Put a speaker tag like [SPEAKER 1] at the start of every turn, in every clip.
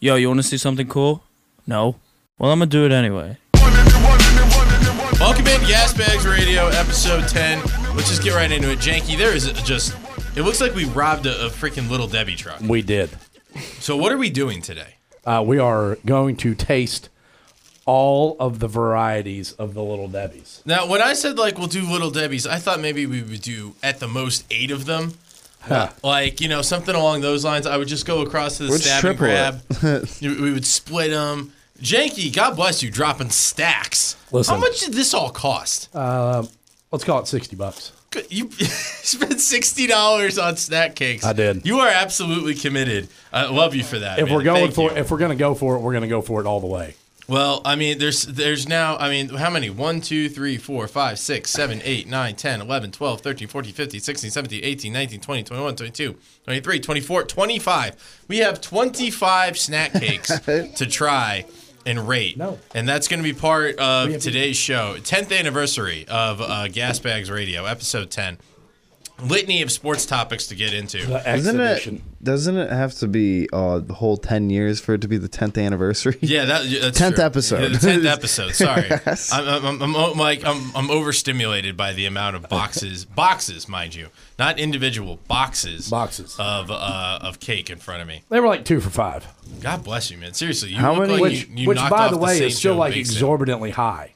[SPEAKER 1] yo, you want to see something cool? No. Well, I'm gonna do it anyway.
[SPEAKER 2] Welcome in Gas Bags Radio, episode 10. Let's just get right into it. Janky, there is just, it looks like we robbed a, a freaking Little Debbie truck.
[SPEAKER 3] We did.
[SPEAKER 2] So, what are we doing today?
[SPEAKER 3] Uh, we are going to taste all of the varieties of the Little Debbies.
[SPEAKER 2] Now, when I said like we'll do Little Debbie's, I thought maybe we would do at the most eight of them.
[SPEAKER 3] Huh.
[SPEAKER 2] Like, you know, something along those lines. I would just go across to the
[SPEAKER 4] We'd
[SPEAKER 2] stab and
[SPEAKER 4] triple
[SPEAKER 2] grab. we we would split them. Janky, God bless you, dropping stacks.
[SPEAKER 3] Listen.
[SPEAKER 2] How much did this all cost?
[SPEAKER 3] Let's call it 60 bucks.
[SPEAKER 2] Good- You spent sixty dollars on snack cakes.
[SPEAKER 3] I did.
[SPEAKER 2] You are absolutely committed. I love you for that.
[SPEAKER 3] If
[SPEAKER 2] man.
[SPEAKER 3] we're going
[SPEAKER 2] Thank
[SPEAKER 3] for
[SPEAKER 2] you.
[SPEAKER 3] if we're going to go for it, we're going to go for it all the way.
[SPEAKER 2] well, I mean, there's there's now. I mean, how many? One, two, three, four, five, six, seven, eight, nine, 10, 11, 12, 13, 14, 15, 16, 17, 18, 19, 20, 21, 22, 23, 24, 25. We have 25 snack cakes to try and rate.
[SPEAKER 3] No.
[SPEAKER 2] And that's going to be part of
[SPEAKER 3] have to-
[SPEAKER 2] today's show. 10th anniversary of uh, Gas Bags Radio, episode 10. Litany of sports topics to get into.
[SPEAKER 3] The
[SPEAKER 4] Doesn't
[SPEAKER 3] exhibition.
[SPEAKER 4] it, doesn't it have to be uh, the whole 10 years for it to be the 10th anniversary?
[SPEAKER 2] Yeah, that, yeah, that's
[SPEAKER 4] 10th
[SPEAKER 2] true.
[SPEAKER 4] episode.
[SPEAKER 2] Yeah, the tenth episode. Sorry,
[SPEAKER 4] Yes.
[SPEAKER 2] I'm, I'm, I'm, I'm o- like I'm, I'm overstimulated by the amount of boxes, boxes, mind you, not individual boxes,
[SPEAKER 3] Boxes.
[SPEAKER 2] of uh, of cake in front of me.
[SPEAKER 3] They were like 2 for 5,
[SPEAKER 2] God bless you, man. Seriously, you
[SPEAKER 4] How
[SPEAKER 2] look
[SPEAKER 4] many-
[SPEAKER 2] Like
[SPEAKER 3] which
[SPEAKER 2] you, you
[SPEAKER 3] which
[SPEAKER 2] knocked
[SPEAKER 3] by
[SPEAKER 2] off
[SPEAKER 3] the way
[SPEAKER 2] St.
[SPEAKER 3] is still
[SPEAKER 2] Joe
[SPEAKER 3] like
[SPEAKER 2] bake sale.
[SPEAKER 3] exorbitantly high.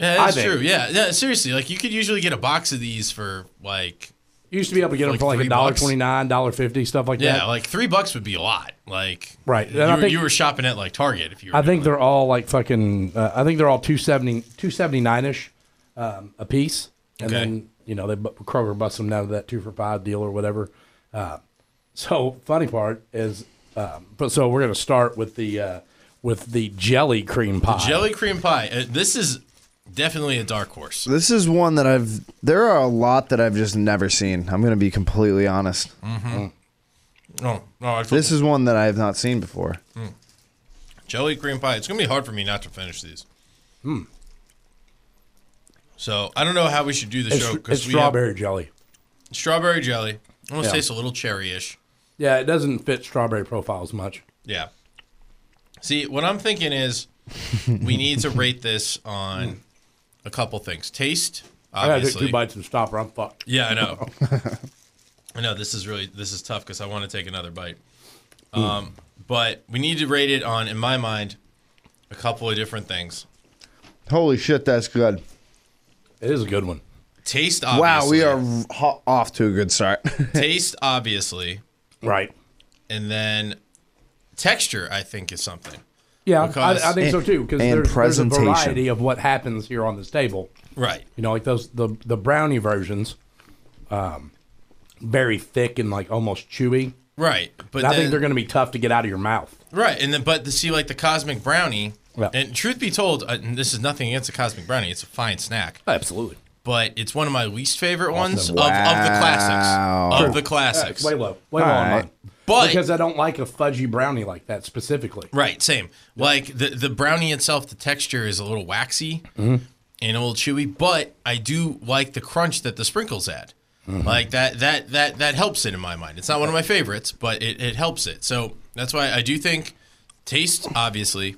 [SPEAKER 2] Yeah, that's
[SPEAKER 3] I think.
[SPEAKER 2] true. Yeah, yeah. Seriously, like you could usually get a box of these for like
[SPEAKER 3] You used to be able to get them
[SPEAKER 2] Like
[SPEAKER 3] for like
[SPEAKER 2] three
[SPEAKER 3] a dollar
[SPEAKER 2] bucks?
[SPEAKER 3] 29, dollar 50, stuff like
[SPEAKER 2] yeah,
[SPEAKER 3] that.
[SPEAKER 2] like three bucks would be a lot. Like
[SPEAKER 3] Right, and
[SPEAKER 2] you,
[SPEAKER 3] I
[SPEAKER 2] were-
[SPEAKER 3] think-
[SPEAKER 2] you were shopping at like Target if you. Were
[SPEAKER 3] I
[SPEAKER 2] doing
[SPEAKER 3] think they're all like fucking. Uh, I think they're all 270, 279-ish um, a piece, and
[SPEAKER 2] Okay.
[SPEAKER 3] then you know they bu- Kroger busts them down to that two for five deal or whatever. Uh, so funny part is, um, but so we're gonna start with the uh, with the jelly cream pie.
[SPEAKER 2] that. jelly cream pie. Uh, this is definitely a dark horse.
[SPEAKER 4] This is one that I've. There are a lot that I've just never seen. I'm going to be completely honest.
[SPEAKER 2] Mm. Oh, oh, it's-
[SPEAKER 4] This is one that I have not seen before.
[SPEAKER 2] Jelly cream pie. It's gonna be hard for me not to finish these. Hmm. So I don't know how we should do the
[SPEAKER 3] it's,
[SPEAKER 2] show
[SPEAKER 3] it's
[SPEAKER 2] because we
[SPEAKER 3] strawberry jelly.
[SPEAKER 2] have strawberry jelly. Almost
[SPEAKER 3] Yeah.
[SPEAKER 2] tastes a little cherry-ish.
[SPEAKER 3] Yeah, it doesn't fit strawberry profiles much.
[SPEAKER 2] Yeah. See, what I'm thinking is we need to rate this on a couple things. Taste,
[SPEAKER 3] I gotta take
[SPEAKER 2] obviously.
[SPEAKER 3] two bites and stop, or I'm fucked.
[SPEAKER 2] Yeah, I know. I know this is really this is tough because I want to take another bite. Um,
[SPEAKER 3] Hmm.
[SPEAKER 2] but we need to rate it on, in my mind, a couple of different things.
[SPEAKER 4] Holy shit, that's good.
[SPEAKER 3] It is a good one.
[SPEAKER 2] Taste,
[SPEAKER 4] Wow,
[SPEAKER 2] obviously.
[SPEAKER 4] we are ho- off to a good start.
[SPEAKER 2] taste obviously
[SPEAKER 3] Right.
[SPEAKER 2] and then texture i think is something
[SPEAKER 3] Yeah,
[SPEAKER 2] Because-
[SPEAKER 3] I, I think so too. Because
[SPEAKER 4] and
[SPEAKER 3] there's, there's a
[SPEAKER 4] presentation.
[SPEAKER 3] variety of what happens here on this table.
[SPEAKER 2] right
[SPEAKER 3] You know, like those the the brownie versions, um, very thick and like almost chewy.
[SPEAKER 2] right but
[SPEAKER 3] And I
[SPEAKER 2] then,
[SPEAKER 3] think they're going to be tough to get out of your mouth.
[SPEAKER 2] right and then but to see like the cosmic brownie
[SPEAKER 3] Yeah.
[SPEAKER 2] and truth be told uh, and this is nothing against the cosmic brownie it's a fine snack
[SPEAKER 3] Absolutely,
[SPEAKER 2] but it's one of my least favorite ones of, of the
[SPEAKER 4] Wow.
[SPEAKER 2] classics of the classics
[SPEAKER 3] way low, way low on
[SPEAKER 4] Alright.
[SPEAKER 3] mine.
[SPEAKER 2] But-
[SPEAKER 3] Uh, because I don't like a fudgy brownie like that specifically.
[SPEAKER 2] right same like the the brownie itself the texture is a little waxy
[SPEAKER 3] Mm-hmm.
[SPEAKER 2] and a little chewy but i do like the crunch that the sprinkles add
[SPEAKER 3] Mm-hmm.
[SPEAKER 2] Like that, that, that, that helps it in my mind. It's not one of my favorites, but it, it helps it. So that's why I do think taste, obviously,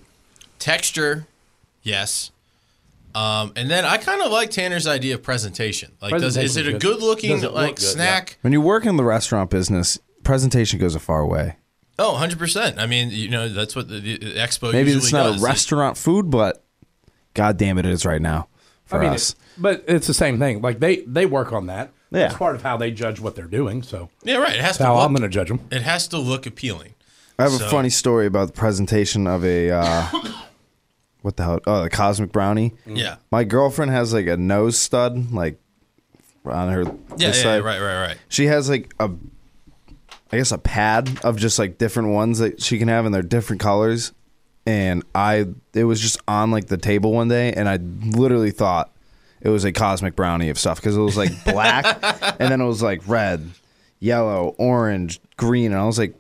[SPEAKER 2] texture, yes. Um, and then I kind of like Tanner's idea of presentation. Like, does, is it a
[SPEAKER 3] Presentation's good.
[SPEAKER 2] good looking
[SPEAKER 3] Does it look
[SPEAKER 2] like
[SPEAKER 3] good, yeah.
[SPEAKER 2] snack?
[SPEAKER 4] when you work in the restaurant business, presentation goes a far way.
[SPEAKER 2] Oh, 100%. I mean, you know, that's what the, the expo
[SPEAKER 4] Maybe
[SPEAKER 2] usually
[SPEAKER 4] it's not
[SPEAKER 2] does.
[SPEAKER 4] a restaurant food, but god damn it, it is right now for
[SPEAKER 3] I mean,
[SPEAKER 4] us.
[SPEAKER 3] it- but it's the same thing. Like they they work on that.
[SPEAKER 4] Yeah.
[SPEAKER 3] it's part of how they judge what they're doing. So
[SPEAKER 2] yeah, right. It has,
[SPEAKER 3] that's
[SPEAKER 2] to
[SPEAKER 3] how I'm
[SPEAKER 2] look,
[SPEAKER 3] going to judge them.
[SPEAKER 2] it has to look appealing.
[SPEAKER 4] I have
[SPEAKER 2] So-
[SPEAKER 4] a funny story about the presentation of a uh, what the hell? Oh, the cosmic brownie.
[SPEAKER 3] Mm.
[SPEAKER 2] Yeah.
[SPEAKER 4] My girlfriend has like a nose stud, like on her.
[SPEAKER 2] Yeah,
[SPEAKER 4] this
[SPEAKER 2] yeah,
[SPEAKER 4] side.
[SPEAKER 2] yeah, right, right, right.
[SPEAKER 4] She has like a, I guess a pad of just like different ones that she can have, and they're different colors. And I, it was just on like the table one day, and I literally thought it was a cosmic brownie of stuff because it was like black, and then it was like red, yellow, orange, green, and I was like,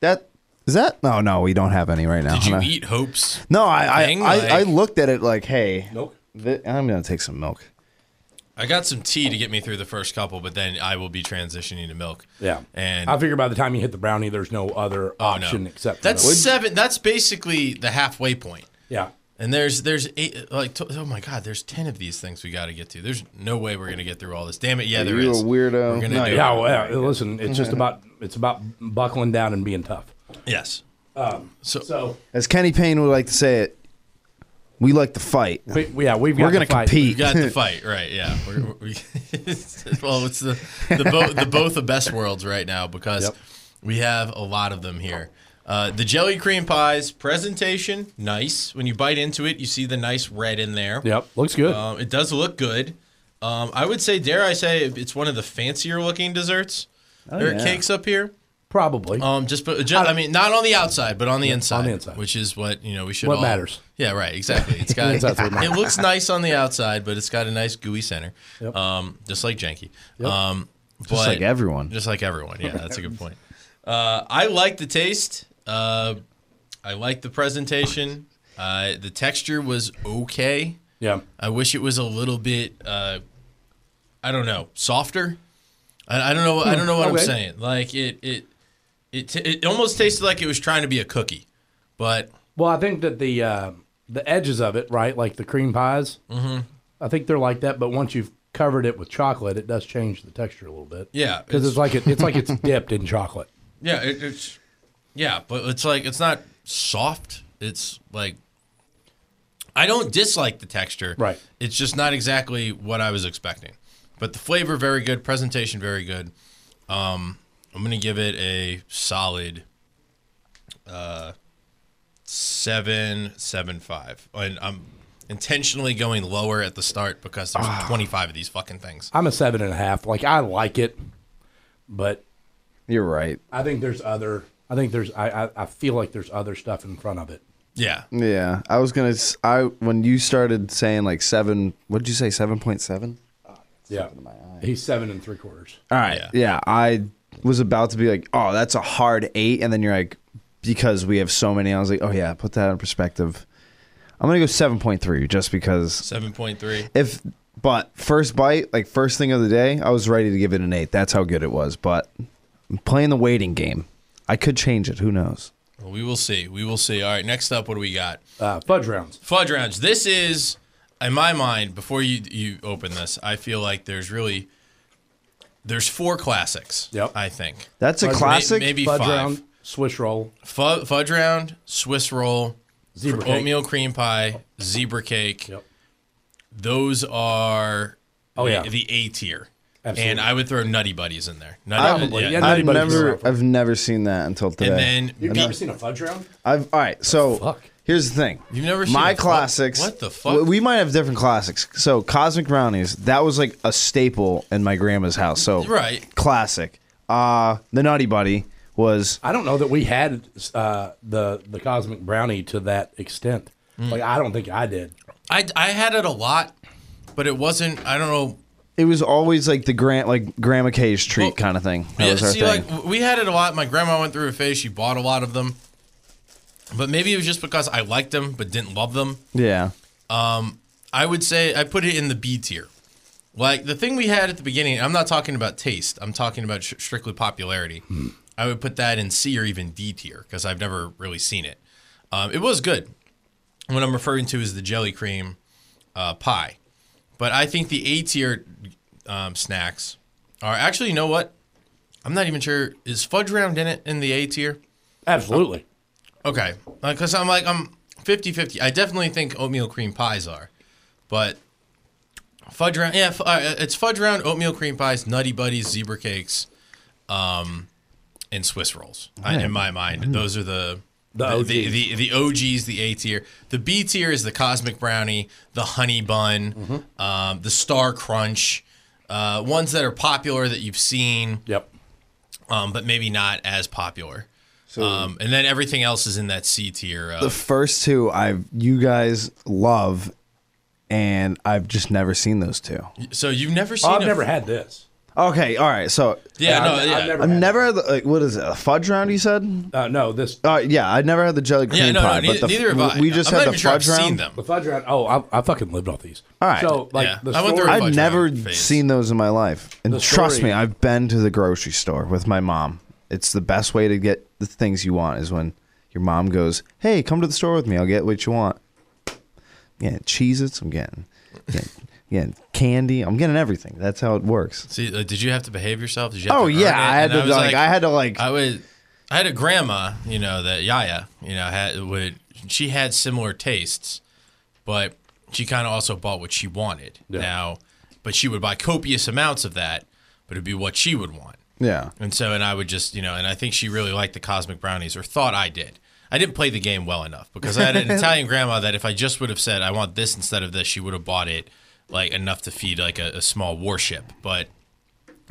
[SPEAKER 4] that is that? No, no, we don't have any right now.
[SPEAKER 2] Did you
[SPEAKER 3] Uh-huh.
[SPEAKER 4] And I-
[SPEAKER 2] eat hopes?
[SPEAKER 4] No, I, I,
[SPEAKER 2] thing?
[SPEAKER 4] I, I
[SPEAKER 2] Like-
[SPEAKER 4] looked at it like, hey,
[SPEAKER 3] Nope.
[SPEAKER 4] thi- I'm gonna take some milk.
[SPEAKER 2] I got some tea to get me through the first couple, but then I will be transitioning to milk.
[SPEAKER 3] Yeah.
[SPEAKER 2] and
[SPEAKER 3] I figure by the time you hit the brownie, there's no other
[SPEAKER 2] oh, no.
[SPEAKER 3] option except for
[SPEAKER 2] that's
[SPEAKER 3] milk.
[SPEAKER 2] seven. That's basically the halfway point.
[SPEAKER 3] yeah.
[SPEAKER 2] And there's there's eight like t- oh my god, there's ten of these things we got to get to. There's no way we're gonna get through all this. Damn it, yeah, there
[SPEAKER 4] You're
[SPEAKER 2] is.
[SPEAKER 4] a weirdo.
[SPEAKER 2] We're gonna
[SPEAKER 4] No,
[SPEAKER 2] do
[SPEAKER 3] Yeah,
[SPEAKER 2] it.
[SPEAKER 3] well, yeah, listen, it's just about it's about buckling down and being tough.
[SPEAKER 2] Yes. so,
[SPEAKER 3] So
[SPEAKER 4] As Kenny Payne would like to say it, we like to fight.
[SPEAKER 3] we, yeah, we've
[SPEAKER 4] We're
[SPEAKER 3] got
[SPEAKER 4] gonna
[SPEAKER 3] to fight.
[SPEAKER 2] you
[SPEAKER 4] compete.
[SPEAKER 2] got the fight right. Yeah. We're, we well, it's the the, bo- the both the best worlds right now because
[SPEAKER 3] Yep.
[SPEAKER 2] we have a lot of them here. Uh, the jelly cream pies presentation nice. When you bite into it, you see the nice red in there.
[SPEAKER 3] Yep, looks good.
[SPEAKER 2] Um, it does look good. Um, I would say, dare I say, it's one of the fancier looking desserts.
[SPEAKER 3] Oh,
[SPEAKER 2] there
[SPEAKER 4] yeah.
[SPEAKER 2] are cakes up here.
[SPEAKER 3] Probably.
[SPEAKER 2] Um, just, but, just, I mean, not on the outside, but on the inside,
[SPEAKER 3] inside.
[SPEAKER 2] which is what you know we should.
[SPEAKER 3] What
[SPEAKER 2] all-
[SPEAKER 3] matters.
[SPEAKER 2] Yeah, right. Exactly. It's got.
[SPEAKER 3] That's what
[SPEAKER 2] it looks nice on the outside, but it's got a nice gooey center.
[SPEAKER 3] Yep.
[SPEAKER 2] Um, just like Janky. Um, but
[SPEAKER 4] Just like everyone.
[SPEAKER 2] just like everyone. Yeah, that's a good point. Uh, I like the taste. Uh, I like the presentation. Uh, the texture was okay.
[SPEAKER 3] yeah.
[SPEAKER 2] I wish it was a little bit, uh, I don't know, softer. I, I don't know. I don't know what
[SPEAKER 3] okay.
[SPEAKER 2] I'm saying. Like it, it, it, t- it almost tasted like it was trying to be a cookie, but
[SPEAKER 3] Well, I think that the uh, the edges of it, right, like the cream pies, mm-hmm. I think they're like that. But once you've covered it with chocolate, it does change the texture a little bit.
[SPEAKER 2] yeah,
[SPEAKER 3] because it's, like it, it's like it's dipped in chocolate.
[SPEAKER 2] yeah, it, it's, yeah, but it's like it's not soft. It's like I don't dislike the texture.
[SPEAKER 3] Right.
[SPEAKER 2] It's just not exactly what I was expecting. But the flavor very good, presentation very good. Um, I'm gonna give it a solid uh, seven seven five, and I'm intentionally going lower at the start because there's 25 of these fucking things.
[SPEAKER 3] I'm a seven and a half. Like I like it, but
[SPEAKER 4] You're right.
[SPEAKER 3] I think there's other. I think there's. I I, I feel like there's other stuff in front of it.
[SPEAKER 2] Yeah,
[SPEAKER 4] Yeah, I was gonna. s- I when you started saying like seven, what did you say? Seven point seven.
[SPEAKER 3] Yeah, he's seven and three quarters.
[SPEAKER 4] All right.
[SPEAKER 2] Yeah.
[SPEAKER 4] Yeah. I was about to be like, oh, that's a hard eight, and then you're like, because we have so many. I was like, oh yeah, put that in perspective. I'm gonna go seven point three just because
[SPEAKER 2] 7.3.
[SPEAKER 4] if. But first bite, like first thing of the day, I was ready to give it an eight. That's how good it was. But I'm playing the waiting game, I could change it. Who knows?
[SPEAKER 2] Well, we will see. We will see. All right, next up, what do we got?
[SPEAKER 3] Uh, fudge rounds.
[SPEAKER 2] Fudge rounds. This is, in my mind, before you you open this, I feel like there's really there's four classics.
[SPEAKER 3] Yep.
[SPEAKER 2] I think
[SPEAKER 4] That's a
[SPEAKER 2] May-
[SPEAKER 4] classic.
[SPEAKER 2] Maybe
[SPEAKER 3] Fudge
[SPEAKER 2] five.
[SPEAKER 3] round, Swiss roll,
[SPEAKER 2] Fu- fudge round, Swiss roll,
[SPEAKER 3] zebra cake.
[SPEAKER 2] oatmeal cream pie, zebra cake.
[SPEAKER 3] Yep.
[SPEAKER 2] Those are
[SPEAKER 3] Oh, yeah.
[SPEAKER 2] the A tier.
[SPEAKER 3] Absolutely.
[SPEAKER 2] And I would throw Nutty Buddies in there. Nutty,
[SPEAKER 3] Probably. Yeah, Nutty
[SPEAKER 4] I've
[SPEAKER 3] Buddies is
[SPEAKER 4] never,
[SPEAKER 3] awful.
[SPEAKER 4] I've never seen that until today.
[SPEAKER 2] and then
[SPEAKER 3] You've never seen a fudge round?
[SPEAKER 4] I've all right. So
[SPEAKER 3] fuck?
[SPEAKER 4] here's the thing.
[SPEAKER 2] You've never seen
[SPEAKER 4] my
[SPEAKER 2] a fu-
[SPEAKER 4] classics.
[SPEAKER 2] what the fuck?
[SPEAKER 4] we- We might have different classics. So cosmic brownies. That was like a staple in my grandma's house. So
[SPEAKER 2] Right.
[SPEAKER 4] classic. Uh the naughty buddy was
[SPEAKER 3] I don't know that we had uh, the the cosmic brownie to that extent.
[SPEAKER 2] Mm.
[SPEAKER 3] Like I don't think I did.
[SPEAKER 2] I I had it a lot, but it wasn't. I don't know.
[SPEAKER 4] it was always like the grand like grandma K's treat
[SPEAKER 2] Well,
[SPEAKER 4] kind of thing. That was our
[SPEAKER 2] see,
[SPEAKER 4] thing.
[SPEAKER 2] like w- we had it a lot. My grandma went through a phase; she bought a lot of them, but maybe it was just because I liked them but didn't love them.
[SPEAKER 4] yeah.
[SPEAKER 2] I would say I put it in the B tier. Like the thing we had at the beginning, I'm not talking about taste. I'm talking about sh- strictly popularity. I would put that in C or even D tier because I've never really seen it. Um, it was good. What I'm referring to is the jelly cream uh, pie, but I think the A tier um, snacks are actually. You know what? I'm not even sure. Is fudge round in it in the A tier?
[SPEAKER 3] Absolutely.
[SPEAKER 2] Okay, because I'm like I'm 50 50. I definitely think oatmeal cream pies are, but fudge round, yeah, f- uh, it's fudge round, oatmeal cream pies, Nutty Buddies, zebra cakes, um, and Swiss rolls. I, in my mind, those are the
[SPEAKER 3] The
[SPEAKER 2] the, the, the the OGs, the A tier. The B tier is the cosmic brownie, the honey bun, um, the star crunch. Uh, ones that are popular that you've seen,
[SPEAKER 3] Yep.
[SPEAKER 2] um, but maybe not as popular. um, and then everything else is in that C tier. Of,
[SPEAKER 4] The first two I've you guys love and I've just never seen those two.
[SPEAKER 2] So you've never seen?
[SPEAKER 4] Oh,
[SPEAKER 3] I've
[SPEAKER 2] a-
[SPEAKER 3] never had this.
[SPEAKER 4] Okay, all right. So
[SPEAKER 2] Yeah, no,
[SPEAKER 3] I've,
[SPEAKER 2] yeah.
[SPEAKER 3] I've never,
[SPEAKER 4] I've
[SPEAKER 3] had
[SPEAKER 4] never had the, like what is it? A fudge round? You said?
[SPEAKER 3] it. Uh, no, this
[SPEAKER 4] Uh, yeah, I'd never had the jelly cream
[SPEAKER 2] yeah, no,
[SPEAKER 4] pie.
[SPEAKER 2] no, neither,
[SPEAKER 4] but the,
[SPEAKER 2] neither have I.
[SPEAKER 4] We just
[SPEAKER 2] I'm
[SPEAKER 4] had
[SPEAKER 2] not
[SPEAKER 4] the
[SPEAKER 2] even sure I've
[SPEAKER 4] fudge round.
[SPEAKER 2] seen them.
[SPEAKER 3] the fudge round. Oh, I, I fucking lived off these.
[SPEAKER 4] All right.
[SPEAKER 3] So like
[SPEAKER 2] Yeah.
[SPEAKER 3] the
[SPEAKER 2] I went through
[SPEAKER 3] story,
[SPEAKER 2] a
[SPEAKER 4] I've
[SPEAKER 2] fudge
[SPEAKER 4] never
[SPEAKER 2] round phase.
[SPEAKER 4] seen those in my life. And
[SPEAKER 3] The
[SPEAKER 4] trust
[SPEAKER 3] story-
[SPEAKER 4] me, I've been to the grocery store with my mom. It's the best way to get the things you want is when your mom goes, "Hey, come to the store with me. I'll get what you want." Yeah, Cheez-Its, I'm getting, getting, getting candy. I'm getting everything. That's how it works.
[SPEAKER 2] See, like, did you have to behave yourself? Did you have
[SPEAKER 4] Oh
[SPEAKER 2] to earn
[SPEAKER 4] yeah,
[SPEAKER 2] it?
[SPEAKER 4] I had
[SPEAKER 2] And
[SPEAKER 4] to
[SPEAKER 2] was
[SPEAKER 4] like, I had to like
[SPEAKER 2] I was I had a grandma, you know, that Yaya, you know, had would she had similar tastes, but she kind of also bought what she wanted. Now, but she would buy copious amounts of that, but it'd be what she would want.
[SPEAKER 4] yeah.
[SPEAKER 2] And so, and I would just, you know, and I think she really liked the cosmic brownies, or thought I did. I didn't play the game well enough because I had an Italian grandma that if I just would have said I want this instead of this, she would have bought it like enough to feed like a, a small warship. But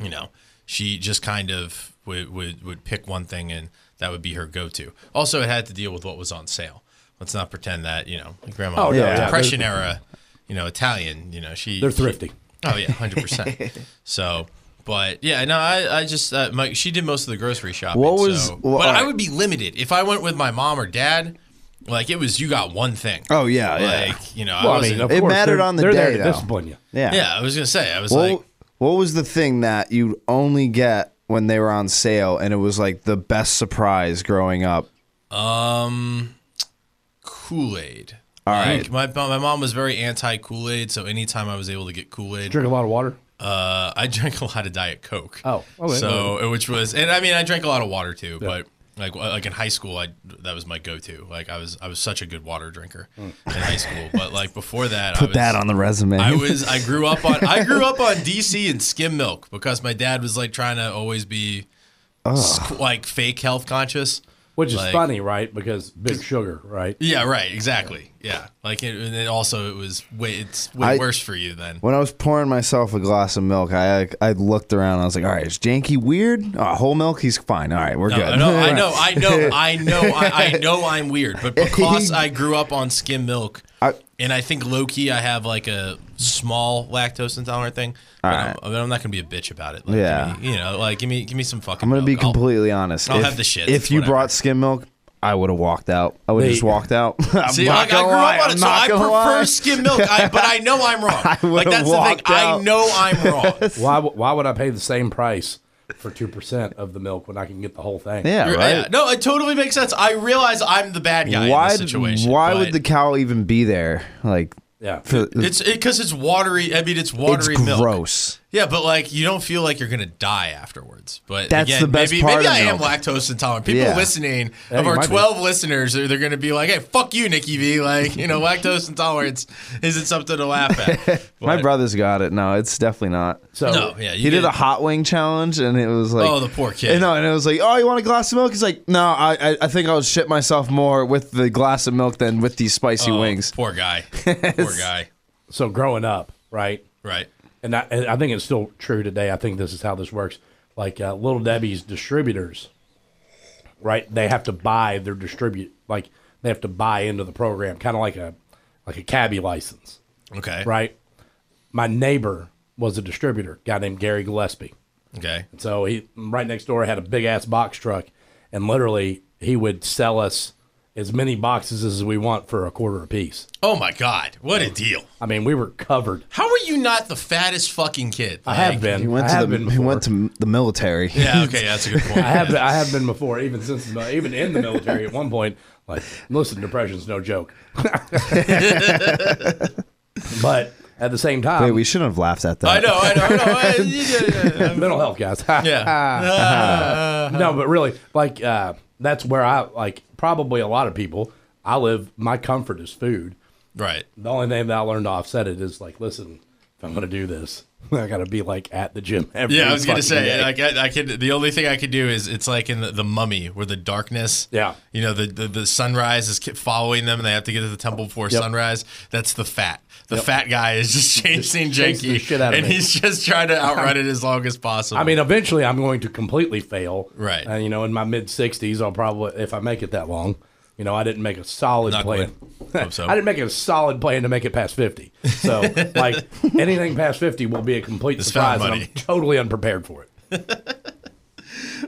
[SPEAKER 2] you know, she just kind of would, would would pick one thing and that would be her go-to. Also, it had to deal with what was on sale. Let's not pretend that you know, grandma,
[SPEAKER 3] Oh, yeah,
[SPEAKER 4] yeah.
[SPEAKER 2] depression era, you know, Italian, you know, she
[SPEAKER 3] they're
[SPEAKER 2] she-
[SPEAKER 3] thrifty.
[SPEAKER 2] Oh yeah, hundred percent. So, but yeah, no, I, I just uh, my, she did most of the grocery shopping.
[SPEAKER 4] What was-
[SPEAKER 2] so-
[SPEAKER 4] well,
[SPEAKER 2] but I
[SPEAKER 4] alright.
[SPEAKER 2] would be limited if I went with my mom or dad. Like it was, you got one thing.
[SPEAKER 4] Oh yeah, yeah.
[SPEAKER 2] Like you know,
[SPEAKER 3] Well,
[SPEAKER 2] I
[SPEAKER 3] I
[SPEAKER 2] was
[SPEAKER 3] mean, of
[SPEAKER 4] It
[SPEAKER 3] course,
[SPEAKER 4] mattered
[SPEAKER 3] they're-
[SPEAKER 4] on the
[SPEAKER 3] they're there
[SPEAKER 4] day,
[SPEAKER 3] to
[SPEAKER 4] though.
[SPEAKER 3] discipline you.
[SPEAKER 4] yeah.
[SPEAKER 2] yeah, I was gonna say, I was
[SPEAKER 4] What,
[SPEAKER 2] like,
[SPEAKER 4] what was the thing that you only get when they were on sale and it was like the best surprise growing up?
[SPEAKER 2] Kool Aid. All right. my my mom was very anti Kool Aid, so anytime I was able to get Kool Aid,
[SPEAKER 3] Drink a lot of water.
[SPEAKER 2] uh, I drank a lot of Diet Coke.
[SPEAKER 3] Oh, okay.
[SPEAKER 2] so which was, and I mean, I drank a lot of water too, but like like in high school, I that was my go-to. Like I was I was such a good water drinker in high school, but like before that, I
[SPEAKER 4] Hmm. Put
[SPEAKER 2] was,
[SPEAKER 4] that on the resume.
[SPEAKER 2] I was I grew up on I grew up on DC and skim milk because my dad was like trying to always be squ- like fake health conscious.
[SPEAKER 3] Which is
[SPEAKER 2] Like-
[SPEAKER 3] funny, right? Because big sugar, right?
[SPEAKER 2] Yeah, right, exactly. Yeah, like it, and it also it was way it's way
[SPEAKER 4] I-
[SPEAKER 2] worse for you then.
[SPEAKER 4] when I was pouring myself a glass of milk, I I looked around. I was like, "All right, is Janky weird? Oh, whole milk, he's fine. All right, we're
[SPEAKER 2] No,
[SPEAKER 4] good."
[SPEAKER 2] no, I know, I know, I know, I, I know I'm weird, but because I grew up on skim milk,
[SPEAKER 4] I-
[SPEAKER 2] and I think low key I have like a small lactose intolerant thing. But I'm, I mean, I'm not gonna be a bitch about it. Like,
[SPEAKER 4] Yeah.
[SPEAKER 2] give me- you know, like give me give me some fucking.
[SPEAKER 4] I'm gonna be
[SPEAKER 2] milk. I'll-
[SPEAKER 4] completely honest.
[SPEAKER 2] I'll
[SPEAKER 4] if,
[SPEAKER 2] have the shits,
[SPEAKER 4] If you
[SPEAKER 2] whatever.
[SPEAKER 4] brought skim milk, I would have walked out. I would have
[SPEAKER 3] They-
[SPEAKER 4] just walked out. I'm
[SPEAKER 2] See,
[SPEAKER 4] not
[SPEAKER 2] like, I
[SPEAKER 4] gonna
[SPEAKER 2] grew
[SPEAKER 4] lie,
[SPEAKER 2] up on
[SPEAKER 4] I'm
[SPEAKER 2] it, so
[SPEAKER 4] not
[SPEAKER 2] I
[SPEAKER 4] gonna
[SPEAKER 2] prefer
[SPEAKER 4] lie.
[SPEAKER 2] skim milk. I, but I know I'm wrong. like
[SPEAKER 4] would've
[SPEAKER 2] that's the thing.
[SPEAKER 4] walked
[SPEAKER 2] I
[SPEAKER 4] out.
[SPEAKER 2] know I'm wrong.
[SPEAKER 3] Why? w- Why would I pay the same price for two percent of the milk when I can get the whole thing?
[SPEAKER 4] Yeah,
[SPEAKER 2] You're-
[SPEAKER 4] right.
[SPEAKER 2] yeah. No, it totally makes sense. I realize I'm the bad guy uh, in
[SPEAKER 4] Why?
[SPEAKER 2] this situation.
[SPEAKER 4] Why would
[SPEAKER 2] but
[SPEAKER 4] the cow even be there? Like,
[SPEAKER 3] Yeah.
[SPEAKER 4] for-
[SPEAKER 2] It's because it's watery. I mean, it's
[SPEAKER 4] it's
[SPEAKER 2] watery milk.
[SPEAKER 4] gross.
[SPEAKER 2] Yeah, but like you don't feel like you're gonna die afterwards. But
[SPEAKER 4] That's
[SPEAKER 2] again,
[SPEAKER 4] the best
[SPEAKER 2] maybe,
[SPEAKER 4] part
[SPEAKER 2] maybe
[SPEAKER 4] of
[SPEAKER 2] I am
[SPEAKER 4] milk.
[SPEAKER 2] lactose intolerant. People
[SPEAKER 4] Yeah.
[SPEAKER 2] listening
[SPEAKER 3] Yeah,
[SPEAKER 2] of
[SPEAKER 3] you
[SPEAKER 2] our
[SPEAKER 3] might be.
[SPEAKER 2] twelve listeners, they're, they're gonna be like, "Hey, fuck you, Nikki V." Like you know, lactose intolerance isn't something to laugh at.
[SPEAKER 4] My
[SPEAKER 2] But-
[SPEAKER 4] brother's got it. No, it's definitely not.
[SPEAKER 3] So
[SPEAKER 2] No, yeah, you
[SPEAKER 4] he did
[SPEAKER 2] get-
[SPEAKER 4] a hot wing challenge, and it was like,
[SPEAKER 2] Oh, the poor kid.
[SPEAKER 4] And, no, and it was like, oh, you want a glass of milk? He's like, no, I, I, I think I'll shit myself more with the glass of milk than with these spicy
[SPEAKER 2] Oh,
[SPEAKER 4] wings.
[SPEAKER 2] Poor guy. Poor guy.
[SPEAKER 3] so growing up, right?
[SPEAKER 2] Right.
[SPEAKER 3] And I, and I think it's still true today. I think this is how this works. Like uh, Little Debbie's distributors, right? They have to buy their distribute. Like they have to buy into the program, kind of like a like a cabbie license,
[SPEAKER 2] Okay.
[SPEAKER 3] right? My neighbor was a distributor, guy named Gary Gillespie.
[SPEAKER 2] Okay.
[SPEAKER 3] So he right next door had a big ass box truck, and literally he would sell us as many boxes as we want for a quarter apiece.
[SPEAKER 2] Oh my God! What a deal.
[SPEAKER 3] I mean, we were covered.
[SPEAKER 2] How are you not the fattest fucking kid?
[SPEAKER 3] I have
[SPEAKER 2] Like-
[SPEAKER 3] been.
[SPEAKER 4] He went
[SPEAKER 3] I
[SPEAKER 4] to
[SPEAKER 3] have
[SPEAKER 4] the
[SPEAKER 3] been
[SPEAKER 4] he went
[SPEAKER 3] before.
[SPEAKER 4] to the military.
[SPEAKER 2] Yeah. Okay. That's a good point.
[SPEAKER 3] I have been, I have been before, even since the mil- even in the military at one point. Like, listen, depression's no joke. but at the same time,
[SPEAKER 4] Wait, we shouldn't have laughed at that.
[SPEAKER 2] I know. I know. I know. I- yeah, yeah,
[SPEAKER 3] mental health guys.
[SPEAKER 2] yeah.
[SPEAKER 3] Ah.
[SPEAKER 2] Yeah.
[SPEAKER 3] no, but really, like uh, that's where I like probably a lot of people. I live. My comfort is food.
[SPEAKER 2] Right.
[SPEAKER 3] The only thing that I learned to offset it is like, listen, if I'm gonna do this, I gotta be like at the gym every.
[SPEAKER 2] Yeah, I was gonna
[SPEAKER 3] fucking
[SPEAKER 2] say,
[SPEAKER 3] day.
[SPEAKER 2] like, I, I could. The only thing I could do is it's like in the, the Mummy, where the darkness.
[SPEAKER 3] Yeah.
[SPEAKER 2] You know, the the, the sunrise is ki- following them, and they have to get to the temple before sunrise. That's the fat. The fat guy is just chasing
[SPEAKER 3] chasing the
[SPEAKER 2] Janky,
[SPEAKER 3] shit out of
[SPEAKER 2] and
[SPEAKER 3] me.
[SPEAKER 2] he's just trying to outrun it as long as possible.
[SPEAKER 3] I mean, eventually I'm going to completely fail.
[SPEAKER 2] Right.
[SPEAKER 3] And, you know, in my mid 60s, I'll probably, if I make it that long, you know, I didn't make a solid
[SPEAKER 2] Knock
[SPEAKER 3] plan.
[SPEAKER 2] Hope so.
[SPEAKER 3] I didn't make a solid plan to make it past 50. So, like, anything past 50 will be a complete
[SPEAKER 2] found
[SPEAKER 3] surprise, and I'm
[SPEAKER 2] money.
[SPEAKER 3] totally unprepared for it.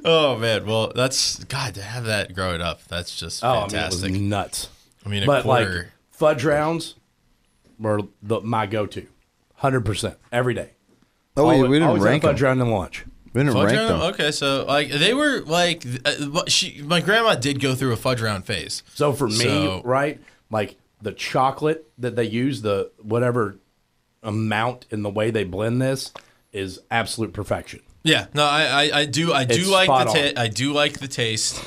[SPEAKER 2] Oh man, well that's God to have that growing up. That's just
[SPEAKER 3] Oh, I
[SPEAKER 2] fantastic.
[SPEAKER 3] mean, it was nuts.
[SPEAKER 2] I mean, a
[SPEAKER 3] but, like,
[SPEAKER 2] quarter-
[SPEAKER 3] fudge rounds were the, my go to 100% every day.
[SPEAKER 4] Oh, wait, we didn't
[SPEAKER 3] always had a
[SPEAKER 4] rank them.
[SPEAKER 3] fudge round and lunch.
[SPEAKER 4] We didn't
[SPEAKER 2] Fudge
[SPEAKER 4] rank
[SPEAKER 2] round?
[SPEAKER 4] them.
[SPEAKER 2] Okay, so like they were like th- uh, but she, my grandma did go through a fudge round phase.
[SPEAKER 3] So for me,
[SPEAKER 2] So-
[SPEAKER 3] right, like the chocolate that they use, the whatever amount and the way they blend this is absolute perfection.
[SPEAKER 2] Yeah, no, I I, I do I do
[SPEAKER 3] It's
[SPEAKER 2] like
[SPEAKER 3] spot
[SPEAKER 2] the
[SPEAKER 3] on.
[SPEAKER 2] ta- I do like the taste.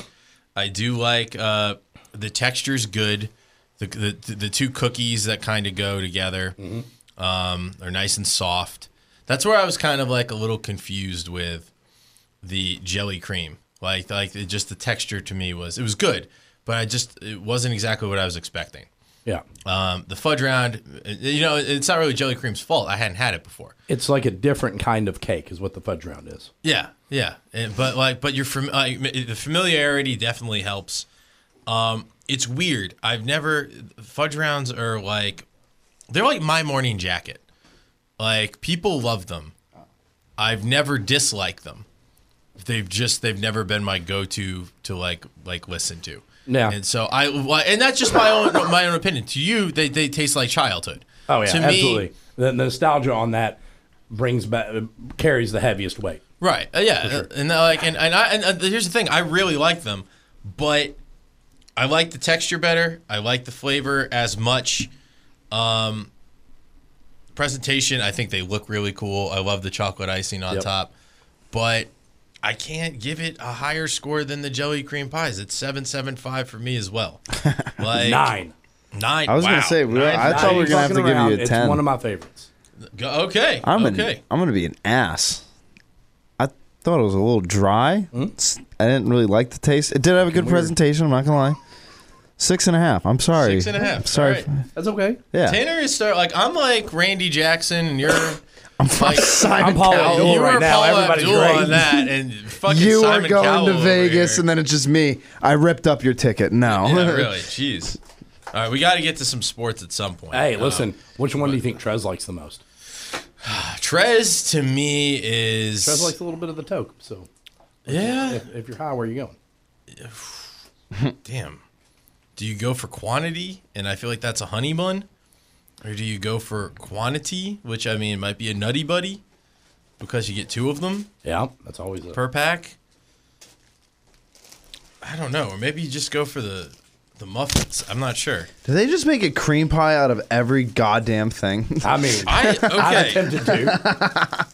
[SPEAKER 2] I do like uh, the texture's good. The, the the two cookies that kind of go together
[SPEAKER 3] Mm-hmm.
[SPEAKER 2] um, are nice and soft. That's where I was kind of like a little confused with the jelly cream. Like like it, just the texture to me was it was good, but I just it wasn't exactly what I was expecting.
[SPEAKER 3] Yeah.
[SPEAKER 2] Um, the fudge round, uh, you know, it's not really jelly cream's fault. I hadn't had it before.
[SPEAKER 3] It's like a different kind of cake is what the fudge round is.
[SPEAKER 2] Yeah, yeah, And- but like, but you're from like, the familiarity definitely helps. Um, it's weird. I've never fudge rounds are like they're like my morning jacket. Like people love them. I've never disliked them. They've just they've never been my go-to to like like listen to.
[SPEAKER 3] Yeah.
[SPEAKER 2] And so I why- and that's just my own my own opinion. To you, they they taste like childhood.
[SPEAKER 3] Oh yeah,
[SPEAKER 2] to
[SPEAKER 3] absolutely. the nostalgia on that brings back carries the heaviest weight.
[SPEAKER 2] Right. Uh, yeah. Uh, And uh, like, and and, I, and uh, here's the thing: I really like them, but I like the texture better. I like the flavor as much. Um, presentation, I think they look really cool. I love the chocolate icing on
[SPEAKER 3] Yep.
[SPEAKER 2] top, but I can't give it a higher score than the jelly cream pies. It's seven seven five for me as well. Like
[SPEAKER 3] Nine.
[SPEAKER 2] Nine.
[SPEAKER 4] I was gonna
[SPEAKER 2] Wow.
[SPEAKER 4] say, we-
[SPEAKER 2] Nine.
[SPEAKER 4] I thought we were
[SPEAKER 3] Nine.
[SPEAKER 4] gonna have to give you a
[SPEAKER 3] It's
[SPEAKER 4] 10.
[SPEAKER 3] one of my favorites.
[SPEAKER 2] Go- okay.
[SPEAKER 4] I'm an,
[SPEAKER 2] okay.
[SPEAKER 4] I'm gonna be an ass. I thought it was a little dry.
[SPEAKER 2] Hmm?
[SPEAKER 4] It's- I didn't really like the taste. It did have a good presentation. I'm not gonna lie. Six and a half. I'm sorry.
[SPEAKER 2] Six and a half.
[SPEAKER 4] I'm sorry.
[SPEAKER 2] All right.
[SPEAKER 3] That's okay.
[SPEAKER 4] Yeah.
[SPEAKER 2] Tanner is start like I'm like Randy Jackson, and you're
[SPEAKER 4] I'm fucking
[SPEAKER 2] like-
[SPEAKER 4] Simon
[SPEAKER 3] I'm Paul
[SPEAKER 4] Cowell.
[SPEAKER 3] Abdul.
[SPEAKER 2] you
[SPEAKER 3] right
[SPEAKER 2] were
[SPEAKER 3] now,
[SPEAKER 2] Paul
[SPEAKER 3] everybody's
[SPEAKER 2] Abdul
[SPEAKER 3] great.
[SPEAKER 2] on that, and fucking
[SPEAKER 4] You
[SPEAKER 2] Simon
[SPEAKER 4] are going
[SPEAKER 2] Cowell
[SPEAKER 4] to
[SPEAKER 2] over
[SPEAKER 4] Vegas,
[SPEAKER 2] here.
[SPEAKER 4] and then it's just me. I ripped up your ticket. No.
[SPEAKER 2] yeah, really, jeez. All right, we got to get to some sports at some point.
[SPEAKER 3] Hey, listen, which one do you think Trez likes the most?
[SPEAKER 2] Uh, Trez to me is
[SPEAKER 3] Trez likes a little bit of the toke. So
[SPEAKER 2] yeah.
[SPEAKER 3] if, if you're high, where are you going?
[SPEAKER 2] Damn, do you go for quantity? And I feel like that's a honey bun, or do you go for quantity, which I mean might be a nutty buddy, because you get two of them.
[SPEAKER 3] Yeah, that's always a
[SPEAKER 2] per pack. I don't know, or maybe you just go for the the muffins. I'm not sure.
[SPEAKER 4] Do they just make a cream pie out of every goddamn thing?
[SPEAKER 3] I mean,
[SPEAKER 2] I
[SPEAKER 3] I'm
[SPEAKER 2] okay.
[SPEAKER 3] tempted to.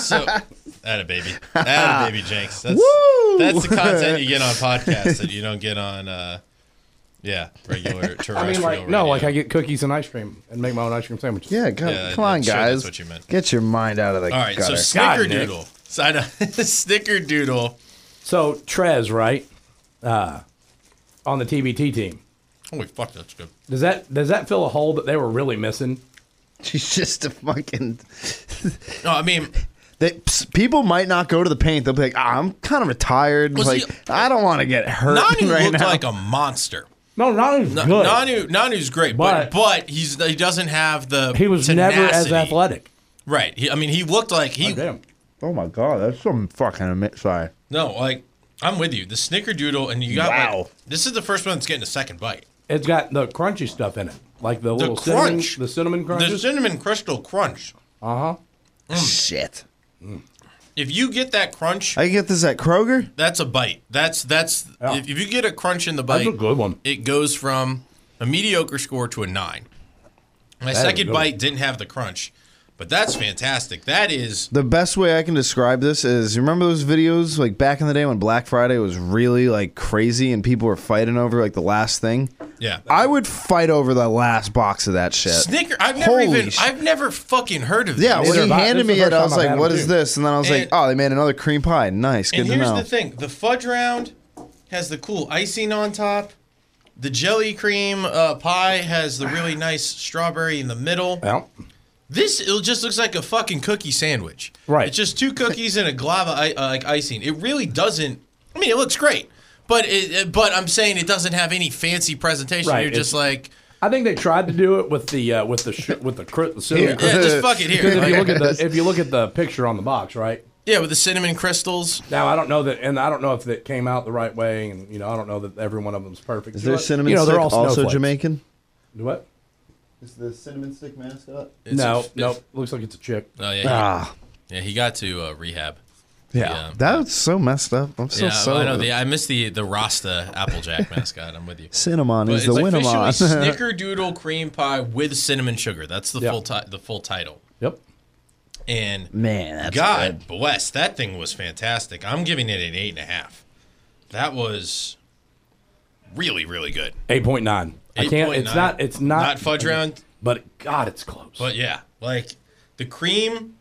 [SPEAKER 2] so that a baby, that a baby, Jenks. That's
[SPEAKER 4] Woo!
[SPEAKER 2] that's the content you get on podcasts that you don't get on. uh Yeah, regular terrestrial.
[SPEAKER 3] I mean, like,
[SPEAKER 2] radio.
[SPEAKER 3] no, like I get cookies and ice cream and make my own ice cream sandwiches.
[SPEAKER 4] yeah, go,
[SPEAKER 2] Yeah,
[SPEAKER 4] come on,
[SPEAKER 2] I'm sure that's
[SPEAKER 4] guys.
[SPEAKER 2] what you meant.
[SPEAKER 4] Get your mind out of the
[SPEAKER 2] All right,
[SPEAKER 4] gutter.
[SPEAKER 2] so
[SPEAKER 3] God,
[SPEAKER 2] snickerdoodle. So I know snickerdoodle.
[SPEAKER 3] So Trez, right, uh, on the TBT team,
[SPEAKER 2] Holy fuck, that's good.
[SPEAKER 3] does that does that fill a hole that they were really missing?
[SPEAKER 4] She's just a fucking.
[SPEAKER 2] No, I mean,
[SPEAKER 4] They, ps- people might not go to the paint. They'll be like, "Ah, "I'm kind of retired.
[SPEAKER 2] Well,
[SPEAKER 4] like,
[SPEAKER 2] see,
[SPEAKER 4] I don't want to get hurt
[SPEAKER 2] Nanu
[SPEAKER 4] right
[SPEAKER 2] looked
[SPEAKER 4] now."
[SPEAKER 2] like a monster.
[SPEAKER 3] No, not as
[SPEAKER 2] N-
[SPEAKER 3] good.
[SPEAKER 2] Nanu, Nanu's great, but
[SPEAKER 3] But-
[SPEAKER 2] but he's he doesn't have the
[SPEAKER 3] he was never as
[SPEAKER 2] tenacity.
[SPEAKER 3] athletic.
[SPEAKER 2] Right. He, I mean, he looked like he.
[SPEAKER 3] Damn.
[SPEAKER 4] oh my god, that's some fucking. ama- Sorry.
[SPEAKER 2] no, like I'm with you. The snickerdoodle, and you got
[SPEAKER 4] Wow.
[SPEAKER 2] like this is the first one that's getting a second bite.
[SPEAKER 3] It's got the crunchy stuff in it, like the, little
[SPEAKER 2] crunch.
[SPEAKER 3] cinnamon, the cinnamon
[SPEAKER 2] The
[SPEAKER 3] crunches.
[SPEAKER 2] cinnamon crystal crunch. Mm.
[SPEAKER 4] Shit.
[SPEAKER 2] If you get that crunch,
[SPEAKER 4] I can get this at Kroger.
[SPEAKER 2] that's a bite. That's that's
[SPEAKER 3] Yeah.
[SPEAKER 2] if, if you get a crunch in the
[SPEAKER 3] That's
[SPEAKER 2] bite,
[SPEAKER 3] a good one.
[SPEAKER 2] it goes from a mediocre score to a nine. My
[SPEAKER 3] is a
[SPEAKER 2] second
[SPEAKER 3] good one.
[SPEAKER 2] bite didn't have the crunch, but that's fantastic. That is
[SPEAKER 4] The best way I can describe this is you remember those videos like back in the day when Black Friday was really like crazy and people were fighting over like the last thing.
[SPEAKER 2] yeah.
[SPEAKER 4] I would fight over the last box of that shit.
[SPEAKER 2] Snicker. I've never
[SPEAKER 4] Holy
[SPEAKER 2] even.
[SPEAKER 4] sh-
[SPEAKER 2] I've never fucking heard of.
[SPEAKER 4] yeah,
[SPEAKER 2] this.
[SPEAKER 4] when
[SPEAKER 3] Neither
[SPEAKER 4] he
[SPEAKER 3] have I.
[SPEAKER 4] handed
[SPEAKER 3] This is
[SPEAKER 4] me
[SPEAKER 3] the
[SPEAKER 4] it,
[SPEAKER 3] first
[SPEAKER 4] I
[SPEAKER 3] time
[SPEAKER 4] was
[SPEAKER 3] I've
[SPEAKER 4] like,
[SPEAKER 3] had
[SPEAKER 4] "What
[SPEAKER 3] them
[SPEAKER 4] is
[SPEAKER 3] too."
[SPEAKER 4] this?" And then I was like,
[SPEAKER 2] And-
[SPEAKER 4] "Oh, they made another cream pie. Nice, good
[SPEAKER 2] And
[SPEAKER 4] to
[SPEAKER 2] here's
[SPEAKER 4] know."
[SPEAKER 2] the thing: the fudge round has the cool icing on top. The jelly cream uh, pie has the really nice strawberry in the middle.
[SPEAKER 3] Well,
[SPEAKER 2] This it just looks like a fucking cookie sandwich.
[SPEAKER 3] Right.
[SPEAKER 2] It's just two cookies and a glob of I- uh, like icing. It really doesn't. I mean, it looks great, but it, it- but I'm saying it doesn't have any fancy presentation.
[SPEAKER 3] Right,
[SPEAKER 2] You're just
[SPEAKER 3] it's-
[SPEAKER 2] like,
[SPEAKER 3] I I think they tried to do it with the uh, with the sh- with the, cr- the cinnamon.
[SPEAKER 2] Yeah,
[SPEAKER 3] crystal.
[SPEAKER 2] just fuck it here.
[SPEAKER 3] If you
[SPEAKER 2] Like,
[SPEAKER 3] look at the if you look at the picture on the box, right
[SPEAKER 2] yeah, with the cinnamon crystals.
[SPEAKER 3] now, I don't know that, and I don't know if it came out the right way, and you know, I don't know that every one of them's perfect.
[SPEAKER 5] Is
[SPEAKER 3] You know
[SPEAKER 5] their
[SPEAKER 3] what?
[SPEAKER 5] cinnamon
[SPEAKER 3] you know,
[SPEAKER 5] stick
[SPEAKER 3] they're all
[SPEAKER 5] also
[SPEAKER 3] snowflakes.
[SPEAKER 5] Jamaican?
[SPEAKER 3] What?
[SPEAKER 5] Is the cinnamon stick mascot?
[SPEAKER 2] It's
[SPEAKER 3] no,
[SPEAKER 2] it's-
[SPEAKER 3] no, looks like it's a chick.
[SPEAKER 2] Oh yeah, he,
[SPEAKER 4] Ah,
[SPEAKER 2] yeah. He got to uh, rehab.
[SPEAKER 4] yeah. That's so messed up. I'm so
[SPEAKER 2] yeah,
[SPEAKER 4] sorry.
[SPEAKER 2] I know. The, I miss the the Rasta Applejack mascot. I'm with you.
[SPEAKER 4] Cinnamon
[SPEAKER 2] But
[SPEAKER 4] is
[SPEAKER 2] it's
[SPEAKER 4] the
[SPEAKER 2] like
[SPEAKER 4] Winnemon.
[SPEAKER 2] officially Snickerdoodle cream pie with cinnamon sugar. That's the
[SPEAKER 3] Yeah.
[SPEAKER 2] full ti- the full title.
[SPEAKER 3] Yep.
[SPEAKER 2] And
[SPEAKER 4] Man, that's
[SPEAKER 2] God bless that thing was fantastic. I'm giving it an eight and a half. That was really really good.
[SPEAKER 3] Eight point nine. I can't. It's
[SPEAKER 2] 8.9.
[SPEAKER 3] not. It's not.
[SPEAKER 2] Not fudge round,
[SPEAKER 3] But God, it's close.
[SPEAKER 2] but yeah, like the cream,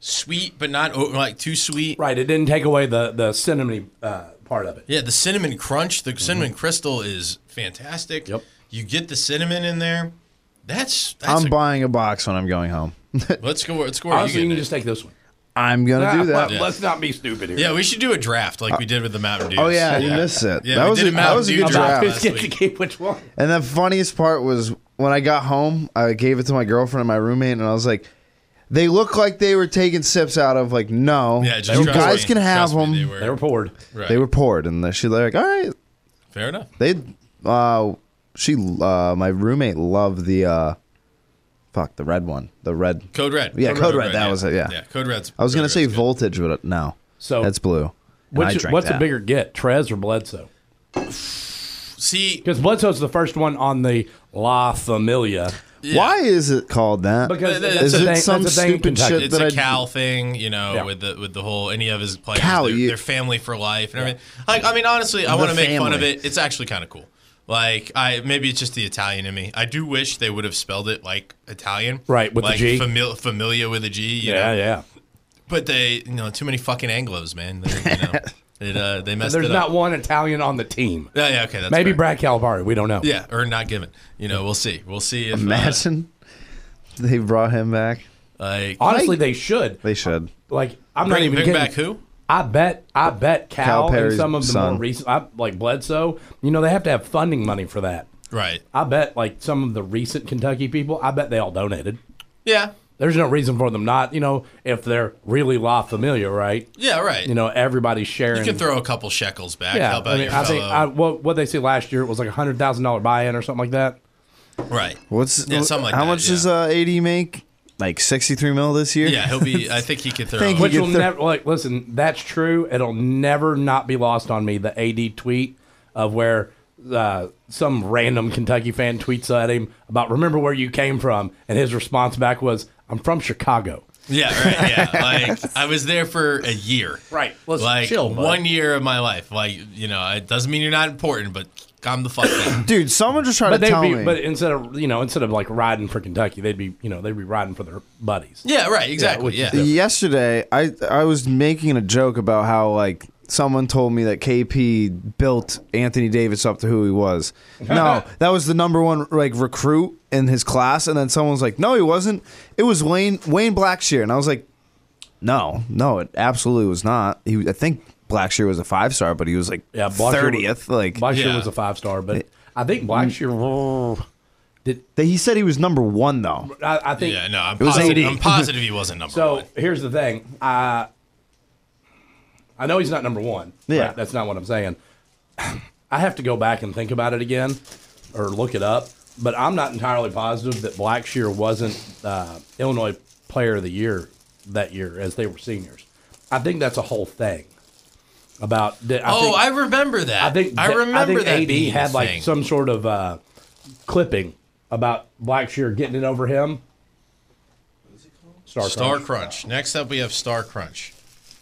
[SPEAKER 2] sweet but not o- like too sweet.
[SPEAKER 3] right. It didn't take away the the cinnamony uh, part of it.
[SPEAKER 2] Yeah, the cinnamon crunch, the cinnamon crystal is fantastic.
[SPEAKER 3] Mm-hmm. Yep.
[SPEAKER 2] You get the cinnamon in there. That's that's
[SPEAKER 4] I'm
[SPEAKER 2] a-
[SPEAKER 4] buying a box when I'm going home.
[SPEAKER 2] let's go let's go
[SPEAKER 3] Honestly,
[SPEAKER 2] you
[SPEAKER 3] you can
[SPEAKER 2] get it.
[SPEAKER 3] just take this one. Ah,
[SPEAKER 4] I'm gonna
[SPEAKER 2] Ah,
[SPEAKER 4] do that.
[SPEAKER 3] Let's not be stupid here.
[SPEAKER 2] Yeah, we should do a draft like we did with the Mountain Dew.
[SPEAKER 4] Oh yeah, you missed it.
[SPEAKER 2] Yeah,
[SPEAKER 4] that
[SPEAKER 2] we
[SPEAKER 4] was
[SPEAKER 2] did
[SPEAKER 4] a,
[SPEAKER 2] a
[SPEAKER 4] that was
[SPEAKER 2] Mountain
[SPEAKER 4] a
[SPEAKER 2] Dew
[SPEAKER 4] good draft.
[SPEAKER 2] draft.
[SPEAKER 3] Just
[SPEAKER 2] last
[SPEAKER 3] get
[SPEAKER 2] week.
[SPEAKER 3] to keep which one.
[SPEAKER 4] And the funniest part was when I got home, I gave it to my girlfriend and my roommate, and I was like, "They look like they were taking sips out of like no,
[SPEAKER 2] Yeah, just
[SPEAKER 4] you
[SPEAKER 2] trust
[SPEAKER 4] guys
[SPEAKER 2] me.
[SPEAKER 4] can have
[SPEAKER 2] Trust me,
[SPEAKER 4] them."
[SPEAKER 2] they
[SPEAKER 4] they, were,
[SPEAKER 2] were,
[SPEAKER 3] They were poured.
[SPEAKER 2] right.
[SPEAKER 4] poured, and then she like, "All right,
[SPEAKER 2] fair enough.
[SPEAKER 4] they." Uh, she, uh, my roommate, loved the uh, fuck the red one, the red.
[SPEAKER 2] Code red.
[SPEAKER 4] Yeah, Code Red, that was it, yeah.
[SPEAKER 2] Yeah, code red's.
[SPEAKER 4] I was
[SPEAKER 2] Code
[SPEAKER 4] gonna say
[SPEAKER 2] Red's good.
[SPEAKER 4] voltage, but uh, no,
[SPEAKER 3] So
[SPEAKER 4] that's blue. and I
[SPEAKER 3] Which,
[SPEAKER 4] drank
[SPEAKER 3] what's a
[SPEAKER 4] that.
[SPEAKER 3] bigger get, Trez or Bledsoe?
[SPEAKER 2] See,
[SPEAKER 3] Because Bledsoe's the first one on the La Familia.
[SPEAKER 4] Why is it called that?
[SPEAKER 3] Because
[SPEAKER 2] Is
[SPEAKER 3] that's
[SPEAKER 2] it
[SPEAKER 3] a thing,
[SPEAKER 4] some
[SPEAKER 3] that's a thing in
[SPEAKER 4] stupid
[SPEAKER 3] Kentucky.
[SPEAKER 4] shit
[SPEAKER 2] it's
[SPEAKER 4] that
[SPEAKER 2] a
[SPEAKER 4] I-
[SPEAKER 2] Cal thing, you know,
[SPEAKER 3] Yeah.
[SPEAKER 2] with the with the whole any of his players,
[SPEAKER 4] Cal,
[SPEAKER 2] their,
[SPEAKER 4] you-
[SPEAKER 2] their family for life and everything. Like, I mean, honestly, I want to make fun of
[SPEAKER 4] family.
[SPEAKER 2] it. It's actually kind of cool. Like, I maybe it's just the Italian in me. I do wish they would have spelled it like Italian,
[SPEAKER 3] Right, with the
[SPEAKER 2] like
[SPEAKER 3] G.
[SPEAKER 2] famil- familiar with a G. You
[SPEAKER 3] Yeah,
[SPEAKER 2] know?
[SPEAKER 3] yeah.
[SPEAKER 2] But they, you know, too many fucking Anglo's, man. They're, you know, it, uh, they messed
[SPEAKER 3] There's
[SPEAKER 2] it
[SPEAKER 3] not
[SPEAKER 2] up.
[SPEAKER 3] one Italian on the team.
[SPEAKER 2] yeah, yeah, okay, that's
[SPEAKER 3] Maybe
[SPEAKER 2] fair.
[SPEAKER 3] Brad Calipari. We don't know.
[SPEAKER 2] Yeah, or not given. You know, we'll see. We'll see if uh,
[SPEAKER 4] Imagine they brought him back.
[SPEAKER 2] like
[SPEAKER 3] Honestly, they should.
[SPEAKER 4] They should.
[SPEAKER 3] Like, I'm not
[SPEAKER 2] bring,
[SPEAKER 3] even
[SPEAKER 2] bring
[SPEAKER 3] kidding.
[SPEAKER 2] back who?
[SPEAKER 3] I bet. I bet Cal, and
[SPEAKER 4] Calipari's
[SPEAKER 3] some of the
[SPEAKER 4] son.
[SPEAKER 3] more recent, I, like Bledsoe. You know, they have to have funding money for that.
[SPEAKER 2] Right.
[SPEAKER 3] I bet, like some of the recent Kentucky people, I bet they all donated.
[SPEAKER 2] Yeah.
[SPEAKER 3] There's no reason for them not. You know, if they're really La Familia, right?
[SPEAKER 2] Yeah. Right.
[SPEAKER 3] You know, everybody's sharing.
[SPEAKER 2] You can throw a couple shekels back.
[SPEAKER 3] Yeah,
[SPEAKER 2] How about
[SPEAKER 3] I mean,
[SPEAKER 2] your
[SPEAKER 3] I think
[SPEAKER 2] fellow-
[SPEAKER 3] I, what what they say last year it was like a hundred thousand dollar buy in or something like that.
[SPEAKER 2] right.
[SPEAKER 4] What's
[SPEAKER 2] Yeah, something like
[SPEAKER 4] how
[SPEAKER 2] that,
[SPEAKER 4] much
[SPEAKER 2] yeah.
[SPEAKER 4] does uh, AD make? Like sixty three mil this year.
[SPEAKER 2] Yeah, he'll be. I think he could throw. a-
[SPEAKER 4] Thank you.
[SPEAKER 3] Which will
[SPEAKER 4] get the-
[SPEAKER 3] never like listen. That's true. It'll never not be lost on me. The AD tweet of where uh, some random Kentucky fan tweets at him about remember where you came from, and his response back was, "I'm from Chicago."
[SPEAKER 2] Yeah, right. Yeah, like I was there for a year.
[SPEAKER 3] Right. Let's
[SPEAKER 2] Like
[SPEAKER 3] chill, bud.
[SPEAKER 2] one year of my life. Like you know, it doesn't mean you're not important, but calm the fuck down.
[SPEAKER 4] dude, someone just tried
[SPEAKER 3] But
[SPEAKER 4] to
[SPEAKER 3] they'd
[SPEAKER 4] tell
[SPEAKER 3] be,
[SPEAKER 4] me.
[SPEAKER 3] but instead of you know instead of like riding for Kentucky, they'd be you know they'd be riding for their buddies.
[SPEAKER 2] yeah, right. Exactly.
[SPEAKER 3] which
[SPEAKER 2] Yeah.
[SPEAKER 3] is
[SPEAKER 2] Yeah.
[SPEAKER 4] Yesterday, I I was making a joke about how like someone told me that KP built Anthony Davis up to who he was. No, that was the number one like recruit in his class, and then someone was like, "No, he wasn't. It was Wayne Wayne Blackshear," and I was like, "No, no, it absolutely was not. He, I think Blackshear was a five star, but he was like
[SPEAKER 3] Yeah, Blackshear-
[SPEAKER 4] thirtieth. Like
[SPEAKER 3] Blackshear
[SPEAKER 2] Yeah.
[SPEAKER 3] was a five star, but I think Blackshear.
[SPEAKER 4] Mm.
[SPEAKER 3] Did,
[SPEAKER 4] they, he said he was number one though.
[SPEAKER 3] I, I think
[SPEAKER 2] No, I'm
[SPEAKER 4] was
[SPEAKER 2] positive.
[SPEAKER 4] 80.
[SPEAKER 2] I'm positive he wasn't number
[SPEAKER 3] So
[SPEAKER 2] one.
[SPEAKER 3] here's the thing. I I know he's not number one.
[SPEAKER 4] Yeah.
[SPEAKER 3] that's not what I'm saying. I have to go back and think about it again, or look it up. But I'm not entirely positive that Blackshear wasn't uh, Illinois Player of the Year that year as they were seniors. I think that's a whole thing about. that- I
[SPEAKER 2] Oh,
[SPEAKER 3] think,
[SPEAKER 2] I remember that.
[SPEAKER 3] I think that-
[SPEAKER 2] remember
[SPEAKER 3] think
[SPEAKER 2] that.
[SPEAKER 3] AD
[SPEAKER 2] being a
[SPEAKER 3] had like
[SPEAKER 2] thing.
[SPEAKER 3] some sort of uh, clipping about Blackshear getting it over him. Star,
[SPEAKER 2] Star
[SPEAKER 3] Crunch.
[SPEAKER 2] Crunch. Next up, we have Star Crunch.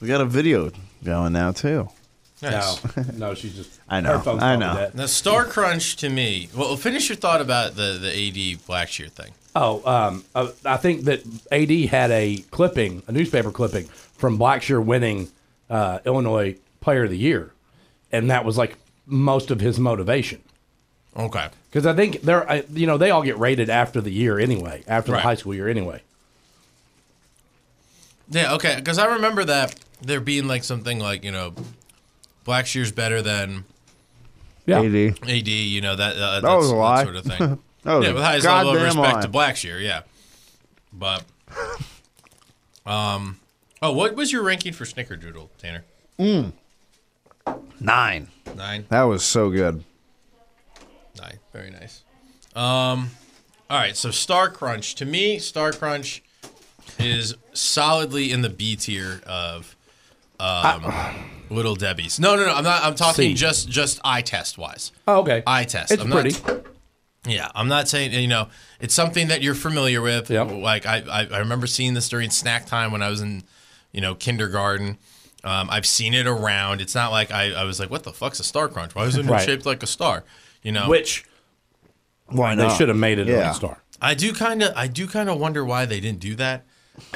[SPEAKER 4] We got a video going now too.
[SPEAKER 2] Nice.
[SPEAKER 3] No, no, she's just.
[SPEAKER 4] I
[SPEAKER 3] Her
[SPEAKER 4] know,
[SPEAKER 3] phone's
[SPEAKER 4] I
[SPEAKER 3] probably
[SPEAKER 4] know.
[SPEAKER 3] dead.
[SPEAKER 2] Now, Star Crunch to me. Well, finish your thought about the the AD Blackshear thing.
[SPEAKER 3] Oh, um, uh, I think that AD had a clipping, a newspaper clipping from Blackshear winning uh, Illinois Player of the Year, and that was like most of his motivation.
[SPEAKER 2] Okay.
[SPEAKER 3] Because I think they're, I, you know, they all get rated after the year anyway, after
[SPEAKER 2] Right.
[SPEAKER 3] the high school year anyway.
[SPEAKER 2] Yeah. Okay. Because I remember that there being like something like you know, Blackshear's better than
[SPEAKER 3] Yeah,
[SPEAKER 4] AD.
[SPEAKER 2] AD. You know that uh, that
[SPEAKER 4] was a lie.
[SPEAKER 2] sort of thing.
[SPEAKER 4] Oh,
[SPEAKER 2] Yeah, with highest level of respect to Blackshear, yeah. But, um, oh, what was your ranking for Snickerdoodle, Tanner?
[SPEAKER 4] nine.
[SPEAKER 2] Nine,
[SPEAKER 4] That was so good.
[SPEAKER 2] nine, very nice. Um, all right, so Star Crunch to me, Star Crunch is solidly in the B tier of um, Little Debbie's. No, no, no, I'm not. I'm talking
[SPEAKER 3] Uh, C.
[SPEAKER 2] just just eye test wise.
[SPEAKER 3] Oh, okay.
[SPEAKER 2] Eye test.
[SPEAKER 3] It's
[SPEAKER 2] I'm not-
[SPEAKER 3] pretty.
[SPEAKER 2] Yeah, I'm not saying you know it's something that you're familiar with.
[SPEAKER 3] Yep.
[SPEAKER 2] Like I, I, I remember seeing this during snack time when I was in, you know, kindergarten. Um, I've seen it around. It's not like I, I was like, what the fuck's a star crunch? Why isn't
[SPEAKER 3] Right.
[SPEAKER 2] it shaped like a star? You know,
[SPEAKER 3] Which
[SPEAKER 4] Why
[SPEAKER 3] they should have made it a
[SPEAKER 4] Yeah.
[SPEAKER 3] red star.
[SPEAKER 2] I do kind of, I do kind of wonder why they didn't do that.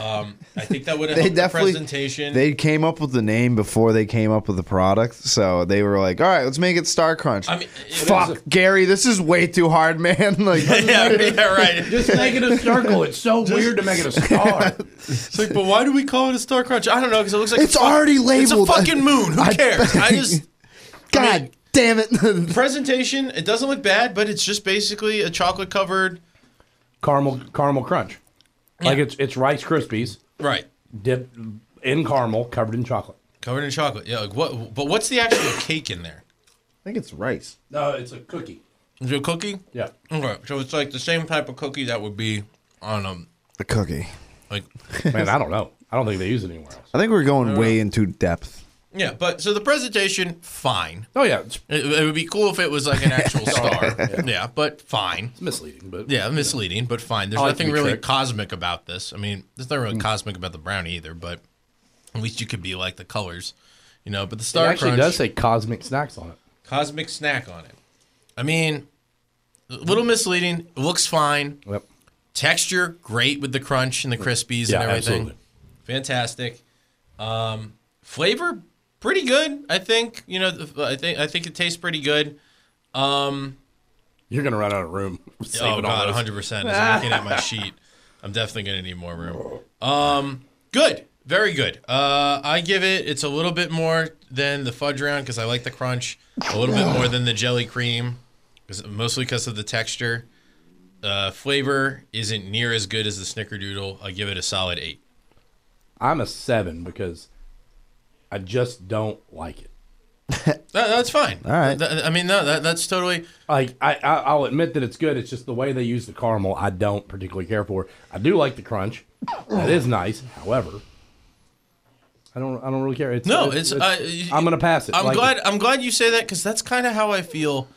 [SPEAKER 2] Um, I think that would have
[SPEAKER 4] They
[SPEAKER 2] helped the
[SPEAKER 4] definitely
[SPEAKER 2] presentation.
[SPEAKER 4] they came up with the name before they came up with the product, so they were like, "All right, let's make it Star Crunch."
[SPEAKER 2] I mean, it-
[SPEAKER 4] fuck Gary, this is way too hard, man. like,
[SPEAKER 2] yeah, yeah, right.
[SPEAKER 3] Just make it a circle. It's so weird to make it a star.
[SPEAKER 2] It's like, but why do we call it a star crunch? I don't know because it looks like
[SPEAKER 4] It's
[SPEAKER 2] a fuck-
[SPEAKER 4] already labeled.
[SPEAKER 2] It's a fucking moon. Who
[SPEAKER 4] I-
[SPEAKER 2] cares? I just.
[SPEAKER 4] God
[SPEAKER 2] mean-
[SPEAKER 4] damn it!
[SPEAKER 2] presentation it doesn't look bad but it's just basically a chocolate covered
[SPEAKER 3] caramel caramel crunch. Like it's it's Rice Krispies
[SPEAKER 2] right
[SPEAKER 3] dipped in caramel, covered in chocolate.
[SPEAKER 2] covered in chocolate yeah like what but what's the actual cake in there
[SPEAKER 4] think it's rice.
[SPEAKER 3] No, it's a cookie.
[SPEAKER 2] is it a cookie
[SPEAKER 3] Yeah.
[SPEAKER 2] okay so it's like the same type of cookie that would be on um
[SPEAKER 4] The cookie.
[SPEAKER 2] like
[SPEAKER 3] Man, I don't know. I don't think they use it anywhere else.
[SPEAKER 4] I think we're going way into depth.
[SPEAKER 2] yeah but so the presentation fine
[SPEAKER 3] Oh yeah, it's
[SPEAKER 2] it, it would be cool if it was like an actual star yeah but fine
[SPEAKER 3] misleading, but
[SPEAKER 2] yeah misleading but fine there's
[SPEAKER 3] I like to
[SPEAKER 2] nothing
[SPEAKER 3] be
[SPEAKER 2] really
[SPEAKER 3] tricked.
[SPEAKER 2] cosmic about this i mean there's nothing
[SPEAKER 3] Hmm.
[SPEAKER 2] really cosmic about the brownie either but at least you could be like the colors you know but the
[SPEAKER 3] it
[SPEAKER 2] star
[SPEAKER 3] actually
[SPEAKER 2] crunch,
[SPEAKER 3] does say cosmic snacks on it.
[SPEAKER 2] cosmic snack on it. I mean, a little misleading. Looks fine.
[SPEAKER 3] Yep.
[SPEAKER 2] Texture great with the crunch and the crispies
[SPEAKER 3] Hmm. Yeah,
[SPEAKER 2] and everything.
[SPEAKER 3] absolutely.
[SPEAKER 2] Fantastic. Um, flavor pretty good. I think you know. th- I think I think it tastes pretty good.
[SPEAKER 3] You're gonna run out of room.
[SPEAKER 2] Oh
[SPEAKER 3] Saving all
[SPEAKER 2] god,
[SPEAKER 3] those.
[SPEAKER 2] 100. percent As I'm looking at my sheet, I'm definitely gonna need more room. Um, good, very good. Uh, I give it. It's a little bit more than the fudge round because I like the crunch. A little bit more than the jelly cream, 'cause- mostly because of the texture. Uh, flavor isn't near as good as the snickerdoodle. I give it a solid eight.
[SPEAKER 3] I'm a seven because I just don't like it.
[SPEAKER 2] That, that's fine. All
[SPEAKER 4] right.
[SPEAKER 2] I mean, no, that, that's totally.
[SPEAKER 3] Like I, I, I'll admit that it's good. It's just the way they use the caramel. I don't particularly care for. I do like the crunch. That is nice. However, I don't. I don't really care. It's,
[SPEAKER 2] No,
[SPEAKER 3] it's.
[SPEAKER 2] it's- I-
[SPEAKER 3] I'm gonna pass it.
[SPEAKER 2] I'm
[SPEAKER 3] Like
[SPEAKER 2] glad.
[SPEAKER 3] it.
[SPEAKER 2] I'm glad you say that because that's kind of how I feel.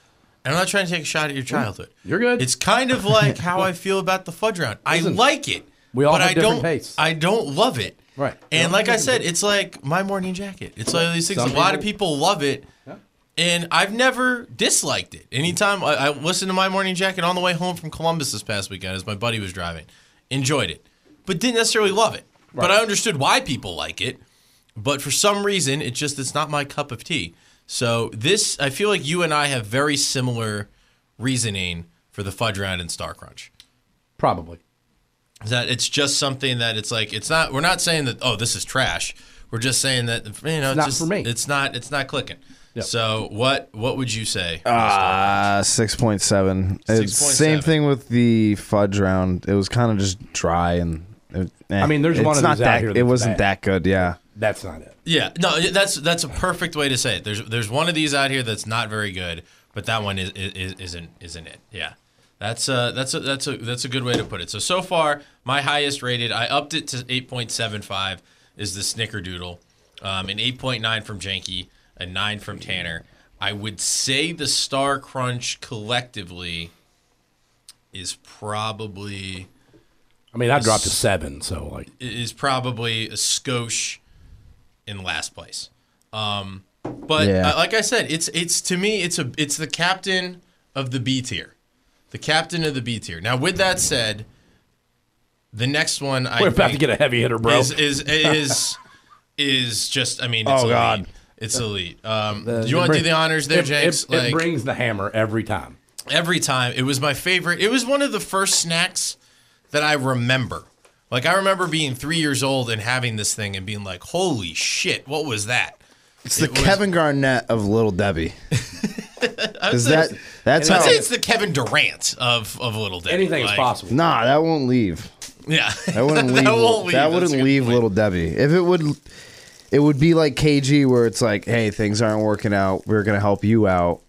[SPEAKER 2] And I'm not trying to take a shot at your childhood.
[SPEAKER 3] You're good.
[SPEAKER 2] It's kind of like how I feel about the fudge round. I
[SPEAKER 3] Listen,
[SPEAKER 2] like it.
[SPEAKER 3] we all
[SPEAKER 2] but
[SPEAKER 3] have
[SPEAKER 2] I
[SPEAKER 3] different
[SPEAKER 2] don't,
[SPEAKER 3] tastes.
[SPEAKER 2] I don't love it.
[SPEAKER 3] Right. We all
[SPEAKER 2] And
[SPEAKER 3] have
[SPEAKER 2] like I
[SPEAKER 3] different
[SPEAKER 2] said, it's like my morning jacket. It's like these things.
[SPEAKER 3] Some
[SPEAKER 2] a lot of people love it. And I've never disliked it. Anytime I, I listened to my morning jacket on the way home from Columbus this past weekend as my buddy was driving, enjoyed it, but didn't necessarily love it. But I understood why people like it. But for some reason, it just it's not my cup of tea. So this, I feel like you and I have very similar reasoning for the fudge round and Star Crunch.
[SPEAKER 3] Probably.
[SPEAKER 2] Is That it's just something that it's like it's not. We're not saying that oh this is trash. We're just saying that you know it's
[SPEAKER 3] not
[SPEAKER 2] just-
[SPEAKER 3] for me.
[SPEAKER 2] It's not. It's not clicking.
[SPEAKER 3] Yep.
[SPEAKER 2] So what what would you say?
[SPEAKER 4] Uh, 6.7. It's
[SPEAKER 2] 6.7.
[SPEAKER 4] same thing with the fudge round. It was kind of just dry and. It, eh,
[SPEAKER 3] I mean, there's
[SPEAKER 4] it's
[SPEAKER 3] one of
[SPEAKER 4] not
[SPEAKER 3] these out
[SPEAKER 4] that,
[SPEAKER 3] here
[SPEAKER 4] It
[SPEAKER 3] that's
[SPEAKER 4] wasn't
[SPEAKER 3] bad.
[SPEAKER 4] that good, yeah.
[SPEAKER 3] That's not it.
[SPEAKER 2] yeah, no, that's that's a perfect way to say it. There's there's one of these out here that's not very good, but that one is, is isn't isn't it? Yeah, that's uh that's a that's a that's a good way to put it. So so far my highest rated, I upped it to eight point seven five is the Snickerdoodle, um, an eight point nine from Janky, a nine from Tanner. I would say the Star Crunch collectively is probably
[SPEAKER 3] I mean, I dropped a seven, so like
[SPEAKER 2] is probably a skosh in last place. Um, but
[SPEAKER 4] Yeah.
[SPEAKER 2] uh, like I said, it's it's to me it's a it's the captain of the B tier, the captain of the B tier. Now, with that said, the next one I
[SPEAKER 3] we're about to
[SPEAKER 2] think
[SPEAKER 3] get a heavy hitter, bro.
[SPEAKER 2] is is is is just I mean it's
[SPEAKER 4] Oh,
[SPEAKER 2] elite.
[SPEAKER 4] God.
[SPEAKER 2] it's elite. Um, do
[SPEAKER 3] it
[SPEAKER 2] you want to do
[SPEAKER 3] brings-
[SPEAKER 2] the honors there,
[SPEAKER 3] it,
[SPEAKER 2] Jenks?
[SPEAKER 3] it- it brings the hammer every time.
[SPEAKER 2] every time. It was my favorite. It was one of the first snacks that I remember. Like I remember being three years old and having this thing and being like, "Holy shit, what was that?"
[SPEAKER 4] It's the
[SPEAKER 2] was-
[SPEAKER 4] Kevin Garnett of Little Debbie. Is that that's
[SPEAKER 2] I'd
[SPEAKER 4] how?
[SPEAKER 2] say it's the Kevin Durant of of Little Debbie.
[SPEAKER 3] Anything is
[SPEAKER 2] Like,
[SPEAKER 3] possible.
[SPEAKER 4] Nah, that won't leave.
[SPEAKER 2] Yeah,
[SPEAKER 4] That wouldn't leave.
[SPEAKER 2] won't
[SPEAKER 4] That
[SPEAKER 2] leave.
[SPEAKER 4] wouldn't
[SPEAKER 2] That's a good
[SPEAKER 4] leave
[SPEAKER 2] point.
[SPEAKER 4] little Debbie. If it would, it would be like KG, where it's like, hey, things aren't working out. We're gonna help you out,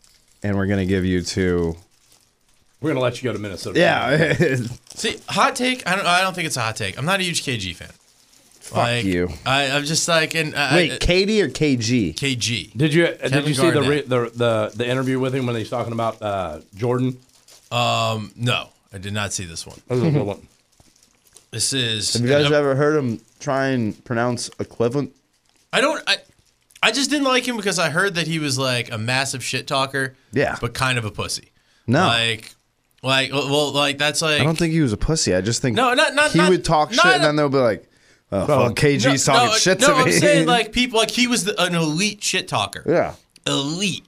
[SPEAKER 4] and we're gonna give you to
[SPEAKER 3] We're gonna let you go to Minnesota.
[SPEAKER 4] yeah.
[SPEAKER 2] See, hot take. I don't. I don't think it's a hot take. I'm not a huge KG fan. Fuck
[SPEAKER 4] you.
[SPEAKER 2] I, I'm just like, and uh, I, I-
[SPEAKER 4] Wait, Katie or KG?
[SPEAKER 2] KG.
[SPEAKER 3] Did you did you see the,
[SPEAKER 2] Garnett.
[SPEAKER 3] re, the the the interview with him when he's talking about uh, Jordan?
[SPEAKER 2] No, I did not see this one.
[SPEAKER 3] That was a good one.
[SPEAKER 2] This is.
[SPEAKER 4] Have you guys ever heard him try and pronounce equivalent?
[SPEAKER 2] I don't. I, I just didn't like him because I heard that he was like a massive shit talker.
[SPEAKER 4] Yeah.
[SPEAKER 2] But kind of a pussy.
[SPEAKER 4] No.
[SPEAKER 2] Like, like, well, like that's like.
[SPEAKER 4] I don't think he was a pussy. I just think
[SPEAKER 2] No, not- not-
[SPEAKER 4] he
[SPEAKER 2] not-
[SPEAKER 4] would talk
[SPEAKER 2] not-
[SPEAKER 4] shit, and then they'll be like, oh, fuck, KG's talking shit
[SPEAKER 2] no,
[SPEAKER 4] to me.
[SPEAKER 2] I'm saying like people like he was the, an elite shit talker.
[SPEAKER 4] yeah,
[SPEAKER 2] Elite.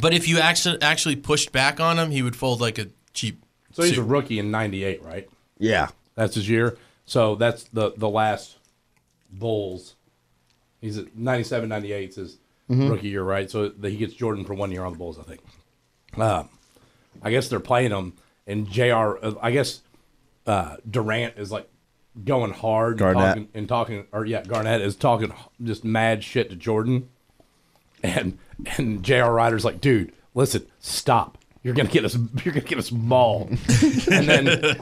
[SPEAKER 2] But if you actually actually pushed back on him, he would fold like a cheap.
[SPEAKER 3] So he's a
[SPEAKER 2] suit.
[SPEAKER 3] rookie in '98, right?
[SPEAKER 4] yeah.
[SPEAKER 3] That's his year. So that's the the last Bulls. He's at 97, 98 is his rookie year, right? So that he gets Jordan for one year on the Bulls, I think. Um, I guess they're playing him, and Jr. uh, I guess uh, Durant is like going hard, and
[SPEAKER 4] Garnett.
[SPEAKER 3] talking, and talking, or yeah, Garnett is talking just mad shit to Jordan, and and Jr. Ryder's like, dude, listen, stop. You're gonna get us. You're gonna get us mauled. and then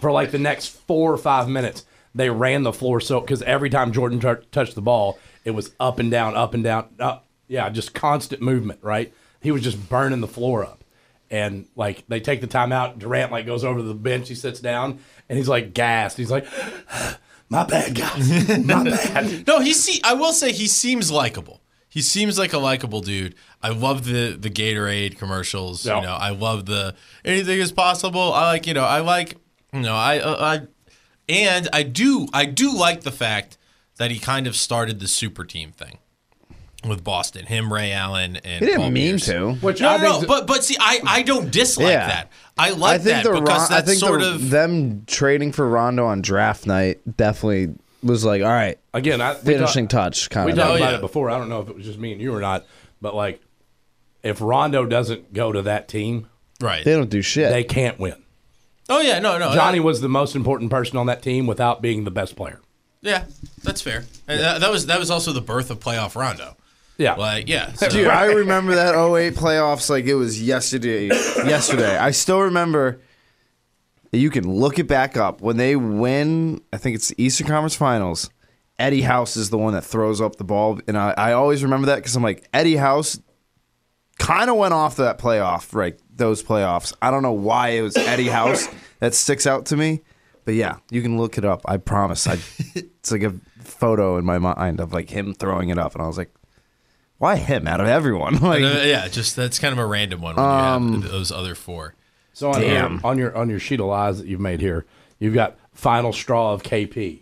[SPEAKER 3] for like the next four or five minutes. They ran the floor so because every time Jordan t- touched the ball, it was up and down, up and down, up. Yeah, just constant movement. Right? He was just burning the floor up, and like they take the timeout. Durant like goes over to the bench, he sits down, and he's like gassed. He's like, "My bad, guys, my bad."
[SPEAKER 2] No, he see. I will say he seems likable. He seems like a likable dude. I love the the Gatorade commercials.
[SPEAKER 3] Yeah.
[SPEAKER 2] You know, I love the anything is possible. I like you know. I like you know. I uh, I and I do I do like the fact that he kind of started the super team thing with Boston. Him, Ray Allen, and
[SPEAKER 4] He didn't
[SPEAKER 2] Paul
[SPEAKER 4] mean
[SPEAKER 2] Pierce.
[SPEAKER 4] to.
[SPEAKER 3] Which
[SPEAKER 2] No,
[SPEAKER 3] I
[SPEAKER 2] no,
[SPEAKER 3] think
[SPEAKER 2] no, but but see, I, I don't dislike
[SPEAKER 4] Yeah.
[SPEAKER 2] that. I like that
[SPEAKER 4] the
[SPEAKER 2] because
[SPEAKER 4] Ron-
[SPEAKER 2] that's sort
[SPEAKER 4] the-
[SPEAKER 2] of
[SPEAKER 4] them trading for Rondo on draft night definitely was like, all right,
[SPEAKER 3] again, I, we talk-
[SPEAKER 4] finishing touch kind
[SPEAKER 3] We
[SPEAKER 4] of.
[SPEAKER 3] talked
[SPEAKER 2] Oh,
[SPEAKER 3] about
[SPEAKER 2] yeah.
[SPEAKER 3] it before. I don't know if it was just me and you or not, but like, if Rondo doesn't go to that team,
[SPEAKER 2] right.
[SPEAKER 4] They don't do shit.
[SPEAKER 3] they can't win.
[SPEAKER 2] Oh yeah, no, no,
[SPEAKER 3] Johnny was the most important person on that team without being the best player.
[SPEAKER 2] Yeah, that's fair. And that, that was that was also the birth of playoff Rondo.
[SPEAKER 3] Yeah.
[SPEAKER 2] Like, yeah, so- uh,
[SPEAKER 4] Dude, I remember that 08 playoffs like it was yesterday. yesterday, I still remember. You can look it back up when they win. I think it's the Eastern Conference Finals. Eddie House is the one that throws up the ball, and I, I always remember that because I'm like Eddie House kind of went off that playoff, right? Those playoffs. I don't know why it was Eddie House that sticks out to me, but yeah, you can look it up. I promise. I, it's like a photo in my mind of like him throwing it up, and I was like, why him out of everyone? Like,
[SPEAKER 2] Uh, yeah, just that's kind of a random one when
[SPEAKER 3] Um,
[SPEAKER 2] you have those other four.
[SPEAKER 3] So on,
[SPEAKER 4] Damn.
[SPEAKER 3] Your, on your on your sheet of lies that you've made here, you've got final straw of KP.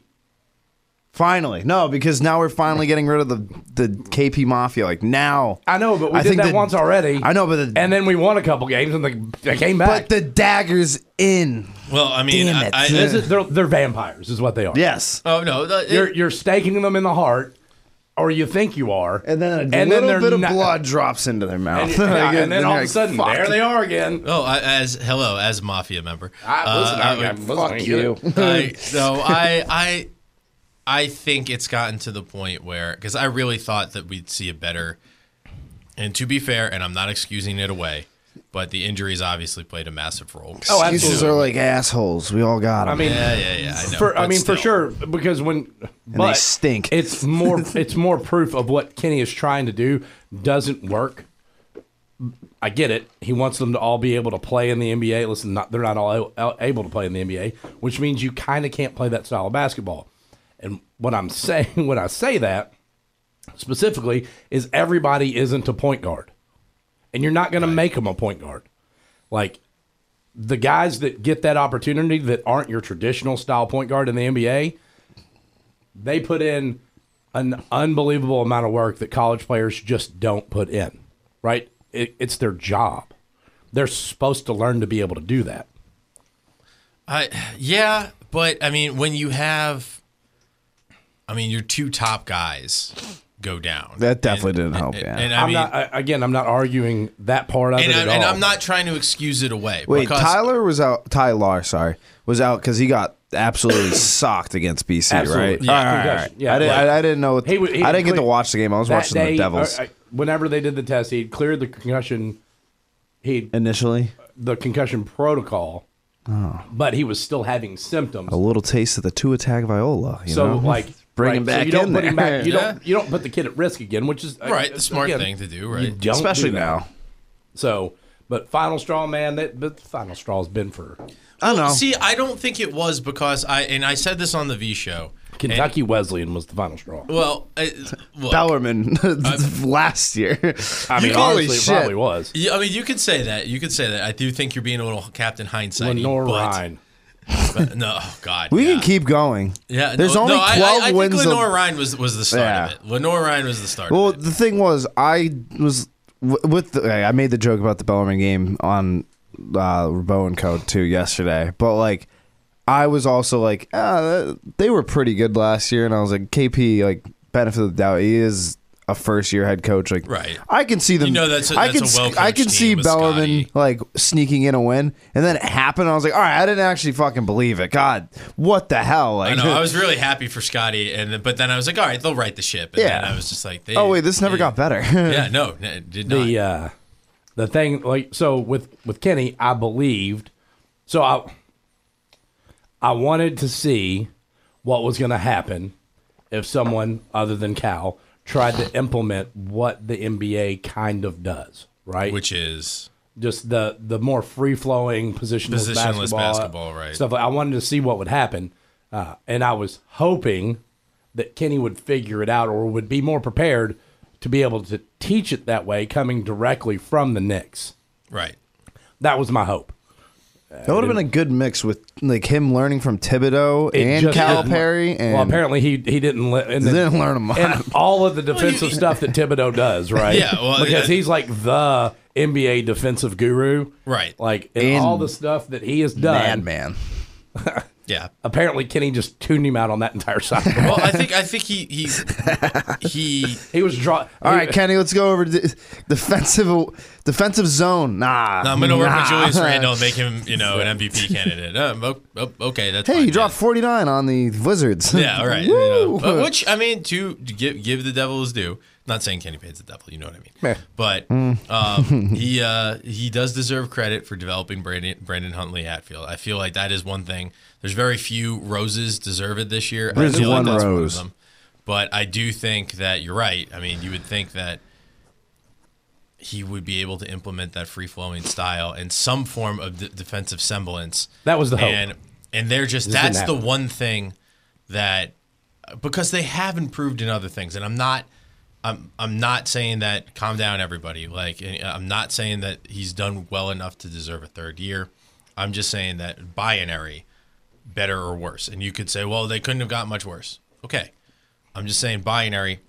[SPEAKER 4] finally, no, because now we're finally getting rid of the the KP Mafia. Like now,
[SPEAKER 3] I know, but we did that once already.
[SPEAKER 4] I know, but the,
[SPEAKER 3] And then we won a couple games and they, they came back.
[SPEAKER 4] but the daggers in.
[SPEAKER 2] Well, I mean,
[SPEAKER 4] Damn
[SPEAKER 2] I,
[SPEAKER 4] it.
[SPEAKER 2] I-
[SPEAKER 3] This is- they're, they're vampires, is what they are.
[SPEAKER 4] Yes,
[SPEAKER 2] oh no, the- it-
[SPEAKER 3] You're, you're staking them in the heart, or you think you are.
[SPEAKER 4] and then a
[SPEAKER 3] then
[SPEAKER 4] little
[SPEAKER 3] they're
[SPEAKER 4] bit of
[SPEAKER 3] not-
[SPEAKER 4] blood drops into their
[SPEAKER 3] And,
[SPEAKER 4] mouth,
[SPEAKER 3] yeah, and then all of
[SPEAKER 4] you're
[SPEAKER 3] a sudden,
[SPEAKER 4] like,
[SPEAKER 3] there
[SPEAKER 4] "Fuck."
[SPEAKER 3] they are again.
[SPEAKER 2] oh, I, as hello, as a mafia member.
[SPEAKER 3] I, listen,
[SPEAKER 2] Uh,
[SPEAKER 3] I, I, listen, I get it.
[SPEAKER 2] I, no, I, I, I think it's gotten to the point where because I really thought that we'd see a better. And to be fair, and I'm not excusing it away, but the injuries obviously played a massive role.
[SPEAKER 3] Oh,
[SPEAKER 4] Excuses
[SPEAKER 3] absolutely.
[SPEAKER 4] are like assholes. We all got them.
[SPEAKER 3] I mean,
[SPEAKER 2] yeah, yeah, yeah. I, know,
[SPEAKER 3] for I
[SPEAKER 2] but
[SPEAKER 3] mean for
[SPEAKER 2] still.
[SPEAKER 3] sure because when but
[SPEAKER 4] stink.
[SPEAKER 3] It's more it's more proof of what Kenny is trying to do doesn't work. I get it. He wants them to all be able to play in the NBA. Listen, not, they're not all a- able to play in the NBA, which means you kind of can't play that style of basketball. And what I'm saying when I say that specifically is everybody isn't a point guard. And you're not going to make them a point guard. Like the guys that get that opportunity that aren't your traditional style point guard in the NBA, they put in an unbelievable amount of work that college players just don't put in, right? It, it's their job. They're supposed to learn to be able to do that.
[SPEAKER 2] I yeah, but I mean when you have I mean your two top guys go down.
[SPEAKER 4] That definitely
[SPEAKER 2] And-
[SPEAKER 4] didn't help,
[SPEAKER 2] And,
[SPEAKER 4] yeah.
[SPEAKER 2] and I
[SPEAKER 3] I am
[SPEAKER 2] mean,
[SPEAKER 3] not I- again. I'm not arguing that part of
[SPEAKER 2] and,
[SPEAKER 3] it at
[SPEAKER 2] I, and
[SPEAKER 3] all.
[SPEAKER 2] I'm not trying to excuse it away.
[SPEAKER 4] Wait,
[SPEAKER 2] because
[SPEAKER 4] Tyler was out. Tyler, sorry, was out because he got absolutely socked against BC,
[SPEAKER 3] Absolutely.
[SPEAKER 4] right?
[SPEAKER 3] Yeah.
[SPEAKER 4] All right, all right, all right.
[SPEAKER 3] Yeah,
[SPEAKER 4] I, didn't,
[SPEAKER 3] like-
[SPEAKER 4] I, I didn't know.
[SPEAKER 3] He would- he
[SPEAKER 4] I didn't get to
[SPEAKER 3] clear-
[SPEAKER 4] watch the game. I was
[SPEAKER 3] That
[SPEAKER 4] watching
[SPEAKER 3] day,
[SPEAKER 4] the Devils
[SPEAKER 3] or, uh, whenever they did the test, he cleared the concussion. He
[SPEAKER 4] initially.
[SPEAKER 3] the concussion protocol,
[SPEAKER 2] Oh.
[SPEAKER 3] but he was still having symptoms.
[SPEAKER 4] A little taste of the two attack Viola. You
[SPEAKER 3] so
[SPEAKER 4] know?
[SPEAKER 3] like
[SPEAKER 4] bring
[SPEAKER 3] right,
[SPEAKER 4] him
[SPEAKER 3] so
[SPEAKER 4] back
[SPEAKER 3] you don't
[SPEAKER 4] in
[SPEAKER 3] put
[SPEAKER 4] there,
[SPEAKER 3] him back. You
[SPEAKER 2] Yeah.
[SPEAKER 3] don't you don't put the kid at risk again, which is uh,
[SPEAKER 2] Right, the smart
[SPEAKER 3] again,
[SPEAKER 2] thing to do,
[SPEAKER 3] You
[SPEAKER 2] right?
[SPEAKER 3] don't
[SPEAKER 4] especially
[SPEAKER 3] do that.
[SPEAKER 4] now.
[SPEAKER 3] So, but final straw, man. That but final straw's been for
[SPEAKER 4] I know.
[SPEAKER 2] See, I don't think it was because I and I said this on the V show.
[SPEAKER 3] Kentucky Wesleyan was the final straw.
[SPEAKER 2] Well, I, look,
[SPEAKER 4] Bellerman last year.
[SPEAKER 3] I mean,
[SPEAKER 4] holy
[SPEAKER 3] honestly,
[SPEAKER 4] shit.
[SPEAKER 3] it probably was.
[SPEAKER 2] yeah, I mean, you could say that. You could say that. I do think you're being a little Captain Hindsight.
[SPEAKER 3] Lenore
[SPEAKER 2] But,
[SPEAKER 3] Ryan.
[SPEAKER 2] but no, oh, God.
[SPEAKER 4] we
[SPEAKER 2] yeah.
[SPEAKER 4] can keep going.
[SPEAKER 2] Yeah,
[SPEAKER 4] there's
[SPEAKER 2] no,
[SPEAKER 4] only
[SPEAKER 2] no, I- I-
[SPEAKER 4] twelve
[SPEAKER 2] I, think
[SPEAKER 4] wins.
[SPEAKER 2] Lenore
[SPEAKER 4] of,
[SPEAKER 2] Ryan was was the start
[SPEAKER 4] Yeah.
[SPEAKER 2] of it. Lenore Ryan was the start.
[SPEAKER 4] well,
[SPEAKER 2] of it.
[SPEAKER 4] the thing was, I was w- with the, I made the joke about the Bellerman game on uh, Bowen Code too yesterday, but like I was also like, ah, th- they were pretty good last year, and I was like, KP, like benefit of the doubt, he is a first year head coach, like
[SPEAKER 2] Right.
[SPEAKER 4] I can see them.
[SPEAKER 2] You know that's a-
[SPEAKER 4] I
[SPEAKER 2] that's
[SPEAKER 4] can
[SPEAKER 2] a
[SPEAKER 4] s-
[SPEAKER 2] well-coached
[SPEAKER 4] I can see
[SPEAKER 2] team with
[SPEAKER 4] Bellerman
[SPEAKER 2] Scotty.
[SPEAKER 4] like sneaking in a win, and then it happened. I was like, all right, I didn't actually fucking believe it. God, what the hell? Like,
[SPEAKER 2] I know. I was really happy for Scotty, and then- but then I was like, all right, they'll right the ship. And
[SPEAKER 4] Yeah.
[SPEAKER 2] Then I was just like, they,
[SPEAKER 4] oh wait, this never
[SPEAKER 2] they-
[SPEAKER 4] got better.
[SPEAKER 2] Yeah, no, n- it did not.
[SPEAKER 3] the uh, the thing like so with with Kenny, I believed. So I I wanted to see what was going to happen if someone other than Cal tried to implement what the NBA kind of does,
[SPEAKER 4] uh,
[SPEAKER 3] right?
[SPEAKER 2] which is
[SPEAKER 3] just the the more free flowing positionless,
[SPEAKER 2] Positionless
[SPEAKER 3] basketball, uh,
[SPEAKER 2] basketball, right.
[SPEAKER 3] Stuff like I wanted to see what would happen, uh, and I was hoping that Kenny would figure it out or would be more prepared to be able to teach it that way, coming directly from the Knicks.
[SPEAKER 2] right.
[SPEAKER 3] That was my hope.
[SPEAKER 4] That would have been a good mix with like him learning from Thibodeau
[SPEAKER 3] It
[SPEAKER 4] and
[SPEAKER 3] just
[SPEAKER 4] Calipari,
[SPEAKER 3] didn't work.
[SPEAKER 4] and
[SPEAKER 3] well, apparently he he didn't li- and then-
[SPEAKER 4] didn't learn a lot.
[SPEAKER 3] and all of the defensive stuff that Thibodeau does, right?
[SPEAKER 2] Yeah, well,
[SPEAKER 3] because
[SPEAKER 2] yeah.
[SPEAKER 3] he's like the NBA defensive guru,
[SPEAKER 2] Right.
[SPEAKER 3] Like and
[SPEAKER 4] And
[SPEAKER 3] all the stuff that he has done.
[SPEAKER 4] Madman.
[SPEAKER 2] Yeah.
[SPEAKER 3] Apparently, Kenny just tuned him out on that entire side.
[SPEAKER 2] Well, I think I think he he he
[SPEAKER 3] He was draw.
[SPEAKER 4] All right, Kenny, let's go over to the defensive defensive zone. Nah,
[SPEAKER 2] I'm going to work
[SPEAKER 4] nah.
[SPEAKER 2] with Julius Randle and make him, you know, an MVP candidate. Um, o- o- okay, that's
[SPEAKER 4] Hey,
[SPEAKER 2] fine,
[SPEAKER 4] he dropped
[SPEAKER 2] yeah.
[SPEAKER 4] 49 on the Wizards.
[SPEAKER 2] Yeah, all right. you know.
[SPEAKER 4] Woo!
[SPEAKER 2] But which I mean, to give give the devil his due. Not saying Kenny Payne's the devil, you know what I mean. But um, he uh, he does deserve credit for developing Brandon Brandon Huntley Hatfield. I feel like that is one thing. There's very few roses deserved this year.
[SPEAKER 4] There's
[SPEAKER 2] I feel
[SPEAKER 4] one
[SPEAKER 2] like that's one of
[SPEAKER 4] rose.
[SPEAKER 2] them. But I do think that you're right. I mean, you would think that he would be able to implement that free flowing style and some form of d- defensive semblance.
[SPEAKER 3] That was the hope.
[SPEAKER 2] And and they're just
[SPEAKER 3] didn't
[SPEAKER 2] that's the
[SPEAKER 3] happen.
[SPEAKER 2] one thing that because they have improved in other things and I'm not I'm I'm not saying that calm down everybody. Like and uh, I'm not saying that he's done well enough to deserve a third year. I'm just saying that binary better or worse. And you could say, well, they couldn't have got much worse. Okay. I'm just saying binary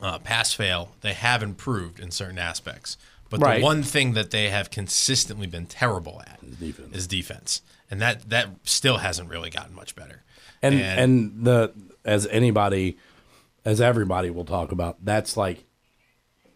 [SPEAKER 2] uh, pass fail, they have improved in certain aspects. But
[SPEAKER 3] Right.
[SPEAKER 2] the one thing that they have consistently been terrible at is defense. And that, that still hasn't really gotten much better.
[SPEAKER 3] and and the as anybody, as everybody will talk about, that's like,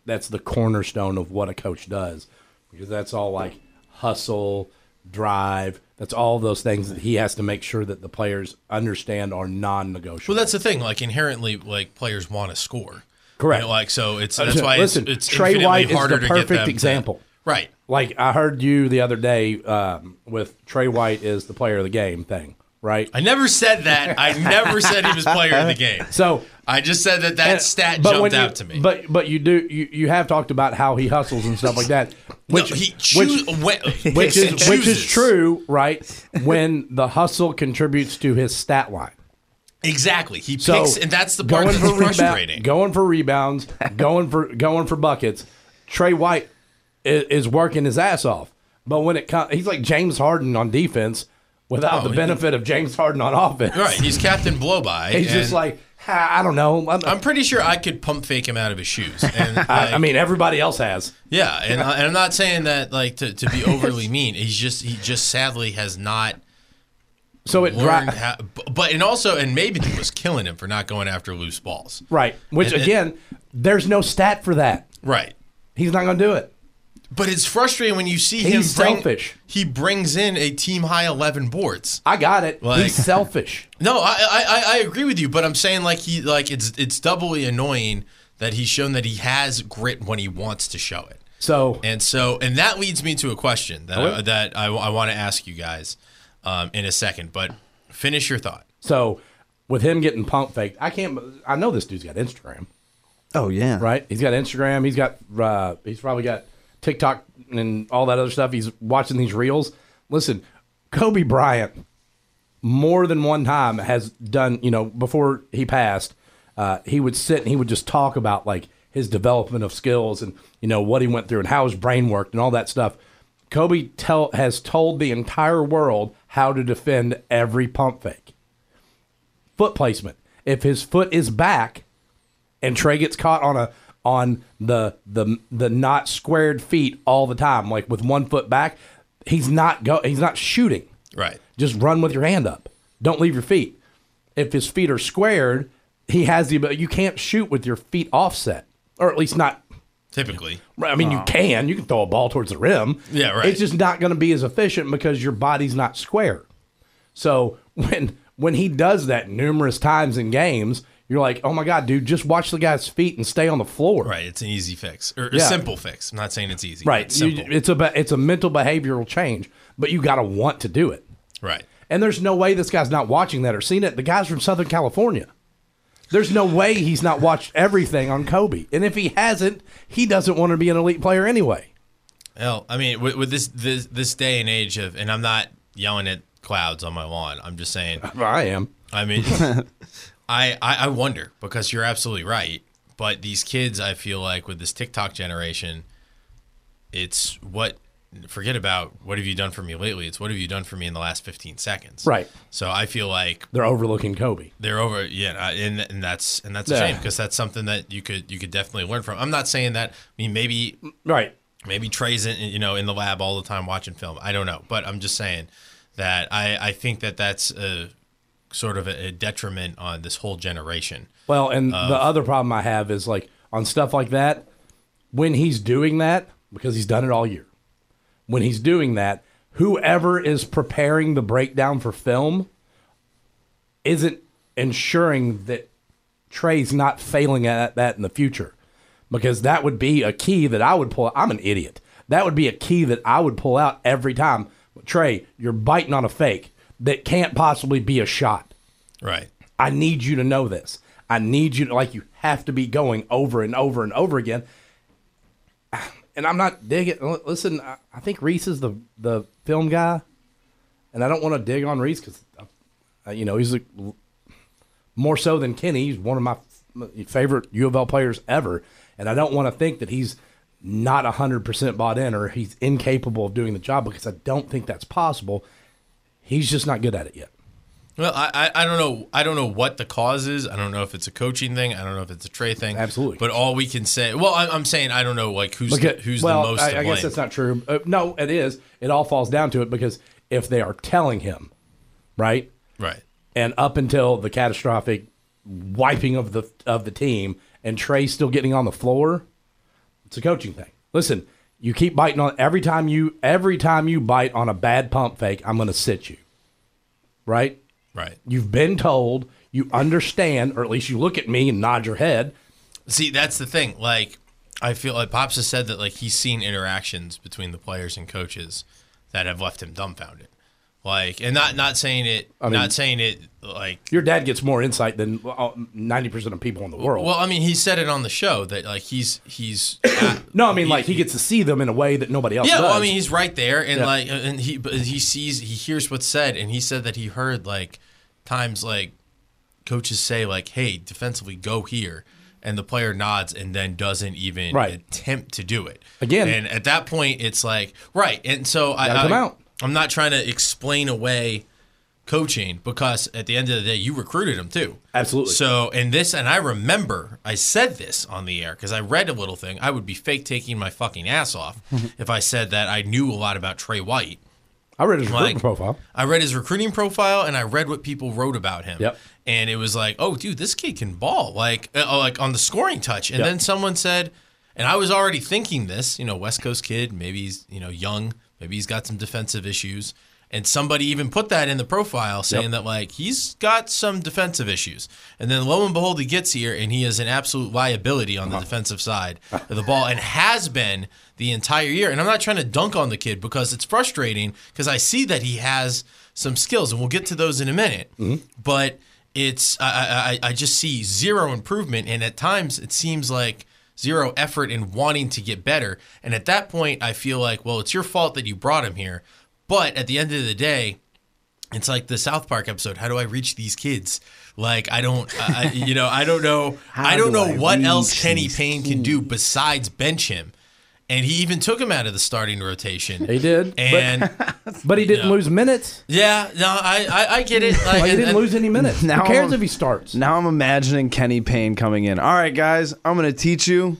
[SPEAKER 3] that's the cornerstone of what a coach does, because that's all like hustle, drive. That's all those things that he has to make sure that the players understand are non-negotiable.
[SPEAKER 2] well, that's the thing. Like inherently, like players want to score.
[SPEAKER 3] Correct.
[SPEAKER 2] You know, like so, it's
[SPEAKER 3] Uh,
[SPEAKER 2] that's why
[SPEAKER 3] listen,
[SPEAKER 2] it's, it's
[SPEAKER 3] Trey
[SPEAKER 2] infinitely
[SPEAKER 3] White is the
[SPEAKER 2] harder to get
[SPEAKER 3] perfect
[SPEAKER 2] them to-
[SPEAKER 3] example.
[SPEAKER 2] right.
[SPEAKER 3] like I heard you the other day um, with Trey White is the player of the game thing, right?
[SPEAKER 2] I never said that. I never said he was player of the game.
[SPEAKER 3] So
[SPEAKER 2] I just said that that
[SPEAKER 3] And-
[SPEAKER 2] stat
[SPEAKER 3] but
[SPEAKER 2] jumped
[SPEAKER 3] when you-
[SPEAKER 2] out to me.
[SPEAKER 3] But but you do you, you have talked about how he hustles and stuff like that,
[SPEAKER 2] no,
[SPEAKER 3] which
[SPEAKER 2] he
[SPEAKER 3] which,
[SPEAKER 2] choose, which,
[SPEAKER 3] which is which is true, right? When the hustle contributes to his stat line,
[SPEAKER 2] Exactly. He
[SPEAKER 3] so
[SPEAKER 2] picks, and that's the part that's
[SPEAKER 3] rebound-
[SPEAKER 2] frustrating.
[SPEAKER 3] going for rebounds, going for going for buckets. Trey White is, is working his ass off, but when it comes, he's like James Harden on defense without
[SPEAKER 2] Oh,
[SPEAKER 3] the
[SPEAKER 2] he-
[SPEAKER 3] benefit of James Harden on offense.
[SPEAKER 2] Right, he's Captain Blowby.
[SPEAKER 3] He's just
[SPEAKER 2] and
[SPEAKER 3] like "Ah, I don't know. I'm,
[SPEAKER 2] I'm pretty sure I could pump fake him out of his shoes. And like,
[SPEAKER 3] I, I mean, everybody else has.
[SPEAKER 2] yeah, and, I, and I'm not saying that like to, to be overly mean. He's just he just sadly has not
[SPEAKER 3] So it dri-
[SPEAKER 2] learned how, bu- but and also and maybe it was killing him for not going after loose balls.
[SPEAKER 3] right, which
[SPEAKER 2] It- it-
[SPEAKER 3] again, there's no stat for that.
[SPEAKER 2] Right.
[SPEAKER 3] He's not going to do it.
[SPEAKER 2] But it's frustrating when you see him
[SPEAKER 3] He's
[SPEAKER 2] bring-
[SPEAKER 3] selfish.
[SPEAKER 2] He brings in a team high eleven boards.
[SPEAKER 3] I got it.
[SPEAKER 2] Like-
[SPEAKER 3] He's selfish.
[SPEAKER 2] No, I, I I- I agree with you, but I'm saying like he like it's it's doubly annoying that he's shown that he has grit when he wants to show it.
[SPEAKER 3] So
[SPEAKER 2] And so, and that leads me to a question that I, that I, want to ask you guys um, in a second. But finish your thought.
[SPEAKER 3] so with him getting pump faked, I can't. I know this dude's got Instagram,
[SPEAKER 4] Oh yeah,
[SPEAKER 3] right? He's got Instagram. He's got. Uh, he's probably got TikTok and all that other stuff. He's watching these reels. Listen, Kobe Bryant, more than one time has done. You know, before he passed, uh, he would sit and he would just talk about like his development of skills and you know what he went through and how his brain worked and all that stuff. Kobe tell has told the entire world how to defend every pump fake. foot placement. If his foot is back, and Trey gets caught on a on the the the not squared feet all the time, like with one foot back, he's not go he's not shooting.
[SPEAKER 2] Right.
[SPEAKER 3] Just run with your hand up. Don't leave your feet. If his feet are squared, he has the but you can't shoot with your feet offset, or at least not.
[SPEAKER 2] Typically,
[SPEAKER 3] I mean, you can. You can throw a ball towards the rim.
[SPEAKER 2] Yeah, right.
[SPEAKER 3] It's just not going to be as efficient because your body's not square. So when when he does that numerous times in games, you're like, oh my god, dude, just watch the guy's feet and stay on the floor.
[SPEAKER 2] right. It's an easy fix or a
[SPEAKER 3] Yeah.
[SPEAKER 2] simple fix. I'm not saying it's easy.
[SPEAKER 3] Right.
[SPEAKER 2] It's
[SPEAKER 3] You-
[SPEAKER 2] simple.
[SPEAKER 3] it's a be- it's a mental behavioral change, but you got to want to do it.
[SPEAKER 2] right.
[SPEAKER 3] And there's no way this guy's not watching that or seen it. The guy's from Southern California. There's no way he's not watched everything on Kobe. And if he hasn't, he doesn't want to be an elite player anyway.
[SPEAKER 2] Hell, I mean, with, with this this this day and age of, and I'm not yelling at clouds on my lawn. I'm just saying.
[SPEAKER 3] I am.
[SPEAKER 2] I mean, I, I I wonder because you're absolutely right. But these kids, I feel like with this TikTok generation, it's what forget about what have you done for me lately. It's what have you done for me in the last 15 seconds.
[SPEAKER 3] Right.
[SPEAKER 2] So I feel like
[SPEAKER 3] They're overlooking Kobe.
[SPEAKER 2] they're over. Yeah, I- and and that's and that's a
[SPEAKER 3] Yeah.
[SPEAKER 2] shame because that's something that you could you could definitely learn from. I'm not saying that. I mean, maybe
[SPEAKER 3] Right.
[SPEAKER 2] maybe Trey's in you know in the lab all the time watching film. I don't know, but I'm just saying that I I think that that's a sort of a, a detriment on this whole generation.
[SPEAKER 3] Well, and the other problem I have is like on stuff like that, when he's doing that, because he's done it all year, when he's doing that, whoever is preparing the breakdown for film isn't ensuring that Trey's not failing at that in the future. Because that would be a key that I would pull. I'm an idiot. That would be a key that I would pull out every time. Trey, you're biting on a fake that can't possibly be a shot.
[SPEAKER 2] Right.
[SPEAKER 3] I need you to know this. I need you to like you have to be going over and over and over again. And I'm not digging. l- Listen, I, I think Reese is the the film guy, and I don't want to dig on Reese because, uh, you know, he's a, more so than Kenny. He's one of my f- favorite U of L players ever, and I don't want to think that he's not hundred percent bought in or he's incapable of doing the job because I don't think that's possible. He's just not good at it yet.
[SPEAKER 2] Well, I, I I don't know I don't know what the cause is. I don't know if it's a coaching thing. I don't know if it's a Trey thing.
[SPEAKER 3] Absolutely.
[SPEAKER 2] But all we can say, well, I, I'm saying I don't know like who's
[SPEAKER 3] Because-
[SPEAKER 2] the, who's
[SPEAKER 3] well,
[SPEAKER 2] the most
[SPEAKER 3] I,
[SPEAKER 2] to
[SPEAKER 3] I
[SPEAKER 2] blame.
[SPEAKER 3] guess that's not true. Uh, no, it is. It all falls down to it because if they are telling him, right,
[SPEAKER 2] right.
[SPEAKER 3] and up until the catastrophic wiping of the of the team, and Trey still getting on the floor, it's a coaching thing. Listen, you keep biting on every time you every time you bite on a bad pump fake, I'm going to sit you, right?
[SPEAKER 2] Right.
[SPEAKER 3] You've been told. You understand, or at least you look at me and nod your head.
[SPEAKER 2] See, that's the thing. Like, I feel like Pops has said that like he's seen interactions between the players and coaches that have left him dumbfounded. Like, and not not saying it, not saying it like.
[SPEAKER 3] Your dad gets more insight than ninety percent of people in the world.
[SPEAKER 2] Well, I mean, he said it on the show that like he's he's.
[SPEAKER 3] No, I mean like he gets to see them in a way that nobody else
[SPEAKER 2] Yeah,
[SPEAKER 3] does.
[SPEAKER 2] well, I mean, he's right there, and like, uh, and he but he sees, he hears what's said, and he said that he heard like times like coaches say like, "Hey, defensively, go here," and the player nods and then doesn't even
[SPEAKER 3] Right.
[SPEAKER 2] attempt to do it
[SPEAKER 3] Again.
[SPEAKER 2] And at that point, it's like right, and so I,
[SPEAKER 3] Gotta come
[SPEAKER 2] I-
[SPEAKER 3] out.
[SPEAKER 2] I'm not trying to explain away coaching because at the end of the day, you recruited him too.
[SPEAKER 3] Absolutely.
[SPEAKER 2] So, and this, and I remember I said this on the air because I read a little thing. I would be fake taking my fucking ass off if I said that I knew a lot about Trey White
[SPEAKER 3] I read his
[SPEAKER 2] Like-
[SPEAKER 3] recruitment profile.
[SPEAKER 2] I read his recruiting profile and I read what people wrote about him.
[SPEAKER 3] Yep.
[SPEAKER 2] And it was like, oh, dude, this kid can ball, like, uh, like on the scoring touch. And
[SPEAKER 3] Yep.
[SPEAKER 2] then someone said, and I was already thinking this, you know, West Coast kid, maybe he's, you know, young, maybe he's got some defensive issues. And somebody even put that in the profile saying that, like, he's got some defensive issues. And then lo and behold, he gets here and he is an absolute liability on the defensive side of the ball and has been the entire year. And I'm not trying to dunk on the kid because it's frustrating because I see that he has some skills, and we'll get to those in a minute. But it's I, I I- I just see zero improvement, and at times it seems like zero effort in wanting to get better. And at that point, I feel like, well, it's your fault that you brought him here. But at the end of the day, it's like the South Park episode. How do I reach these kids? Like I don't, I, I- you know, I don't know. I don't
[SPEAKER 4] do
[SPEAKER 2] know
[SPEAKER 4] I
[SPEAKER 2] what
[SPEAKER 4] reach
[SPEAKER 2] else Kenny
[SPEAKER 4] these
[SPEAKER 2] Payne can do besides bench him. And he even took him out of the starting rotation.
[SPEAKER 3] He did, but-
[SPEAKER 2] And
[SPEAKER 3] But he didn't lose minutes.
[SPEAKER 2] yeah, no, I, I, I get it. Like,
[SPEAKER 3] Like, he
[SPEAKER 2] and-
[SPEAKER 3] didn't
[SPEAKER 2] and-
[SPEAKER 3] lose any minutes.
[SPEAKER 4] Now
[SPEAKER 3] Who cares
[SPEAKER 4] I'm-
[SPEAKER 3] if he starts?
[SPEAKER 4] Now I'm imagining Kenny Payne coming in. All right, guys, I'm gonna teach you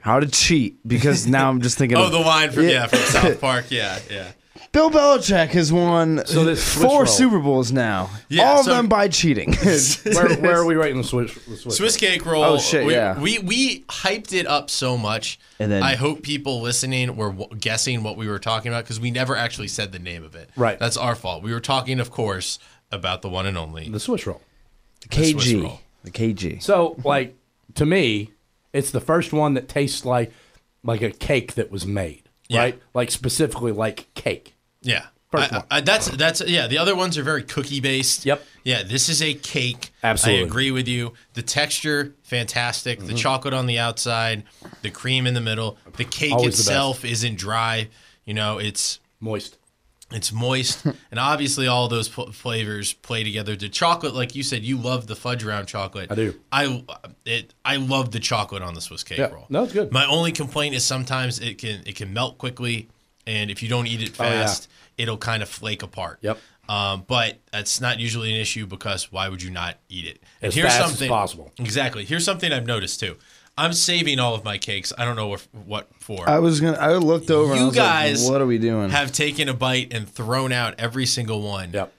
[SPEAKER 4] how to cheat because now I'm just thinking.
[SPEAKER 2] Oh,
[SPEAKER 4] of-
[SPEAKER 2] the line from yeah,
[SPEAKER 4] Yeah.
[SPEAKER 2] from South Park. Yeah, yeah.
[SPEAKER 4] Bill Belichick has won
[SPEAKER 3] So this switch
[SPEAKER 4] four
[SPEAKER 3] roll.
[SPEAKER 4] Super Bowls now.
[SPEAKER 2] Yeah,
[SPEAKER 4] all of
[SPEAKER 2] so-
[SPEAKER 4] them by cheating.
[SPEAKER 3] Where, where are we rating the Swiss? The Swiss?
[SPEAKER 2] Swiss cake roll.
[SPEAKER 4] Oh, shit,
[SPEAKER 2] We,
[SPEAKER 4] yeah.
[SPEAKER 2] we we hyped it up so much.
[SPEAKER 4] And then-
[SPEAKER 2] I hope people listening were w- guessing what we were talking about because we never actually said the name of it.
[SPEAKER 3] Right.
[SPEAKER 2] That's our fault. We were talking, of course, about the one and only.
[SPEAKER 3] The Swiss roll.
[SPEAKER 4] the
[SPEAKER 2] Swiss
[SPEAKER 4] KG.
[SPEAKER 2] roll.
[SPEAKER 4] The KG.
[SPEAKER 3] So, like to me, it's the first one that tastes like like a cake that was made,
[SPEAKER 2] Yeah.
[SPEAKER 3] right? Like specifically like cake.
[SPEAKER 2] Yeah.
[SPEAKER 3] First
[SPEAKER 2] I-
[SPEAKER 3] one.
[SPEAKER 2] I- that's that's yeah. The other ones are very cookie based.
[SPEAKER 3] Yep.
[SPEAKER 2] Yeah. This is a cake.
[SPEAKER 3] Absolutely. Mm-hmm.
[SPEAKER 2] I agree with you. The texture, fantastic. The chocolate on the outside, the cream in the middle. The cake
[SPEAKER 3] Always the best.
[SPEAKER 2] itself isn't dry. You know, it's
[SPEAKER 3] Moist.
[SPEAKER 2] It's moist, and obviously all those pl- flavors play together. The chocolate, like you said, you love the fudge round chocolate.
[SPEAKER 3] I do.
[SPEAKER 2] I it I love the chocolate on the Swiss cake
[SPEAKER 3] Yeah.
[SPEAKER 2] roll.
[SPEAKER 3] No, it's good.
[SPEAKER 2] My only complaint is sometimes it can it can melt quickly, and if you don't eat it
[SPEAKER 3] Oh, yeah.
[SPEAKER 2] fast, it'll kind of flake apart.
[SPEAKER 3] Yep.
[SPEAKER 2] Um, but that's not usually an issue because why would you not eat it? And
[SPEAKER 3] As fast as possible.
[SPEAKER 2] Exactly. Here's something I've noticed too. I'm saving all of my cakes. I don't know what, what for
[SPEAKER 4] I was gonna. I looked over. and I
[SPEAKER 2] you
[SPEAKER 4] was like,
[SPEAKER 2] guys
[SPEAKER 4] what are we doing?
[SPEAKER 2] have taken a bite and thrown out every single one
[SPEAKER 3] Yep.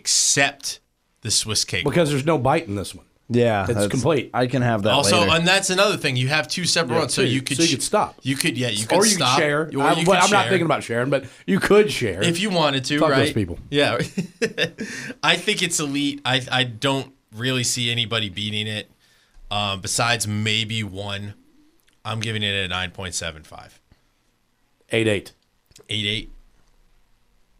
[SPEAKER 2] except the swiss cake
[SPEAKER 3] Because there's no bite in this one.
[SPEAKER 4] yeah,
[SPEAKER 3] It's
[SPEAKER 4] that's-
[SPEAKER 3] complete.
[SPEAKER 4] I can have that.
[SPEAKER 2] also
[SPEAKER 4] later.
[SPEAKER 2] and that's another thing you have two separate ones so
[SPEAKER 3] two.
[SPEAKER 2] you could
[SPEAKER 3] So you could stop.
[SPEAKER 2] you could yeah you could
[SPEAKER 3] or you
[SPEAKER 2] stop
[SPEAKER 3] could share.
[SPEAKER 2] or
[SPEAKER 3] I,
[SPEAKER 2] you
[SPEAKER 3] well,
[SPEAKER 2] could
[SPEAKER 3] I'm not
[SPEAKER 2] share.
[SPEAKER 3] thinking about sharing, but you could share.
[SPEAKER 2] if you wanted to
[SPEAKER 3] Fuck those
[SPEAKER 2] right
[SPEAKER 3] people.
[SPEAKER 2] yeah i think it's elite i i don't really see anybody beating it um besides maybe one i'm giving it a 9.75
[SPEAKER 3] eight eight.
[SPEAKER 2] 88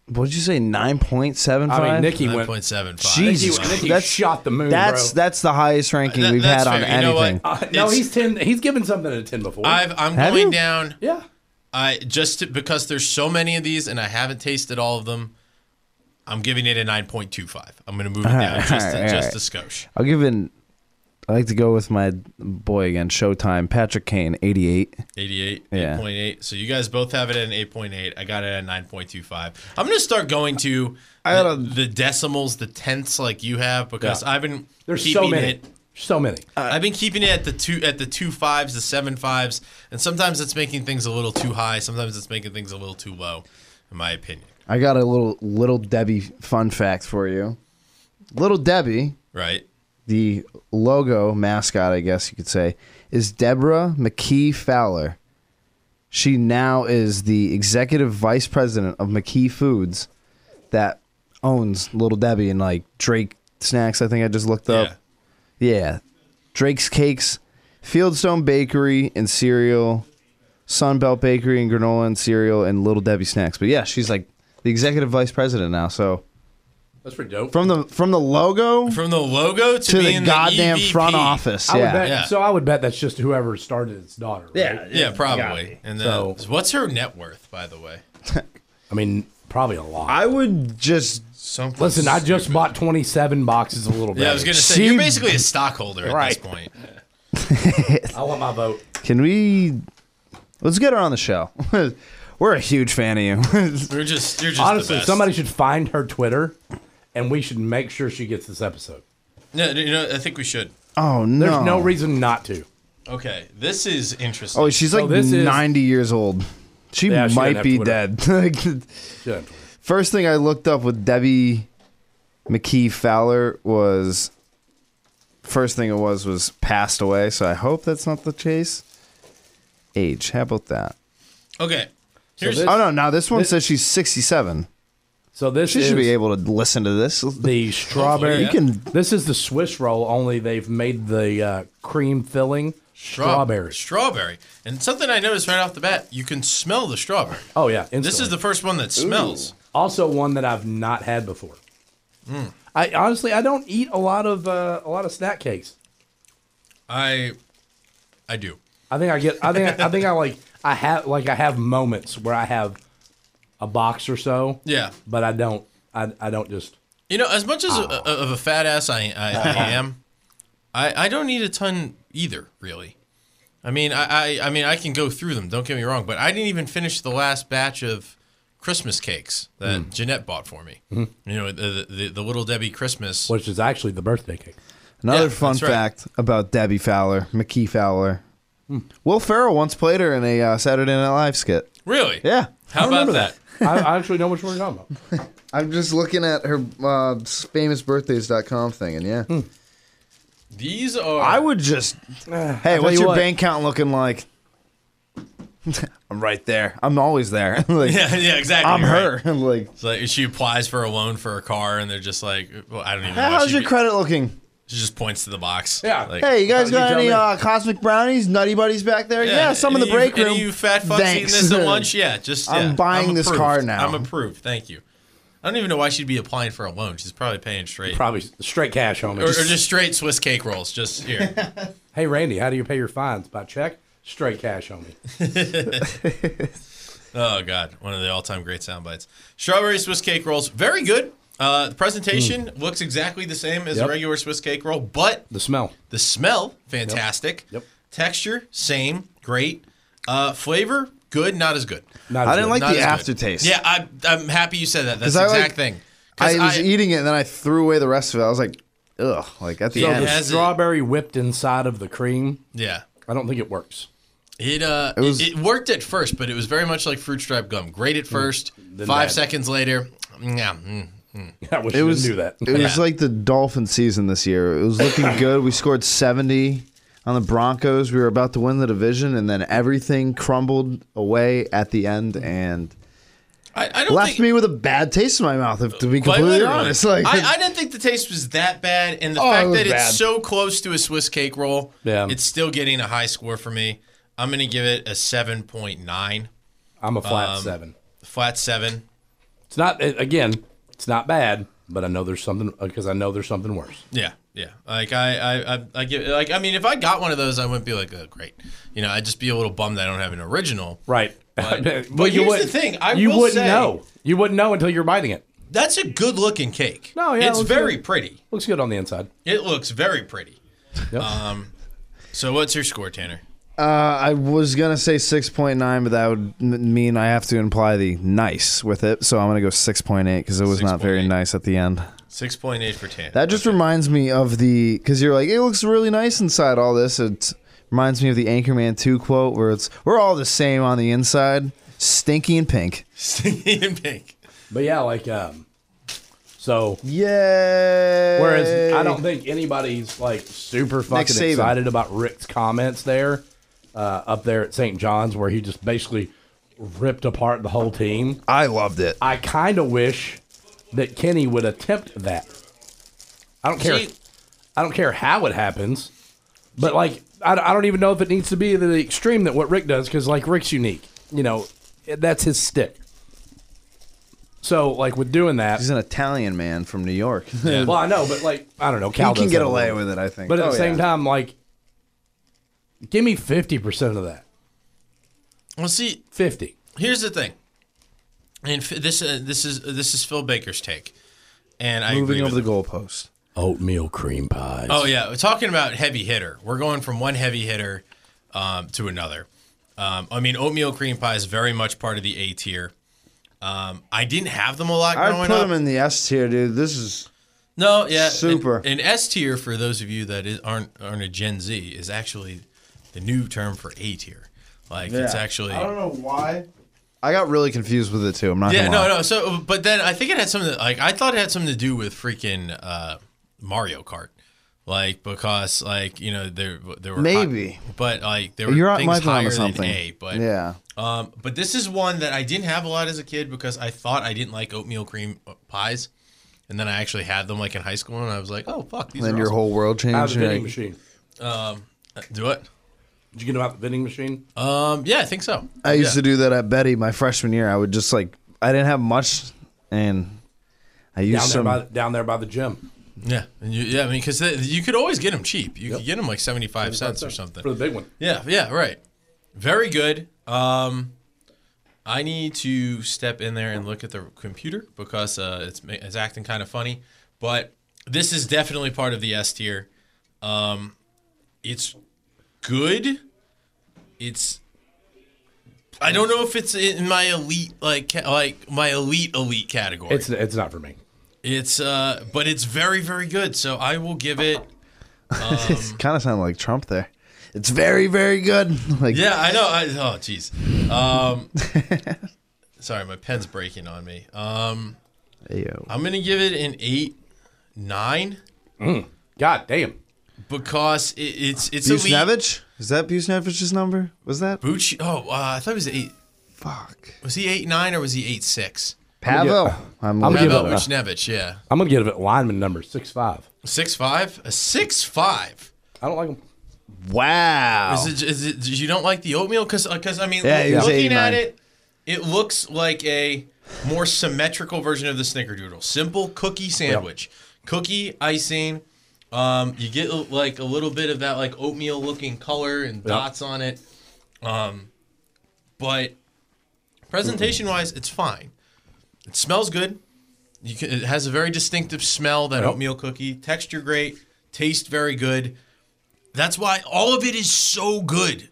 [SPEAKER 4] what did you say? Nine point seven five.
[SPEAKER 3] I mean, Nikki went.
[SPEAKER 2] 9.75
[SPEAKER 4] Jesus
[SPEAKER 3] Nikki, Nikki
[SPEAKER 4] That's-
[SPEAKER 3] shot the moon.
[SPEAKER 4] That's
[SPEAKER 3] bro.
[SPEAKER 4] that's the highest ranking
[SPEAKER 2] That-
[SPEAKER 4] we've
[SPEAKER 2] that's
[SPEAKER 4] had on
[SPEAKER 2] fair. You know what?
[SPEAKER 4] anything.
[SPEAKER 3] Uh, no,
[SPEAKER 2] It's-
[SPEAKER 3] he's ten. He's given something a ten before.
[SPEAKER 2] I've, i'm
[SPEAKER 4] Have
[SPEAKER 2] going
[SPEAKER 4] you?
[SPEAKER 2] down
[SPEAKER 3] yeah.
[SPEAKER 2] I just to, because there's so many of these and I haven't tasted all of them. I'm giving it a 9.25. I'm going to move it down
[SPEAKER 4] right,
[SPEAKER 2] just,
[SPEAKER 4] all
[SPEAKER 2] to,
[SPEAKER 4] right,
[SPEAKER 2] just
[SPEAKER 4] all
[SPEAKER 2] a skosh.
[SPEAKER 4] I'll give in. I like to go with my boy again. Showtime. Patrick Kane, eighty-eight.
[SPEAKER 2] 88,
[SPEAKER 4] Yeah.
[SPEAKER 2] 8.8. So you guys both have it at an 8.8. I got it at 9.25. I'm going to start going to the,
[SPEAKER 4] gotta-
[SPEAKER 2] the decimals, the tenths like you have because
[SPEAKER 3] Yeah.
[SPEAKER 2] I've been
[SPEAKER 3] There's
[SPEAKER 2] keeping
[SPEAKER 3] so many. Uh,
[SPEAKER 2] it
[SPEAKER 3] So many.
[SPEAKER 2] I've been keeping it at the two at the two fives, the seven fives, and sometimes it's making things a little too high, sometimes it's making things a little too low in my opinion.
[SPEAKER 4] I got a little little Debbie fun fact for you. Little Debbie,
[SPEAKER 2] Right?
[SPEAKER 4] the logo mascot, I guess you could say, is Deborah McKee Fowler. She now is the executive vice president of McKee Foods, that owns Little Debbie and like Drake Snacks. I think I just looked
[SPEAKER 2] Yeah.
[SPEAKER 4] up. Yeah, Drake's Cakes, Fieldstone Bakery and cereal, Sunbelt Bakery and granola and cereal, and Little Debbie Snacks. But yeah, she's like the executive vice president now. So
[SPEAKER 3] That's pretty dope.
[SPEAKER 4] from the from the logo
[SPEAKER 2] From the logo to,
[SPEAKER 4] to the E
[SPEAKER 2] being E
[SPEAKER 4] goddamn
[SPEAKER 2] EVP.
[SPEAKER 4] front office.
[SPEAKER 3] I would
[SPEAKER 4] Yeah.
[SPEAKER 3] bet,
[SPEAKER 2] Yeah.
[SPEAKER 3] So I would bet that's just whoever started its daughter. Right?
[SPEAKER 4] Yeah.
[SPEAKER 2] Yeah, probably. And then,
[SPEAKER 3] So-
[SPEAKER 2] what's her net worth, by the way?
[SPEAKER 3] I mean, probably a lot.
[SPEAKER 4] I would just
[SPEAKER 2] Something.
[SPEAKER 3] Listen, I just bought 27 boxes of Little Baby.
[SPEAKER 2] Yeah, I was gonna say
[SPEAKER 4] She-
[SPEAKER 2] you're basically a stockholder at
[SPEAKER 3] Right.
[SPEAKER 2] this point.
[SPEAKER 3] I want my vote.
[SPEAKER 4] can we let's get her on the show. We're a huge fan of you.
[SPEAKER 2] We're just you're just the
[SPEAKER 3] Honestly,
[SPEAKER 2] best.
[SPEAKER 3] somebody should find her Twitter, and we should make sure she gets this episode.
[SPEAKER 2] No, you know, I think we should.
[SPEAKER 4] oh no.
[SPEAKER 3] There's no reason not to.
[SPEAKER 2] Okay, this is interesting.
[SPEAKER 4] Oh, she's like
[SPEAKER 3] this is-
[SPEAKER 4] 90 years old. She
[SPEAKER 3] Yeah, she doesn't
[SPEAKER 4] might
[SPEAKER 3] have
[SPEAKER 4] be
[SPEAKER 3] Twitter.
[SPEAKER 4] dead.
[SPEAKER 3] She doesn't have Twitter.
[SPEAKER 4] First thing I looked up with Debbie McKee Fowler was first thing it was was passed away. So I hope that's not the chase. Age. How about that?
[SPEAKER 2] Okay. Here's
[SPEAKER 3] this-
[SPEAKER 4] Oh no, no. This one
[SPEAKER 3] This-
[SPEAKER 4] says she's sixty-seven.
[SPEAKER 3] So this
[SPEAKER 4] She
[SPEAKER 3] is
[SPEAKER 4] should be able to listen to this.
[SPEAKER 3] the strawberry.
[SPEAKER 2] Hopefully,
[SPEAKER 4] You can.
[SPEAKER 3] This is the Swiss roll. Only they've made the uh, cream filling
[SPEAKER 2] stra-
[SPEAKER 3] strawberry.
[SPEAKER 2] Strawberry. And something I noticed right off the bat, you can smell the strawberry.
[SPEAKER 3] Oh yeah, instantly.
[SPEAKER 2] This is the first one that smells.
[SPEAKER 3] also one that I've not had before.
[SPEAKER 2] Hmm.
[SPEAKER 3] I honestly I don't eat a lot of uh, a lot of snack cakes.
[SPEAKER 2] I I do.
[SPEAKER 3] I think I get. I think. I think I like. I have like I have moments where I have a box or so,
[SPEAKER 2] Yeah.
[SPEAKER 3] but I don't. I I don't just.
[SPEAKER 2] You know, as much as a, a- of a fat ass I, I, I am, I, I don't need a ton either, really. I mean, I, I I mean I can go through them. Don't get me wrong, but I didn't even finish the last batch of Christmas cakes that
[SPEAKER 4] Hmm.
[SPEAKER 2] Jeanette bought for me. You know, the, the the little Debbie Christmas.
[SPEAKER 3] Which is actually the birthday cake.
[SPEAKER 4] Another
[SPEAKER 2] Yeah,
[SPEAKER 4] fun
[SPEAKER 2] that's right.
[SPEAKER 4] fact about Debbie Fowler, McKee Fowler. Will Ferrell once played her in a uh, Saturday Night Live skit.
[SPEAKER 2] Really?
[SPEAKER 4] Yeah.
[SPEAKER 2] How about that?
[SPEAKER 3] I, I actually know which one you're talking about.
[SPEAKER 4] I'm just looking at her uh, famousbirthdays.com thing, and yeah.
[SPEAKER 2] These are.
[SPEAKER 4] Hmm. I would just. Hey,
[SPEAKER 3] tell
[SPEAKER 4] what's
[SPEAKER 3] you
[SPEAKER 4] your
[SPEAKER 3] what.
[SPEAKER 4] bank account looking like? I'm right there. I'm always there. like,
[SPEAKER 2] Yeah, yeah, exactly.
[SPEAKER 4] I'm
[SPEAKER 2] you're right.
[SPEAKER 4] her. like,
[SPEAKER 2] It's like she applies for a loan for a car, and they're just like, well, I don't even. know why
[SPEAKER 4] how's
[SPEAKER 2] she
[SPEAKER 4] your
[SPEAKER 2] be-
[SPEAKER 4] credit looking?
[SPEAKER 2] She just points to the box.
[SPEAKER 3] Yeah.
[SPEAKER 2] Like,
[SPEAKER 4] Hey, you guys
[SPEAKER 3] you
[SPEAKER 4] got
[SPEAKER 3] tell
[SPEAKER 4] any
[SPEAKER 3] me.
[SPEAKER 4] uh, cosmic brownies, nutty buddies back there? Yeah, some in
[SPEAKER 2] any
[SPEAKER 4] the break
[SPEAKER 2] you,
[SPEAKER 4] room.
[SPEAKER 2] Any you fat fucks eating
[SPEAKER 4] Thanks.
[SPEAKER 2] this at lunch? Yeah, just yeah.
[SPEAKER 4] I'm buying this
[SPEAKER 2] approved.
[SPEAKER 4] car now.
[SPEAKER 2] I'm approved. Thank you. I don't even know why she'd be applying for a loan. She's probably paying straight,
[SPEAKER 3] Probably straight cash, homie.
[SPEAKER 2] or, or just straight Swiss cake rolls. Just here.
[SPEAKER 3] hey Randy, how do you pay your fines? By check? Straight cash, homie.
[SPEAKER 2] Oh God, one of the all-time great sound bites. Strawberry Swiss cake rolls, very good. Uh, the presentation
[SPEAKER 4] Mm.
[SPEAKER 2] looks exactly the same as
[SPEAKER 3] Yep.
[SPEAKER 2] a regular Swiss cake roll, but
[SPEAKER 3] The smell.
[SPEAKER 2] the smell fantastic.
[SPEAKER 3] Yep.
[SPEAKER 2] Texture same, great. Uh, flavor good, not as good.
[SPEAKER 3] Not
[SPEAKER 4] I
[SPEAKER 3] as
[SPEAKER 4] didn't
[SPEAKER 3] good.
[SPEAKER 4] like
[SPEAKER 2] Not
[SPEAKER 4] the
[SPEAKER 2] as good.
[SPEAKER 4] aftertaste.
[SPEAKER 2] Yeah, I, I'm happy you said that. That's
[SPEAKER 4] 'Cause
[SPEAKER 2] the
[SPEAKER 4] I,
[SPEAKER 2] exact
[SPEAKER 4] like-
[SPEAKER 2] thing. 'Cause
[SPEAKER 4] I was eating it, and then I threw away the rest of it. I was like, ugh. Like, at the
[SPEAKER 3] So
[SPEAKER 4] end.
[SPEAKER 3] the
[SPEAKER 2] Has it-
[SPEAKER 3] strawberry whipped inside of the cream.
[SPEAKER 2] yeah.
[SPEAKER 3] I don't think it works.
[SPEAKER 2] It uh, it,
[SPEAKER 4] was-
[SPEAKER 2] it
[SPEAKER 4] Hmm.
[SPEAKER 2] worked at first, but it was very much like fruit stripe gum. Great at first, five
[SPEAKER 3] bad.
[SPEAKER 2] seconds later, yeah, mm,
[SPEAKER 3] I wish
[SPEAKER 4] It
[SPEAKER 3] you
[SPEAKER 4] was
[SPEAKER 3] knew that.
[SPEAKER 4] It was like the Dolphin season this year. It was looking good. We scored seventy on the Broncos. We were about to win the division, and then everything crumbled away at the end and
[SPEAKER 2] I, I don't
[SPEAKER 4] left
[SPEAKER 2] think,
[SPEAKER 4] me with a bad taste in my mouth. If, to be
[SPEAKER 2] Quite
[SPEAKER 4] completely
[SPEAKER 2] literally.
[SPEAKER 4] honest, like
[SPEAKER 2] I, I didn't think the taste was that bad, and the
[SPEAKER 4] Oh, it
[SPEAKER 2] fact
[SPEAKER 4] was
[SPEAKER 2] that
[SPEAKER 4] bad.
[SPEAKER 2] it's so close to a Swiss cake roll,
[SPEAKER 3] Yeah.
[SPEAKER 2] it's still getting a high score for me. I'm gonna give it a seven point nine,
[SPEAKER 3] I'm a flat
[SPEAKER 2] Um,
[SPEAKER 3] seven.
[SPEAKER 2] flat seven.
[SPEAKER 3] It's not it- again. It's not bad, but I know there's something because I know there's something worse.
[SPEAKER 2] Yeah, yeah. Like I, I, I, I give. Like I mean, if I got one of those, I wouldn't be like, oh, great. You know, I'd just be a little bummed that I don't have an original.
[SPEAKER 3] Right.
[SPEAKER 2] But- but here's the thing, I
[SPEAKER 3] you
[SPEAKER 2] will
[SPEAKER 3] wouldn't
[SPEAKER 2] say-
[SPEAKER 3] know. You wouldn't know until you're biting it.
[SPEAKER 2] That's a good looking cake.
[SPEAKER 3] No, yeah, it
[SPEAKER 2] it's
[SPEAKER 3] looks
[SPEAKER 2] very
[SPEAKER 3] good.
[SPEAKER 2] pretty.
[SPEAKER 3] Looks good on the inside.
[SPEAKER 2] It looks very pretty.
[SPEAKER 3] Yep.
[SPEAKER 2] Um, so what's your score, Tanner?
[SPEAKER 4] uh, I was gonna say six point nine, but that would m- mean I have to imply the nice with it. So I'm gonna go six point eight because it was not very
[SPEAKER 2] 6.8.
[SPEAKER 4] nice at the end.
[SPEAKER 2] Six point eight for Tanner.
[SPEAKER 4] That just reminds me of the because you're like it looks really nice inside all this. It reminds me of the Anchorman two quote where it's we're all the same on the inside, stinky and pink.
[SPEAKER 2] Stinky and pink.
[SPEAKER 3] But yeah, like um, so.
[SPEAKER 4] Yeah.
[SPEAKER 3] Whereas I don't think anybody's like super fucking
[SPEAKER 4] Saban.
[SPEAKER 3] excited about Rick's comments there, uh, up there at St. John's, where he just basically ripped apart the whole team.
[SPEAKER 4] I loved it.
[SPEAKER 3] I kind of wish that Kenny would attempt that. I don't care.
[SPEAKER 2] See-
[SPEAKER 3] I don't care how it happens, but like I, I don't even know if it needs to be the extreme that what Rick does because like Rick's unique. You know, that's his stick. So like with doing that,
[SPEAKER 4] He's an Italian man from New York.
[SPEAKER 2] Yeah.
[SPEAKER 3] well I know, but like I don't know. Cal
[SPEAKER 4] he can
[SPEAKER 3] does
[SPEAKER 4] get
[SPEAKER 3] that a
[SPEAKER 4] away
[SPEAKER 3] little.
[SPEAKER 4] with it, I think.
[SPEAKER 3] But at
[SPEAKER 4] Oh,
[SPEAKER 3] the same
[SPEAKER 4] yeah.
[SPEAKER 3] time, like, give me fifty percent of that.
[SPEAKER 2] Well, see,
[SPEAKER 3] Fifty.
[SPEAKER 2] here's the thing, and f- this uh, this is this is Phil Baker's take, and I
[SPEAKER 4] moving
[SPEAKER 2] agree
[SPEAKER 4] over
[SPEAKER 2] with
[SPEAKER 4] the goalpost.
[SPEAKER 3] Oatmeal cream pies.
[SPEAKER 2] Oh yeah, we're talking about heavy hitter. We're going from one heavy hitter um, to another. Um, I mean, oatmeal cream pie is very much part of the A tier. Um, I didn't have them a lot
[SPEAKER 4] I
[SPEAKER 2] growing
[SPEAKER 4] put
[SPEAKER 2] up.
[SPEAKER 4] him in the S tier, dude. This is
[SPEAKER 2] No, yeah, an-
[SPEAKER 4] Super.
[SPEAKER 2] An, S tier for those of you that is, aren't aren't a Gen Z is actually the new term for A tier. Like it's
[SPEAKER 4] Yeah.
[SPEAKER 2] actually
[SPEAKER 5] I don't know why,
[SPEAKER 4] I got really confused with it too. I'm not.
[SPEAKER 2] Yeah,
[SPEAKER 4] gonna
[SPEAKER 2] no,
[SPEAKER 4] lie.
[SPEAKER 2] no. So, but then I think it had something. Like I thought it had something to do with freaking uh, Mario Kart, like because like you know there there were
[SPEAKER 4] Maybe.
[SPEAKER 2] but like there were
[SPEAKER 4] You're-
[SPEAKER 2] things
[SPEAKER 4] might be onto
[SPEAKER 2] higher
[SPEAKER 4] something.
[SPEAKER 2] than A. But
[SPEAKER 4] Yeah.
[SPEAKER 2] um, but this is one that I didn't have a lot as a kid because I thought I didn't like oatmeal cream uh, pies, and then I actually had them like in high school, and I was like, oh fuck, these
[SPEAKER 4] Then
[SPEAKER 2] are
[SPEAKER 4] your
[SPEAKER 2] awesome. Uh,
[SPEAKER 4] whole world
[SPEAKER 3] Out of
[SPEAKER 4] changed.
[SPEAKER 3] the vending
[SPEAKER 4] You're like,
[SPEAKER 3] machine.
[SPEAKER 2] do it.
[SPEAKER 3] Did you get them out the vending machine?
[SPEAKER 2] Um, yeah, I think so.
[SPEAKER 4] I used to do that at Betty my freshman year. I would just like I didn't have much, and I used
[SPEAKER 3] Down there,
[SPEAKER 4] some.
[SPEAKER 3] by, down there by the gym.
[SPEAKER 2] Yeah, and you, yeah. I mean, because you could always get them cheap. You could get them like seventy five cents or something.
[SPEAKER 3] For the big one.
[SPEAKER 2] Yeah, yeah, right. Very good. Um, I need to step in there and look at the computer because uh, it's ma- it's acting kind of funny. But this is definitely part of the S tier. Um, it's good. It's. I don't know if it's in my elite like ca- like my elite elite category.
[SPEAKER 3] It's it's not for me.
[SPEAKER 2] It's uh, but it's very very good. So I will give it.
[SPEAKER 4] It kind of sounded like Trump there. It's very, very good. Like
[SPEAKER 2] Yeah, I know. I, oh, jeez. Um, sorry, my pen's breaking on me. Um,
[SPEAKER 4] Ayo.
[SPEAKER 2] I'm gonna give it an eight, nine,
[SPEAKER 3] God damn.
[SPEAKER 2] because it, it's it's elite.
[SPEAKER 4] Busnevich? Is that Busnevich's number? Was that?
[SPEAKER 2] Bucci. Oh, uh, I thought it was eight.
[SPEAKER 4] Fuck.
[SPEAKER 2] Was he eight nine or was he eight six?
[SPEAKER 4] Pavel. I'm,
[SPEAKER 3] I'm
[SPEAKER 4] looking-
[SPEAKER 3] gonna give
[SPEAKER 2] Pavel
[SPEAKER 3] it a-
[SPEAKER 2] Buchnevich, yeah,
[SPEAKER 3] I'm gonna give it lineman number six five.
[SPEAKER 2] six five, a six five.
[SPEAKER 3] I don't like them.
[SPEAKER 4] Wow.
[SPEAKER 2] Is it, is it, you don't like the oatmeal because I mean,
[SPEAKER 4] Yeah, it was
[SPEAKER 2] looking at
[SPEAKER 4] 89.
[SPEAKER 2] it, it looks like a more symmetrical version of the snickerdoodle. Simple cookie sandwich, cookie icing. Um, you get like a little bit of that like oatmeal looking color and dots on it. Um, but presentation wise, it's fine. It smells good. You can, it has a very distinctive smell. That oatmeal cookie texture great, taste very good. That's why all of it is so good,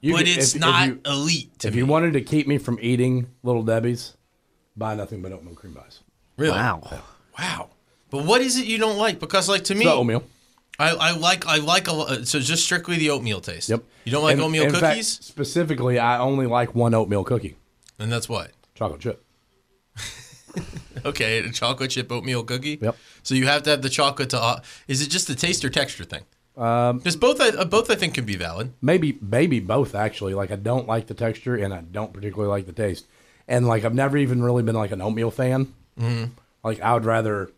[SPEAKER 3] You-
[SPEAKER 2] but it's
[SPEAKER 3] if- if
[SPEAKER 2] not
[SPEAKER 3] you-
[SPEAKER 2] elite to
[SPEAKER 3] If
[SPEAKER 2] me.
[SPEAKER 3] you wanted to keep me from eating Little Debbie's, buy nothing but oatmeal cream pies.
[SPEAKER 2] really?
[SPEAKER 4] wow.
[SPEAKER 2] Wow. But what is it you don't like? Because like to me,
[SPEAKER 3] The oatmeal.
[SPEAKER 2] I, I like I like a lo- so just strictly the oatmeal taste.
[SPEAKER 3] Yep.
[SPEAKER 2] You don't like
[SPEAKER 3] And-
[SPEAKER 2] oatmeal
[SPEAKER 3] in fact,
[SPEAKER 2] cookies,
[SPEAKER 3] specifically, I only like one oatmeal cookie,
[SPEAKER 2] and that's what.
[SPEAKER 3] chocolate chip.
[SPEAKER 2] Okay, a chocolate chip oatmeal cookie.
[SPEAKER 3] Yep.
[SPEAKER 2] So you have to have the chocolate to. Uh, is it just the taste or texture thing?
[SPEAKER 4] Um,
[SPEAKER 2] Because both I, uh, both I think can be valid.
[SPEAKER 3] Maybe maybe both actually. Like I don't like the texture and I don't particularly like the taste. And like I've never even really been like an oatmeal fan. Mm-hmm. Like I would rather,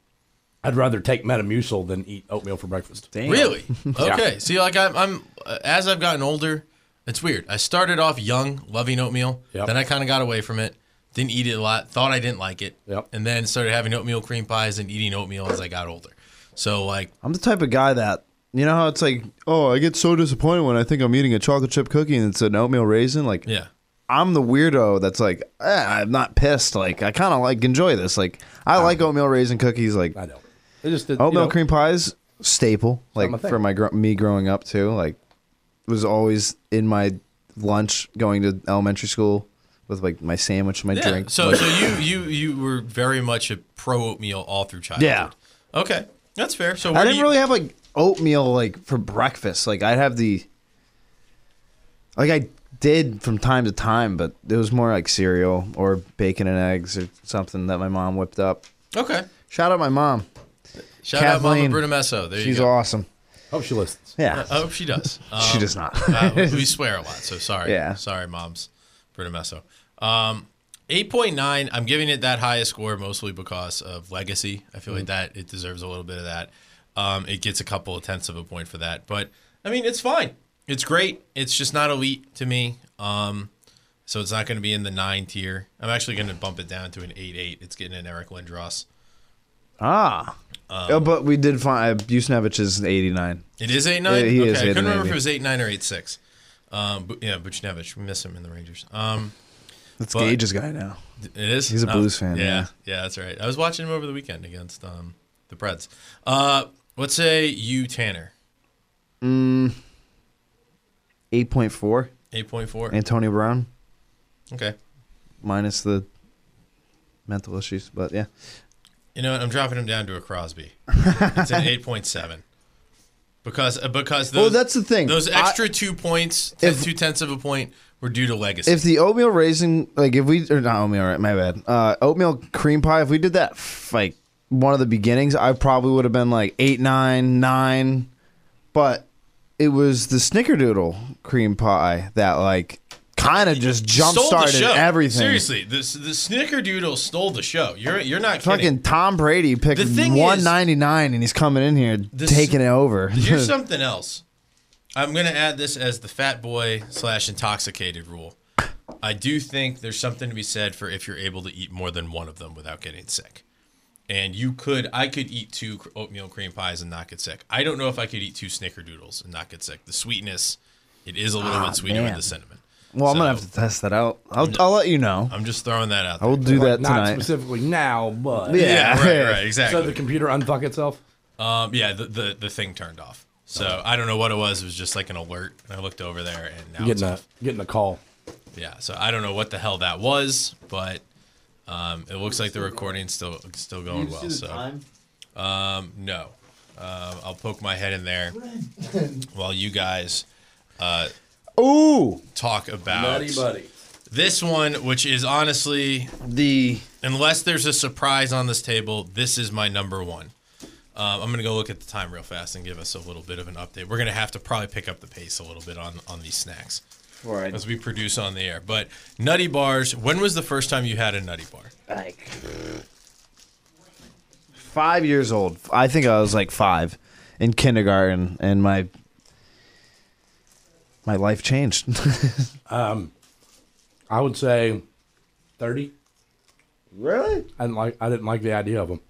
[SPEAKER 3] I'd rather take Metamucil than eat oatmeal for breakfast.
[SPEAKER 2] Really? Okay. See, like I'm, I'm uh, as I've gotten older, it's weird. I started off young, loving oatmeal.
[SPEAKER 3] Yep.
[SPEAKER 2] Then I kind of got away from it. Didn't eat it a lot. Thought I didn't like it.
[SPEAKER 3] Yep.
[SPEAKER 2] And then started having oatmeal cream pies and eating oatmeal as I got older. So like,
[SPEAKER 4] I'm the type of guy that you know how it's like. Oh, I get so disappointed when I think I'm eating a chocolate chip cookie and it's an oatmeal raisin. Like,
[SPEAKER 2] yeah.
[SPEAKER 4] I'm the weirdo that's like, eh, I'm not pissed. Like, I kind of like enjoy this. Like, I like oatmeal raisin cookies. Like,
[SPEAKER 3] Uh-huh. I don't. It just did, you
[SPEAKER 4] oatmeal
[SPEAKER 3] know,
[SPEAKER 4] cream pies staple. Like
[SPEAKER 3] my thing.
[SPEAKER 4] for my gr- me growing up too. Like, was always in my lunch going to elementary school with like my sandwich, my
[SPEAKER 2] Yeah.
[SPEAKER 4] drink.
[SPEAKER 2] So so you you you were very much a pro oatmeal all through childhood.
[SPEAKER 4] Yeah.
[SPEAKER 2] Okay. That's fair. So where
[SPEAKER 4] I
[SPEAKER 2] do
[SPEAKER 4] didn't
[SPEAKER 2] you-
[SPEAKER 4] really have like oatmeal like for breakfast. Like I'd have the like I did from time to time, but it was more like cereal or bacon and eggs or something that my mom whipped up.
[SPEAKER 2] Okay.
[SPEAKER 4] Shout out my mom.
[SPEAKER 2] Shout out
[SPEAKER 4] Kathleen.
[SPEAKER 2] Mama Brunemesso. There
[SPEAKER 4] She's
[SPEAKER 2] you go.
[SPEAKER 4] awesome.
[SPEAKER 3] Hope she listens.
[SPEAKER 4] Yeah.
[SPEAKER 2] I hope she does.
[SPEAKER 4] she
[SPEAKER 2] Um,
[SPEAKER 4] does not.
[SPEAKER 2] Uh, we swear a lot, so sorry.
[SPEAKER 4] Yeah.
[SPEAKER 2] Sorry, moms, for the mess up. Um, 8.9, I'm giving it that highest score mostly because of legacy. I
[SPEAKER 4] Mm.
[SPEAKER 2] feel like that, it deserves a little bit of that. Um, it gets a couple of tenths of a point for that. But, I mean, it's fine. It's great. It's just not elite to me. Um, so it's not going to be in the nine tier. I'm actually going to bump it down to an 8.8. It's getting an Eric Lindros.
[SPEAKER 4] ah.
[SPEAKER 2] Um,
[SPEAKER 4] oh, but we did find uh, Busnevich is an 89.
[SPEAKER 2] It is 8.9?
[SPEAKER 4] Yeah, he
[SPEAKER 2] okay,
[SPEAKER 4] is
[SPEAKER 2] I couldn't remember
[SPEAKER 4] 8.9.
[SPEAKER 2] if it was 8.9 or 8.6. Um, Bu- yeah, Buchnevich. We miss him in the Rangers. Um,
[SPEAKER 4] That's
[SPEAKER 2] But-
[SPEAKER 4] Gage's guy now.
[SPEAKER 2] It is. Um,
[SPEAKER 4] He's a Blues fan,
[SPEAKER 2] Yeah,
[SPEAKER 4] yeah.
[SPEAKER 2] that's right. I was watching him over the weekend against um, the Preds. Uh, let's say you, Tanner,
[SPEAKER 4] 8.4.
[SPEAKER 2] eight point four.
[SPEAKER 4] Antonio Brown
[SPEAKER 2] Okay.
[SPEAKER 4] minus the mental issues, but yeah.
[SPEAKER 2] You know what? I'm dropping him down to a Crosby. It's an eight point seven. Because uh, because those
[SPEAKER 4] well, Oh, that's the thing.
[SPEAKER 2] those
[SPEAKER 4] I-
[SPEAKER 2] extra two points, ten,
[SPEAKER 4] If-
[SPEAKER 2] two tenths of a point, We're due to legacy.
[SPEAKER 4] If the oatmeal raisin, like if we or not oatmeal, right? My bad. Uh, oatmeal cream pie. If we did that, f- like one of the beginnings, I probably would have been like eight, nine, nine. But it was the Snickerdoodle cream pie that like kind of just jump
[SPEAKER 2] Stole the
[SPEAKER 4] started
[SPEAKER 2] show.
[SPEAKER 4] everything.
[SPEAKER 2] Seriously, this the Snickerdoodle stole the show. You're you're not kidding.
[SPEAKER 4] Fucking Tom Brady picked
[SPEAKER 2] The thing is-
[SPEAKER 4] 199 and he's coming in here
[SPEAKER 2] The
[SPEAKER 4] taking
[SPEAKER 2] s-
[SPEAKER 4] it over.
[SPEAKER 2] Here's something else. I'm gonna add this as the fat boy slash intoxicated rule. I do think there's something to be said for if you're able to eat more than one of them without getting sick. And you could, I could eat two cr- oatmeal cream pies and not get sick. I don't know if I could eat two snickerdoodles and not get sick. The sweetness, it is a little bit sweeter
[SPEAKER 4] Ah, man.
[SPEAKER 2] with the cinnamon.
[SPEAKER 4] well, I'm
[SPEAKER 2] So,
[SPEAKER 4] gonna have to test that out. I'll, I'll let you know.
[SPEAKER 2] I'm just throwing that out.
[SPEAKER 4] I will
[SPEAKER 2] There.
[SPEAKER 4] do that
[SPEAKER 3] Not
[SPEAKER 4] tonight.
[SPEAKER 3] specifically now, but
[SPEAKER 4] Yeah.
[SPEAKER 2] Yeah, right, right, exactly.
[SPEAKER 3] So the computer unfuck itself.
[SPEAKER 2] Um, yeah, the, the the thing turned off. So I don't know what it was. It was just like an alert. And I looked over there and now it's
[SPEAKER 3] Getting a
[SPEAKER 2] off.
[SPEAKER 3] getting a call.
[SPEAKER 2] Yeah. So I don't know what the hell that was, but um, it looks like the recording's still still going well. So um, no, uh, I'll poke my head in there while you guys
[SPEAKER 4] Ooh,
[SPEAKER 2] talk about
[SPEAKER 3] Buddy, buddy.
[SPEAKER 2] this one, which is honestly
[SPEAKER 4] the
[SPEAKER 2] unless there's a surprise on this table, this is my number one. Um, I'm gonna go look at the time real fast and give us a little bit of an update. We're gonna have to probably pick up the pace a little bit on on these snacks as we produce on the air. But nutty bars. When was the first time you had a nutty bar?
[SPEAKER 4] like five years old. I think I was like five in kindergarten, and my my life changed.
[SPEAKER 3] I would say thirty.
[SPEAKER 4] really?
[SPEAKER 3] I didn't like I didn't like the idea of them.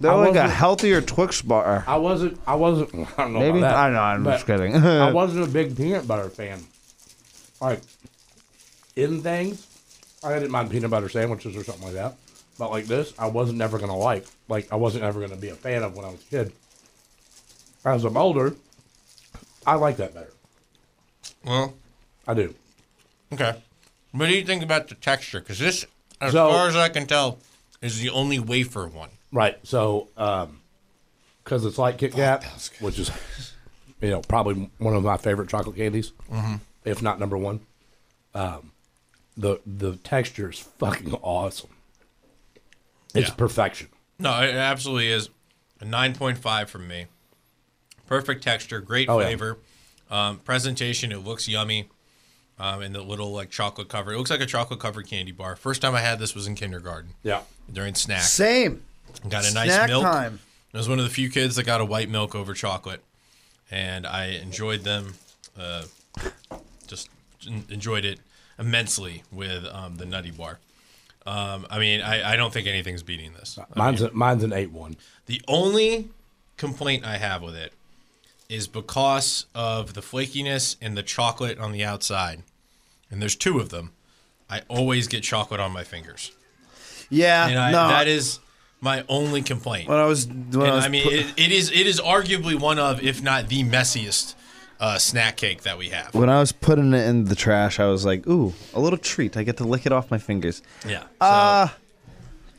[SPEAKER 4] They're
[SPEAKER 3] I
[SPEAKER 4] like a
[SPEAKER 3] wasn't-
[SPEAKER 4] healthier Twix bar.
[SPEAKER 3] I wasn't. I wasn't. I don't know.
[SPEAKER 4] Maybe
[SPEAKER 3] about that,
[SPEAKER 4] I don't know. I'm
[SPEAKER 3] but
[SPEAKER 4] just kidding.
[SPEAKER 3] I wasn't a big peanut butter fan. Like in things, I didn't mind peanut butter sandwiches or something like that. But like this, I wasn't never gonna like. Like I wasn't ever gonna be a fan of when I was a kid. As I'm older, I like that better.
[SPEAKER 2] Well,
[SPEAKER 3] I do.
[SPEAKER 2] okay. What do you think about the texture? Because this, as
[SPEAKER 3] So-
[SPEAKER 2] far as I can tell, is the only wafer one.
[SPEAKER 3] Right. So, um, because it's like Kit Kat, which is, you know, probably one of my favorite chocolate candies, if not number one. Um, the the texture is fucking awesome. It's
[SPEAKER 2] Yeah.
[SPEAKER 3] perfection.
[SPEAKER 2] No, it absolutely is a 9.5 from me. Perfect texture, great
[SPEAKER 3] Oh, yeah.
[SPEAKER 2] flavor, um, presentation. It looks yummy, um, and the little like chocolate covered. It looks like a chocolate covered candy bar. First time I had this was in kindergarten
[SPEAKER 3] Yeah.
[SPEAKER 2] during snack.
[SPEAKER 4] Same.
[SPEAKER 2] Got a nice
[SPEAKER 4] Snack
[SPEAKER 2] milk.
[SPEAKER 4] time.
[SPEAKER 2] I was one of the few kids that got a white milk over chocolate, and I enjoyed them. Uh, just en- enjoyed it immensely with um, the nutty bar. Um, I mean, I, I don't think anything's beating this.
[SPEAKER 3] Mine's a, mine's an eight one.
[SPEAKER 2] The only complaint I have with it is because of the flakiness and the chocolate on the outside. And there's two of them. I always get chocolate on my fingers.
[SPEAKER 4] Yeah.
[SPEAKER 2] And I,
[SPEAKER 4] no.
[SPEAKER 2] that is my only complaint.
[SPEAKER 4] when I was when I
[SPEAKER 2] and
[SPEAKER 4] was
[SPEAKER 2] I mean,
[SPEAKER 4] pu-
[SPEAKER 2] it, it is it is arguably one of, if not the messiest uh, snack cake that we have.
[SPEAKER 4] when I was putting it in the trash, I was like, "Ooh, a little treat! I get to lick it off my fingers."
[SPEAKER 2] Yeah. So,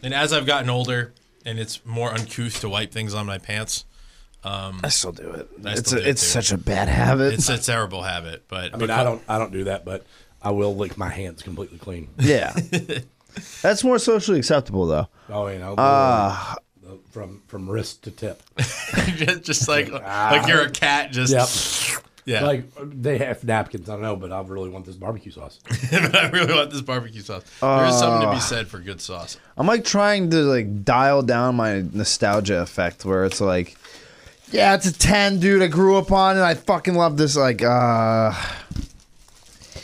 [SPEAKER 2] and as I've gotten older, and it's more uncouth to wipe things on my pants.
[SPEAKER 4] I still do it.
[SPEAKER 2] I
[SPEAKER 4] it's
[SPEAKER 2] still
[SPEAKER 4] a,
[SPEAKER 2] do it
[SPEAKER 4] it's
[SPEAKER 2] too.
[SPEAKER 4] such a bad habit.
[SPEAKER 2] It's a terrible habit, but
[SPEAKER 3] I mean, I don't I don't do that, but I will lick my hands completely clean.
[SPEAKER 4] yeah. That's more socially acceptable though.
[SPEAKER 3] Oh, you know, the- from from wrist to tip.
[SPEAKER 2] just, just like like you're a cat, just
[SPEAKER 3] Yep.
[SPEAKER 2] yeah.
[SPEAKER 3] Ah. Like they have napkins. I don't know, but I really want this barbecue sauce.
[SPEAKER 2] but I really want this barbecue sauce. there is something to be said for good sauce.
[SPEAKER 4] I'm like trying to like dial down my nostalgia effect where it's like, yeah, it's a 10, dude. I grew up on and I fucking love this. Like, uh,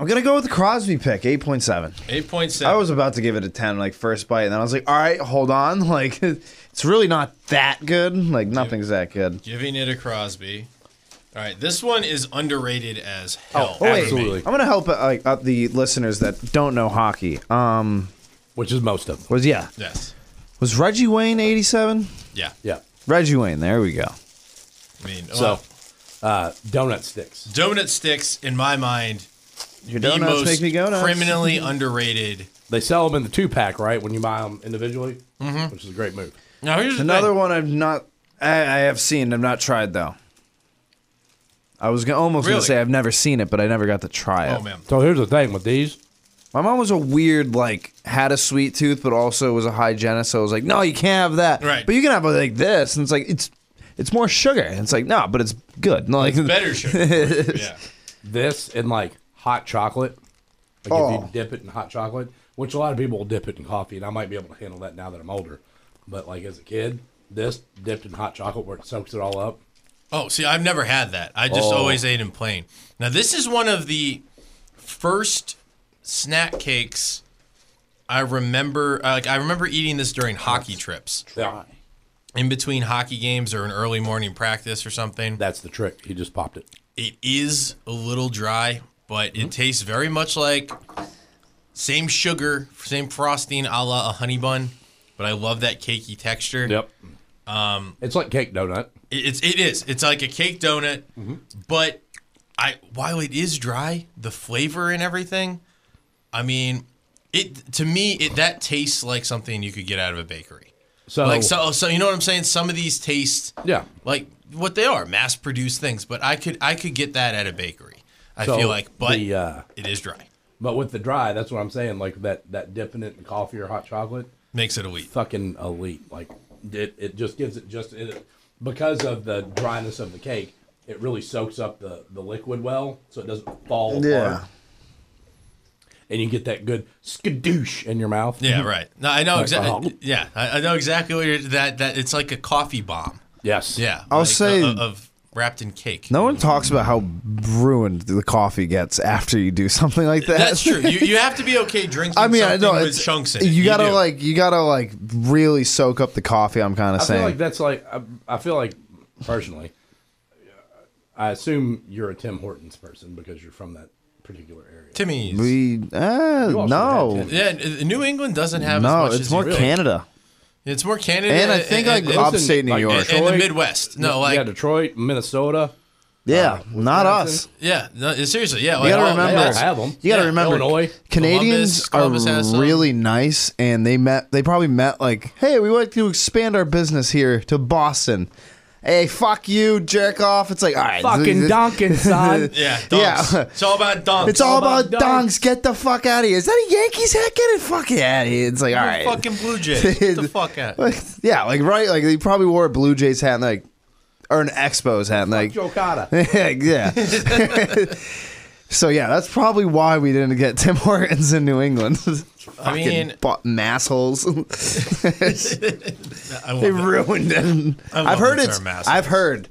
[SPEAKER 4] I'm gonna go with the Crosby pick, 8.7.
[SPEAKER 2] Eight point seven.
[SPEAKER 4] I was about to give it a 10, like first bite, and then I was like, all right, hold on. Like, it's really not that good. Like, nothing's that good.
[SPEAKER 2] giving it a Crosby. All right, this one is underrated as hell.
[SPEAKER 3] Oh, wait. Absolutely.
[SPEAKER 4] I'm gonna help uh, like up the listeners that don't know hockey. Um,
[SPEAKER 3] which is most of them.
[SPEAKER 4] was yeah,
[SPEAKER 2] Yes.
[SPEAKER 4] was Reggie Wayne 87?
[SPEAKER 2] Yeah.
[SPEAKER 3] Yeah.
[SPEAKER 4] Reggie Wayne, there we go.
[SPEAKER 2] I mean,
[SPEAKER 3] So,
[SPEAKER 2] well,
[SPEAKER 3] uh, donut sticks.
[SPEAKER 2] donut sticks in my mind
[SPEAKER 4] Your
[SPEAKER 2] the
[SPEAKER 4] donuts
[SPEAKER 2] most
[SPEAKER 4] make me go nuts.
[SPEAKER 2] criminally underrated.
[SPEAKER 3] They sell them in the two pack, right? When you buy them individually, which is a great move.
[SPEAKER 2] Now here's
[SPEAKER 4] Another
[SPEAKER 2] another.
[SPEAKER 4] one I've not, I, I have seen. I've not tried though. I was gonna, almost
[SPEAKER 2] Really?
[SPEAKER 4] gonna say I've never seen it, but I never got to try it.
[SPEAKER 2] Oh man,
[SPEAKER 3] So here's the thing with these.
[SPEAKER 4] My mom was a weird, like, had a sweet tooth, but also was a hygienist. So I was like, no, you can't have that.
[SPEAKER 2] Right.
[SPEAKER 4] But you can have like this, and it's like it's it's more sugar. And it's like no, but it's good. No, like
[SPEAKER 2] better sugar. for you, yeah.
[SPEAKER 3] this and like hot chocolate. Like if
[SPEAKER 4] Oh.
[SPEAKER 3] you dip it in hot chocolate, which a lot of people will dip it in coffee, and I might be able to handle that now that I'm older. But like as a kid, this dipped in hot chocolate where it soaks it all up.
[SPEAKER 2] Oh, see, I've never had that. I
[SPEAKER 4] Oh.
[SPEAKER 2] just always ate them plain. Now, this is one of the first snack cakes I remember. uh, Like, I remember eating this during hockey trips,
[SPEAKER 3] Yeah,
[SPEAKER 2] in between hockey games or an early morning practice or something.
[SPEAKER 3] that's the trick. He just popped it.
[SPEAKER 2] It is a little dry, but
[SPEAKER 3] Mm-hmm.
[SPEAKER 2] it tastes very much like same sugar, same frosting, a la a honey bun. But I love that cakey texture.
[SPEAKER 3] Yep. Um, it's like cake donut.
[SPEAKER 2] It- It's it is. It's like a cake donut,
[SPEAKER 3] Mm-hmm.
[SPEAKER 2] but I while it is dry, the flavor and everything. I mean, it to me it that tastes like something you could get out of a bakery.
[SPEAKER 3] So,
[SPEAKER 2] Like so so you know what I'm saying? Some of these taste
[SPEAKER 3] yeah.
[SPEAKER 2] like what they are, mass produced things, but I could I could get that at a bakery. I
[SPEAKER 3] So
[SPEAKER 2] feel like, but
[SPEAKER 3] the, uh,
[SPEAKER 2] it is dry.
[SPEAKER 3] but with the dry, that's what I'm saying. Like that that dipping it in coffee or hot chocolate,
[SPEAKER 2] Makes it
[SPEAKER 4] Mm-hmm.
[SPEAKER 2] elite.
[SPEAKER 3] fucking elite. Like it, it just gives it just it because of the dryness of the cake. It really soaks up the the liquid well, so it doesn't fall
[SPEAKER 4] Yeah.
[SPEAKER 3] apart. And you get that good skadoosh in your mouth.
[SPEAKER 2] Yeah, right. No, I know
[SPEAKER 3] Like,
[SPEAKER 2] exactly.
[SPEAKER 4] Uh-huh.
[SPEAKER 3] oh.
[SPEAKER 2] Yeah, I, I know exactly what you're, that that it's like a coffee bomb.
[SPEAKER 3] Yes.
[SPEAKER 2] Yeah,
[SPEAKER 4] I'll
[SPEAKER 2] like,
[SPEAKER 4] say-
[SPEAKER 2] of, of wrapped in cake.
[SPEAKER 4] no one talks about how ruined the coffee gets after you do something like that.
[SPEAKER 2] That's true. You, you have to be okay drinking.
[SPEAKER 4] I mean, I
[SPEAKER 2] something
[SPEAKER 4] know
[SPEAKER 2] with
[SPEAKER 4] it's-
[SPEAKER 2] chunks in it.
[SPEAKER 4] You, gotta
[SPEAKER 2] do.
[SPEAKER 4] like, you gotta like really soak up the coffee. I'm kind of
[SPEAKER 3] I feel
[SPEAKER 4] saying.
[SPEAKER 3] like that's like I, I feel like personally, I assume you're a Tim Hortons person because you're from that particular area.
[SPEAKER 2] Timmy's.
[SPEAKER 4] we uh,
[SPEAKER 3] also
[SPEAKER 4] no,
[SPEAKER 3] had
[SPEAKER 2] yeah, n- New England doesn't have
[SPEAKER 4] no,
[SPEAKER 2] as much
[SPEAKER 4] it's
[SPEAKER 2] as
[SPEAKER 4] more
[SPEAKER 2] you think.
[SPEAKER 4] Canada,
[SPEAKER 2] It's more Canada,
[SPEAKER 4] and I think like
[SPEAKER 2] and, and,
[SPEAKER 4] upstate New
[SPEAKER 3] like,
[SPEAKER 4] York.
[SPEAKER 2] and the
[SPEAKER 3] Detroit.
[SPEAKER 2] Midwest. No, like
[SPEAKER 3] yeah, Detroit, Minnesota.
[SPEAKER 4] Yeah, not us.
[SPEAKER 3] Wisconsin.
[SPEAKER 2] yeah, no, uh, seriously, yeah.
[SPEAKER 4] You
[SPEAKER 2] Like,
[SPEAKER 4] gotta
[SPEAKER 2] all-
[SPEAKER 4] remember,
[SPEAKER 2] that's-
[SPEAKER 3] I have 'em.
[SPEAKER 4] You gotta
[SPEAKER 2] Yeah,
[SPEAKER 4] remember,
[SPEAKER 3] Illinois,
[SPEAKER 4] Canadians
[SPEAKER 2] Columbus- Columbus
[SPEAKER 4] are
[SPEAKER 2] has some.
[SPEAKER 4] really nice, and they met. They probably met like, "Hey, we want to expand our business here to Boston." Hey, fuck you, jerk off. It's like, all right,
[SPEAKER 3] Fucking Dunkin', son.
[SPEAKER 2] Yeah,
[SPEAKER 4] Yeah.
[SPEAKER 2] dunks. It's all about dunks.
[SPEAKER 4] It's all
[SPEAKER 3] about
[SPEAKER 4] about,
[SPEAKER 3] dunks.
[SPEAKER 4] dunks. Get the fuck out of here. Is that a Yankees hat? Get it fuck out of here. It's like, all
[SPEAKER 2] You're
[SPEAKER 4] right,
[SPEAKER 2] a fucking Blue Jays. Get the fuck out.
[SPEAKER 4] Like, yeah, like right, like they probably wore a Blue Jays hat and like or an Expos hat and like
[SPEAKER 3] Jokata.
[SPEAKER 4] yeah. so yeah, that's probably why we didn't get Tim Hortons in New England.
[SPEAKER 2] I
[SPEAKER 4] Fucking
[SPEAKER 2] mean,
[SPEAKER 4] bu- massholes.
[SPEAKER 2] I love
[SPEAKER 4] they
[SPEAKER 2] that.
[SPEAKER 4] ruined it.
[SPEAKER 2] I love
[SPEAKER 4] I've heard
[SPEAKER 2] the
[SPEAKER 4] it's.
[SPEAKER 2] term assholes.
[SPEAKER 4] I've heard.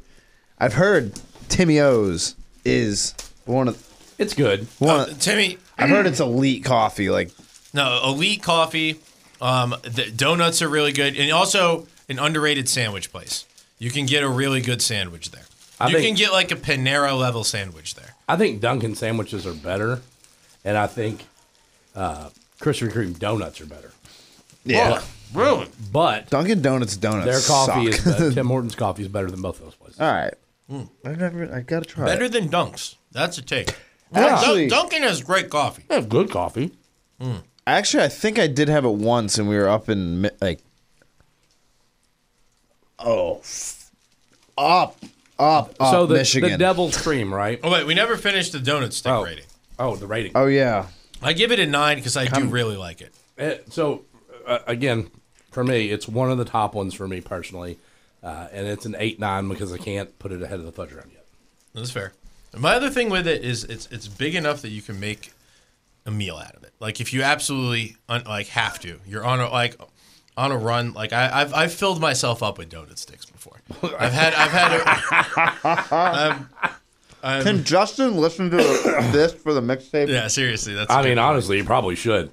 [SPEAKER 4] I've heard Timmy O's is one of
[SPEAKER 3] It's good.
[SPEAKER 4] one.
[SPEAKER 2] Uh,
[SPEAKER 4] of-
[SPEAKER 2] Timmy,
[SPEAKER 4] I've heard it's elite coffee. Like
[SPEAKER 2] No, elite coffee. Um, the donuts are really good, and also an underrated sandwich place. You can get a really good sandwich there.
[SPEAKER 3] I
[SPEAKER 2] you
[SPEAKER 3] think-
[SPEAKER 2] can get like a Panera level sandwich there.
[SPEAKER 3] I think Dunkin' sandwiches are better, and I think uh, Krispy Kreme donuts are better.
[SPEAKER 4] yeah,
[SPEAKER 2] Ruin.
[SPEAKER 3] But
[SPEAKER 4] Dunkin' Donuts donuts.
[SPEAKER 3] their coffee
[SPEAKER 4] suck.
[SPEAKER 3] is better. Tim Hortons coffee is better than both those places.
[SPEAKER 4] all right. I've never. Hmm. I gotta try.
[SPEAKER 2] Better than Dunks. That's a take.
[SPEAKER 4] Actually-
[SPEAKER 2] Dun- Dunkin' has great coffee.
[SPEAKER 3] They have good coffee.
[SPEAKER 4] Actually, I think I did have it once, and we were up in Mi- like, oh, f- up, up, up,
[SPEAKER 3] so the,
[SPEAKER 4] Uh, Michigan.
[SPEAKER 3] the Devil's Cream, right?
[SPEAKER 2] Oh wait, we never finished the donut stick
[SPEAKER 3] Oh,
[SPEAKER 2] rating.
[SPEAKER 3] oh, the rating.
[SPEAKER 4] oh yeah,
[SPEAKER 2] I give it a nine because I do really like it.
[SPEAKER 3] Eh, so uh, again, for me, it's one of the top ones for me personally, uh, and it's an eight nine because I can't put it ahead of the fudge round yet.
[SPEAKER 2] That's fair. My other thing with it is it's it's big enough that you can make a meal out of it. Like if you absolutely un, like have to, you're on a like on a run. Like I, I've I've filled myself up with donut sticks before. I've had I've had a,
[SPEAKER 3] Um,
[SPEAKER 4] Can Justin listen to this for the mixtape?
[SPEAKER 2] yeah seriously. That's
[SPEAKER 3] I mean, honestly, you probably should.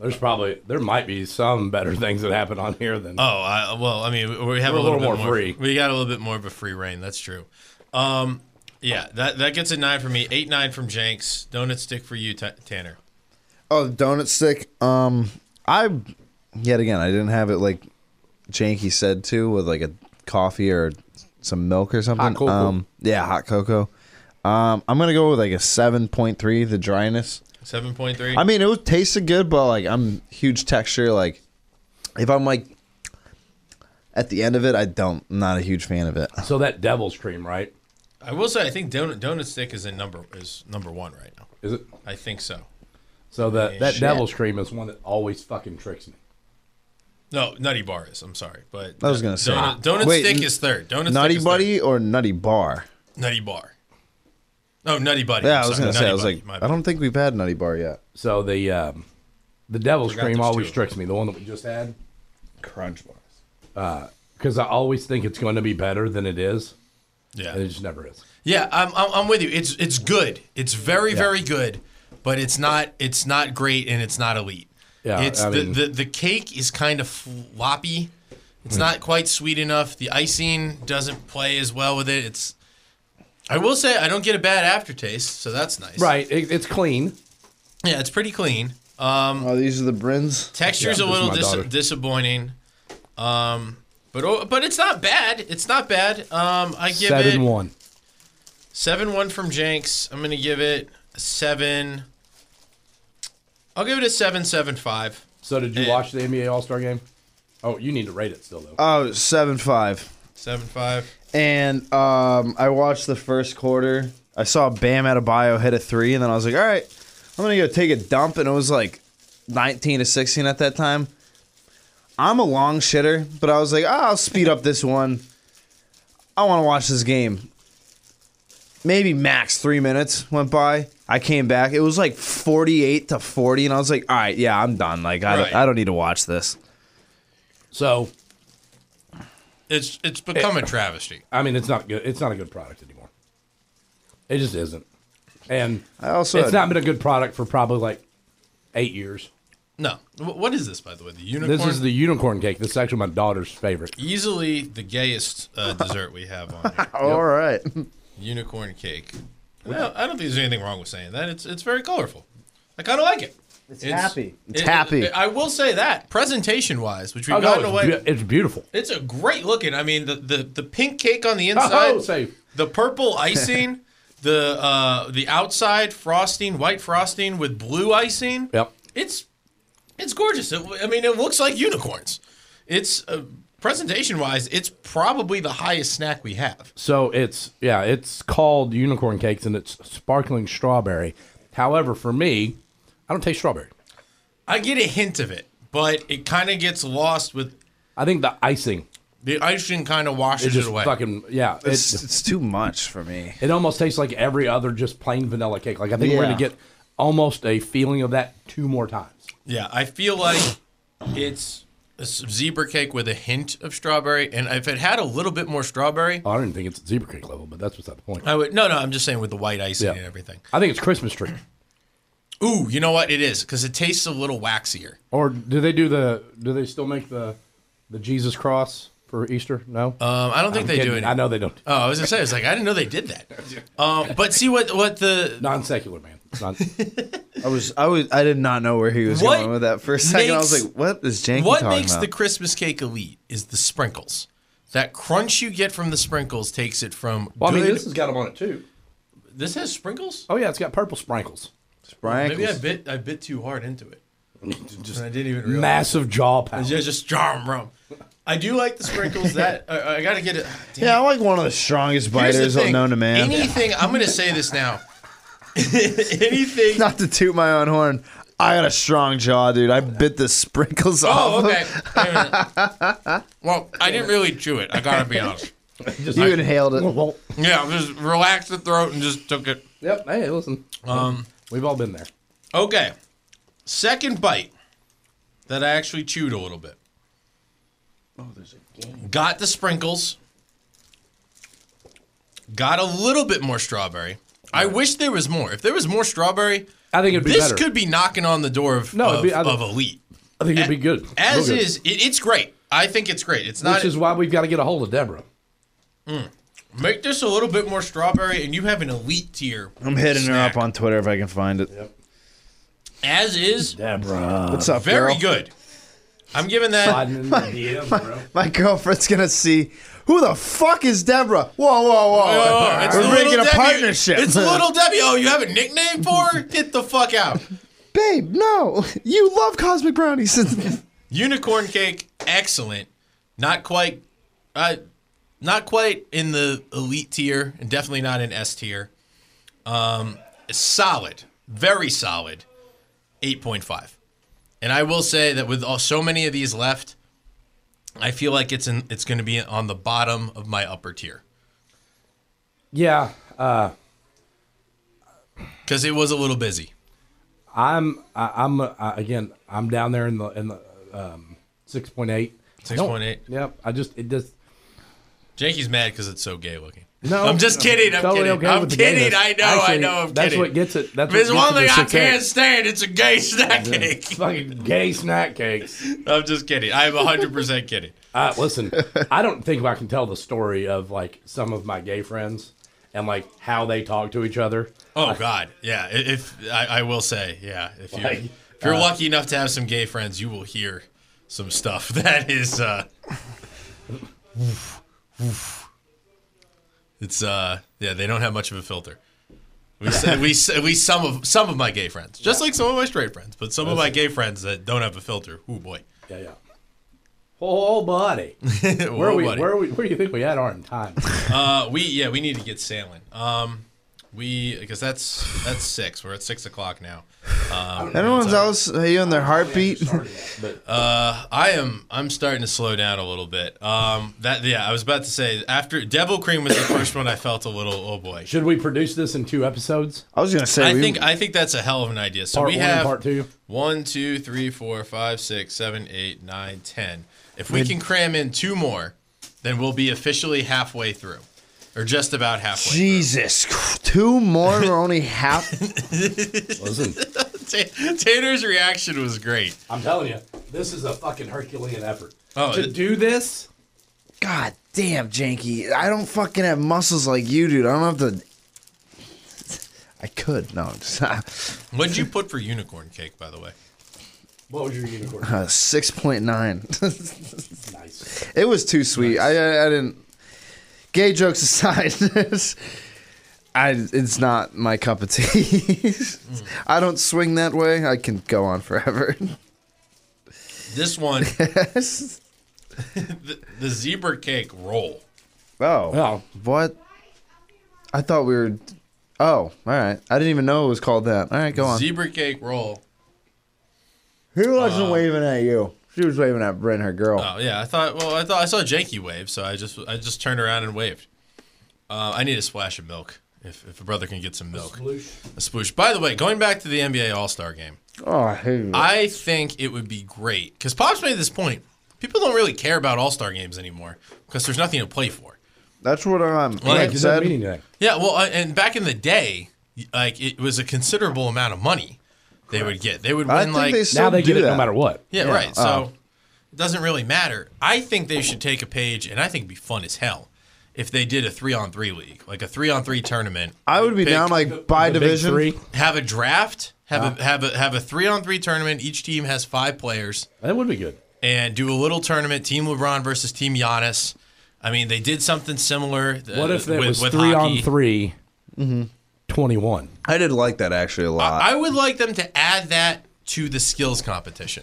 [SPEAKER 3] There's probably there might be some better things that happen on here than
[SPEAKER 2] oh I, well I mean we- we have
[SPEAKER 3] We're
[SPEAKER 2] a little, bit more,
[SPEAKER 3] free.
[SPEAKER 2] We got a little bit more of a free reign. That's true. Um, yeah, that that gets a nine from me. Eight nine from Jenks. Donut stick for you, Ta Tanner.
[SPEAKER 4] Oh, the donut stick. Um, I yet again, I didn't have it like Janky said too, with like a coffee or some milk or something.
[SPEAKER 3] cocoa.
[SPEAKER 4] Um, yeah, hot cocoa. Um, I'm gonna go with like a seven point three. The dryness.
[SPEAKER 2] Seven point three.
[SPEAKER 4] I mean, it was, tasted good, but like I'm huge texture. Like if I'm like at the end of it, I don't. I'm not a huge fan of it.
[SPEAKER 3] so that Devil's Cream, right?
[SPEAKER 2] I will say I think donut donut stick is in number is number one right now.
[SPEAKER 3] Is it?
[SPEAKER 2] I think so.
[SPEAKER 3] So that that
[SPEAKER 2] Shit.
[SPEAKER 3] devil's cream is one that always fucking tricks me.
[SPEAKER 2] No, Nutty Bar is. I'm sorry, but
[SPEAKER 4] I was gonna say.
[SPEAKER 2] Donut, donut
[SPEAKER 4] Wait,
[SPEAKER 2] Stick
[SPEAKER 4] n-
[SPEAKER 2] is third. Donut
[SPEAKER 4] Nutty
[SPEAKER 2] Stick is
[SPEAKER 4] Buddy or Nutty Bar?
[SPEAKER 2] Third. Nutty Bar. Oh, Nutty Buddy.
[SPEAKER 4] Yeah,
[SPEAKER 2] I'm
[SPEAKER 4] I was
[SPEAKER 2] sorry,
[SPEAKER 4] gonna say.
[SPEAKER 2] Nutty
[SPEAKER 4] I was
[SPEAKER 2] Buddy,
[SPEAKER 4] like,
[SPEAKER 2] my
[SPEAKER 4] I
[SPEAKER 2] bad.
[SPEAKER 4] don't think we've had Nutty Bar yet.
[SPEAKER 3] So the um, the devil's
[SPEAKER 2] Forgot
[SPEAKER 3] cream
[SPEAKER 2] there's
[SPEAKER 3] always
[SPEAKER 2] two.
[SPEAKER 3] tricks me. The one that we just had
[SPEAKER 5] Crunch bars.
[SPEAKER 3] because I always think it's going to be better than it is, and it
[SPEAKER 2] Yeah,
[SPEAKER 3] just never is.
[SPEAKER 2] yeah. I'm, I'm I'm with you. It's it's good. It's very very good, but it's not it's not great and it's not elite.
[SPEAKER 3] Yeah,
[SPEAKER 2] it's
[SPEAKER 3] I
[SPEAKER 2] the,
[SPEAKER 3] mean-
[SPEAKER 2] the the cake is kind of floppy. It's not quite sweet enough. The icing doesn't play as well with it. It's. I will say I don't get a bad aftertaste, so that's nice.
[SPEAKER 3] Right, it, it's clean.
[SPEAKER 2] Yeah, it's pretty clean. Um,
[SPEAKER 4] Oh, these are the Brins.
[SPEAKER 2] Texture's
[SPEAKER 3] Yeah,
[SPEAKER 2] a
[SPEAKER 3] this is
[SPEAKER 2] little
[SPEAKER 3] my
[SPEAKER 2] dis-
[SPEAKER 3] daughter.
[SPEAKER 2] disappointing, um, but oh, but it's not bad. It's not bad. Um, I give
[SPEAKER 3] Seven
[SPEAKER 2] it
[SPEAKER 3] one.
[SPEAKER 2] seven one from Jenks. I'm gonna give it a seven. I'll give it a seven seven five.
[SPEAKER 3] So did you
[SPEAKER 2] Eh.
[SPEAKER 3] watch the NBA All Star game? Oh, you need to rate it still though.
[SPEAKER 4] Oh, seven five.
[SPEAKER 2] Seven five.
[SPEAKER 4] And um, I watched the first quarter. I saw Bam out of bio hit a three, and then I was like, all right, I'm gonna go take a dump. And it was like 19 to 16 at that time. I'm a long shitter, but I was like, oh, I'll speed up this one. I want to watch this game. Maybe max three minutes went by. I came back. It was like 48 to 40, and I was like, all right, yeah, I'm done. Like, I,
[SPEAKER 2] Right.
[SPEAKER 4] I don't need to watch this.
[SPEAKER 3] So
[SPEAKER 2] It's it's become a travesty.
[SPEAKER 3] I mean, it's not good. It's not a good product anymore. It just isn't. And
[SPEAKER 4] I also
[SPEAKER 3] it's
[SPEAKER 4] had-
[SPEAKER 3] not been a good product for probably like eight years.
[SPEAKER 2] No, Wh- what is this by the way? The unicorn.
[SPEAKER 3] This is the unicorn cake. This is actually my daughter's favorite.
[SPEAKER 2] easily the gayest uh, dessert we have on here.
[SPEAKER 4] All right.
[SPEAKER 2] Unicorn cake. Well, I don't think there's anything wrong with saying that. It's it's very colorful. I kind of like it. It's,
[SPEAKER 4] happy. It's happy.
[SPEAKER 2] I will say that presentation wise, which we've
[SPEAKER 3] Oh, no,
[SPEAKER 2] gotten
[SPEAKER 3] it's,
[SPEAKER 2] away.
[SPEAKER 3] be- it's beautiful.
[SPEAKER 2] it's a great looking. I mean, the, the the pink cake on the
[SPEAKER 3] Oh,
[SPEAKER 2] inside,
[SPEAKER 3] safe.
[SPEAKER 2] the purple icing, the uh the outside frosting, white frosting with blue icing.
[SPEAKER 3] Yep.
[SPEAKER 2] It's it's gorgeous. It, I mean, it looks like unicorns. It's uh, presentation wise, it's probably the highest snack we have.
[SPEAKER 3] So it's yeah, it's called unicorn cakes and it's sparkling strawberry. However, for me, I don't taste strawberry.
[SPEAKER 2] I get a hint of it, but it kind of gets lost with
[SPEAKER 3] I think the icing
[SPEAKER 2] the icing kind of
[SPEAKER 3] is
[SPEAKER 2] washes it,
[SPEAKER 3] just
[SPEAKER 2] away.
[SPEAKER 3] fucking yeah.
[SPEAKER 4] It's,
[SPEAKER 3] It,
[SPEAKER 4] it's too much for me.
[SPEAKER 3] it almost tastes like every other just plain vanilla cake. Like I think we're gonna
[SPEAKER 4] Yeah.
[SPEAKER 3] get almost a feeling of that two more times.
[SPEAKER 2] Yeah, I feel like it's a s- zebra cake with a hint of strawberry, and if it had a little bit more strawberry,
[SPEAKER 3] Oh, I didn't think it's at zebra cake level, but that's beside the point.
[SPEAKER 2] I would. No, no, I'm just saying with the white icing
[SPEAKER 3] Yeah.
[SPEAKER 2] and everything.
[SPEAKER 3] I think it's Christmas tree.
[SPEAKER 2] Ooh, you know what? It is because it tastes a little waxier.
[SPEAKER 3] Or do they do the? Do they still make the the Jesus cross for Easter? No,
[SPEAKER 2] Um, I don't think they do it.
[SPEAKER 3] I know they don't.
[SPEAKER 2] Oh, I was gonna say, I was like, I didn't know they did that. Um, but see what what the
[SPEAKER 3] Non secular man. It's not-
[SPEAKER 4] I was I was I did not know where he was
[SPEAKER 2] What
[SPEAKER 4] going with that for a second. I was
[SPEAKER 2] makes-
[SPEAKER 4] like, what is Janky
[SPEAKER 2] what
[SPEAKER 4] talking
[SPEAKER 2] makes
[SPEAKER 4] about?
[SPEAKER 2] the Christmas cake elite is the sprinkles. That crunch you get from the sprinkles takes it from.
[SPEAKER 3] well, I mean,
[SPEAKER 2] good-
[SPEAKER 3] this has got them on it too.
[SPEAKER 2] This has sprinkles.
[SPEAKER 3] Oh yeah, it's got purple sprinkles.
[SPEAKER 2] Maybe I
[SPEAKER 4] Sprinkles.
[SPEAKER 2] bit I bit too hard into it.
[SPEAKER 3] Just
[SPEAKER 2] And I didn't even realize.
[SPEAKER 3] massive jaw pound.
[SPEAKER 2] Yeah, just jarm rum. I do like the sprinkles. That I, I gotta get it. Damn.
[SPEAKER 4] Yeah, I'm like one of the strongest
[SPEAKER 2] Here's the
[SPEAKER 4] biters
[SPEAKER 2] thing.
[SPEAKER 4] known to man.
[SPEAKER 2] Anything I'm gonna say this now. anything.
[SPEAKER 4] Not to toot my own horn. I got a strong jaw, dude. I bit the sprinkles
[SPEAKER 2] Oh,
[SPEAKER 4] off. of-
[SPEAKER 2] okay. Wait a minute. Well, I didn't really chew it. I gotta be honest.
[SPEAKER 3] Just-
[SPEAKER 4] You inhaled it.
[SPEAKER 3] Well,
[SPEAKER 2] Yeah, I just relaxed the throat and just took it.
[SPEAKER 3] yep. Hey, listen.
[SPEAKER 2] Um,
[SPEAKER 3] We've all been there.
[SPEAKER 2] Okay. Second bite that I actually chewed a little bit. Oh, there's a game. Got the sprinkles. Got a little bit more strawberry. I wish there was more. If there was more strawberry,
[SPEAKER 3] I think it'd be
[SPEAKER 2] this
[SPEAKER 3] better.
[SPEAKER 2] could be knocking on the door of,
[SPEAKER 3] No, it'd
[SPEAKER 2] of,
[SPEAKER 3] be- I-
[SPEAKER 2] of elite.
[SPEAKER 3] I think it'd be good.
[SPEAKER 2] As
[SPEAKER 3] Real good.
[SPEAKER 2] is, it, it's great. I think it's great. It's not
[SPEAKER 3] which is why we've got to get a hold of Deborah.
[SPEAKER 2] make this a little bit more strawberry, and you have an elite tier.
[SPEAKER 4] I'm hitting
[SPEAKER 2] snack.
[SPEAKER 4] her up on Twitter if I can find it.
[SPEAKER 2] As is,
[SPEAKER 3] Deborah.
[SPEAKER 4] What's up,
[SPEAKER 2] very
[SPEAKER 4] girl?
[SPEAKER 2] good. I'm giving that.
[SPEAKER 4] My girlfriend's gonna see who the fuck is Deborah. Whoa, whoa, whoa!
[SPEAKER 2] Oh, it's
[SPEAKER 4] We're
[SPEAKER 2] Little
[SPEAKER 4] making a
[SPEAKER 2] Debbie.
[SPEAKER 4] partnership.
[SPEAKER 2] It's little Debbie. Oh, you have a nickname for her? Get the fuck out.
[SPEAKER 4] babe. No, you love cosmic brownies.
[SPEAKER 2] Unicorn cake, excellent. Not quite. Uh, Not quite in the elite tier, and definitely not in S tier. Um, solid, very solid, eight point five. And I will say that with all, so many of these left, I feel like it's in, it's going to be on the bottom of my upper tier
[SPEAKER 3] Yeah, uh,
[SPEAKER 2] because it was a little busy.
[SPEAKER 3] I'm I, I'm uh, again I'm down there in the in the um, six point eight.
[SPEAKER 2] Six point eight.
[SPEAKER 3] Yep. I just it just
[SPEAKER 2] Jakey's mad because it's so gay looking.
[SPEAKER 3] no.
[SPEAKER 2] I'm just kidding. I'm
[SPEAKER 3] totally
[SPEAKER 2] kidding.
[SPEAKER 3] okay
[SPEAKER 2] I'm
[SPEAKER 3] with the
[SPEAKER 2] kidding.
[SPEAKER 3] gayness.
[SPEAKER 2] I know. I
[SPEAKER 3] Actually,
[SPEAKER 2] know. I'm
[SPEAKER 3] that's
[SPEAKER 2] kidding.
[SPEAKER 3] what gets it. That's
[SPEAKER 2] There's
[SPEAKER 3] what
[SPEAKER 2] one thing
[SPEAKER 3] gets
[SPEAKER 2] I
[SPEAKER 3] it to
[SPEAKER 2] can't
[SPEAKER 3] 6.8.
[SPEAKER 2] stand. It's a gay snack cake.
[SPEAKER 3] Fucking gay snack cakes.
[SPEAKER 2] I'm just kidding. I'm 100% kidding.
[SPEAKER 3] Uh, listen, I don't think I can tell the story of like some of my gay friends and like how they talk to each other.
[SPEAKER 2] Oh, God. Yeah. i- If I, I will say, yeah. If you're,
[SPEAKER 3] Like, uh,
[SPEAKER 2] if you're lucky enough to have some gay friends, you will hear some stuff that is. uh It's, uh yeah, they don't have much of a filter. We, s- we, s- we some of some of my gay friends, just like some of my straight friends, but some of my gay friends that don't have a filter. Oh boy,
[SPEAKER 3] Yeah, yeah. Whole body. Where
[SPEAKER 2] Oh,
[SPEAKER 3] are we?
[SPEAKER 2] buddy.
[SPEAKER 3] Where are we? Where do you think we at our in time?
[SPEAKER 2] Uh, we yeah, we need to get sailing. Um, we because that's that's six. We're at six o'clock now. Um,
[SPEAKER 4] Everyone's else, you on their heartbeat.
[SPEAKER 2] Uh, I am I'm starting to slow down a little bit. Um, that yeah, I was about to say after Devil Cream was the first one I felt a little oh boy.
[SPEAKER 3] Should we produce this in two episodes?
[SPEAKER 4] I was gonna say.
[SPEAKER 2] I
[SPEAKER 4] we,
[SPEAKER 2] think I think that's a hell of an idea. So
[SPEAKER 3] Part
[SPEAKER 2] we
[SPEAKER 3] one
[SPEAKER 2] have
[SPEAKER 3] and part two.
[SPEAKER 2] one, two, three, four, five, six, seven, eight, nine, ten. If we can cram in two more, then we'll be officially halfway through, or just about halfway. through.
[SPEAKER 4] Jesus, Christ, two more. We're only half.
[SPEAKER 3] Listen,
[SPEAKER 2] Ta- Tanner's reaction was great.
[SPEAKER 3] I'm telling you, this is a fucking Herculean effort.
[SPEAKER 2] Oh,
[SPEAKER 3] to
[SPEAKER 2] it-
[SPEAKER 3] do this,
[SPEAKER 4] God damn, Janky. I don't fucking have muscles like you, dude. I don't have to. I could. No, I'm just
[SPEAKER 2] What'd you put for unicorn cake, by the way?
[SPEAKER 3] what was your unicorn?
[SPEAKER 4] Uh, 6.9.
[SPEAKER 3] nice.
[SPEAKER 4] it was too sweet. I, I, I didn't. Gay jokes aside, it's- I, it's not my cup of tea.
[SPEAKER 2] Mm.
[SPEAKER 4] I don't swing that way. I can go on forever.
[SPEAKER 2] This one,
[SPEAKER 4] oh.
[SPEAKER 2] the, the zebra cake roll.
[SPEAKER 3] Well,
[SPEAKER 4] Oh. What? I thought we were. Oh, all right. I didn't even know it was called that. All right, go on.
[SPEAKER 2] Zebra cake roll.
[SPEAKER 4] Who
[SPEAKER 2] Uh,
[SPEAKER 4] wasn't waving at you? She was waving at Bryn, her girl.
[SPEAKER 2] Oh yeah, I thought. Well, I thought I saw Janky wave, so I just I just turned around and waved. Uh, I need a splash of milk. If, if a brother can get some milk, a sploosh. By the way, going back to the NBA All Star game,
[SPEAKER 4] oh, I hate it.
[SPEAKER 2] I think it would be great because Pops made this point. People don't really care about All Star games anymore because there's nothing to play for.
[SPEAKER 4] That's what I'm.
[SPEAKER 2] Like,
[SPEAKER 4] Like
[SPEAKER 3] Is that
[SPEAKER 4] said,
[SPEAKER 3] meeting today?
[SPEAKER 2] Yeah, well, uh, and back in the day, like it was a considerable amount of money they would get. They would win
[SPEAKER 4] I think
[SPEAKER 2] like
[SPEAKER 4] they
[SPEAKER 3] Now
[SPEAKER 4] still
[SPEAKER 3] they
[SPEAKER 4] do
[SPEAKER 3] get it
[SPEAKER 4] that.
[SPEAKER 3] no matter what.
[SPEAKER 2] Yeah,
[SPEAKER 4] Yeah,
[SPEAKER 2] right. So
[SPEAKER 3] uh,
[SPEAKER 4] oh.
[SPEAKER 2] it doesn't really matter. I think they should take a page, and I think it'd be fun as hell if they did a three on three league, like a three on three tournament.
[SPEAKER 4] I would be
[SPEAKER 2] Pick-
[SPEAKER 4] down like by
[SPEAKER 3] The big
[SPEAKER 4] division.
[SPEAKER 3] three.
[SPEAKER 2] have a draft, have a have a have a three on three tournament. Each team has five players,
[SPEAKER 3] That would be good.
[SPEAKER 2] and do a little tournament. Team LeBron versus Team Giannis. I mean, they did something similar. uh,
[SPEAKER 3] What if it
[SPEAKER 2] with-
[SPEAKER 3] was
[SPEAKER 2] with
[SPEAKER 3] three
[SPEAKER 2] hockey.
[SPEAKER 3] on 3
[SPEAKER 4] Mm-hmm.
[SPEAKER 3] 21.
[SPEAKER 4] I did like that actually a lot.
[SPEAKER 2] I would like them to add that to the skills competition.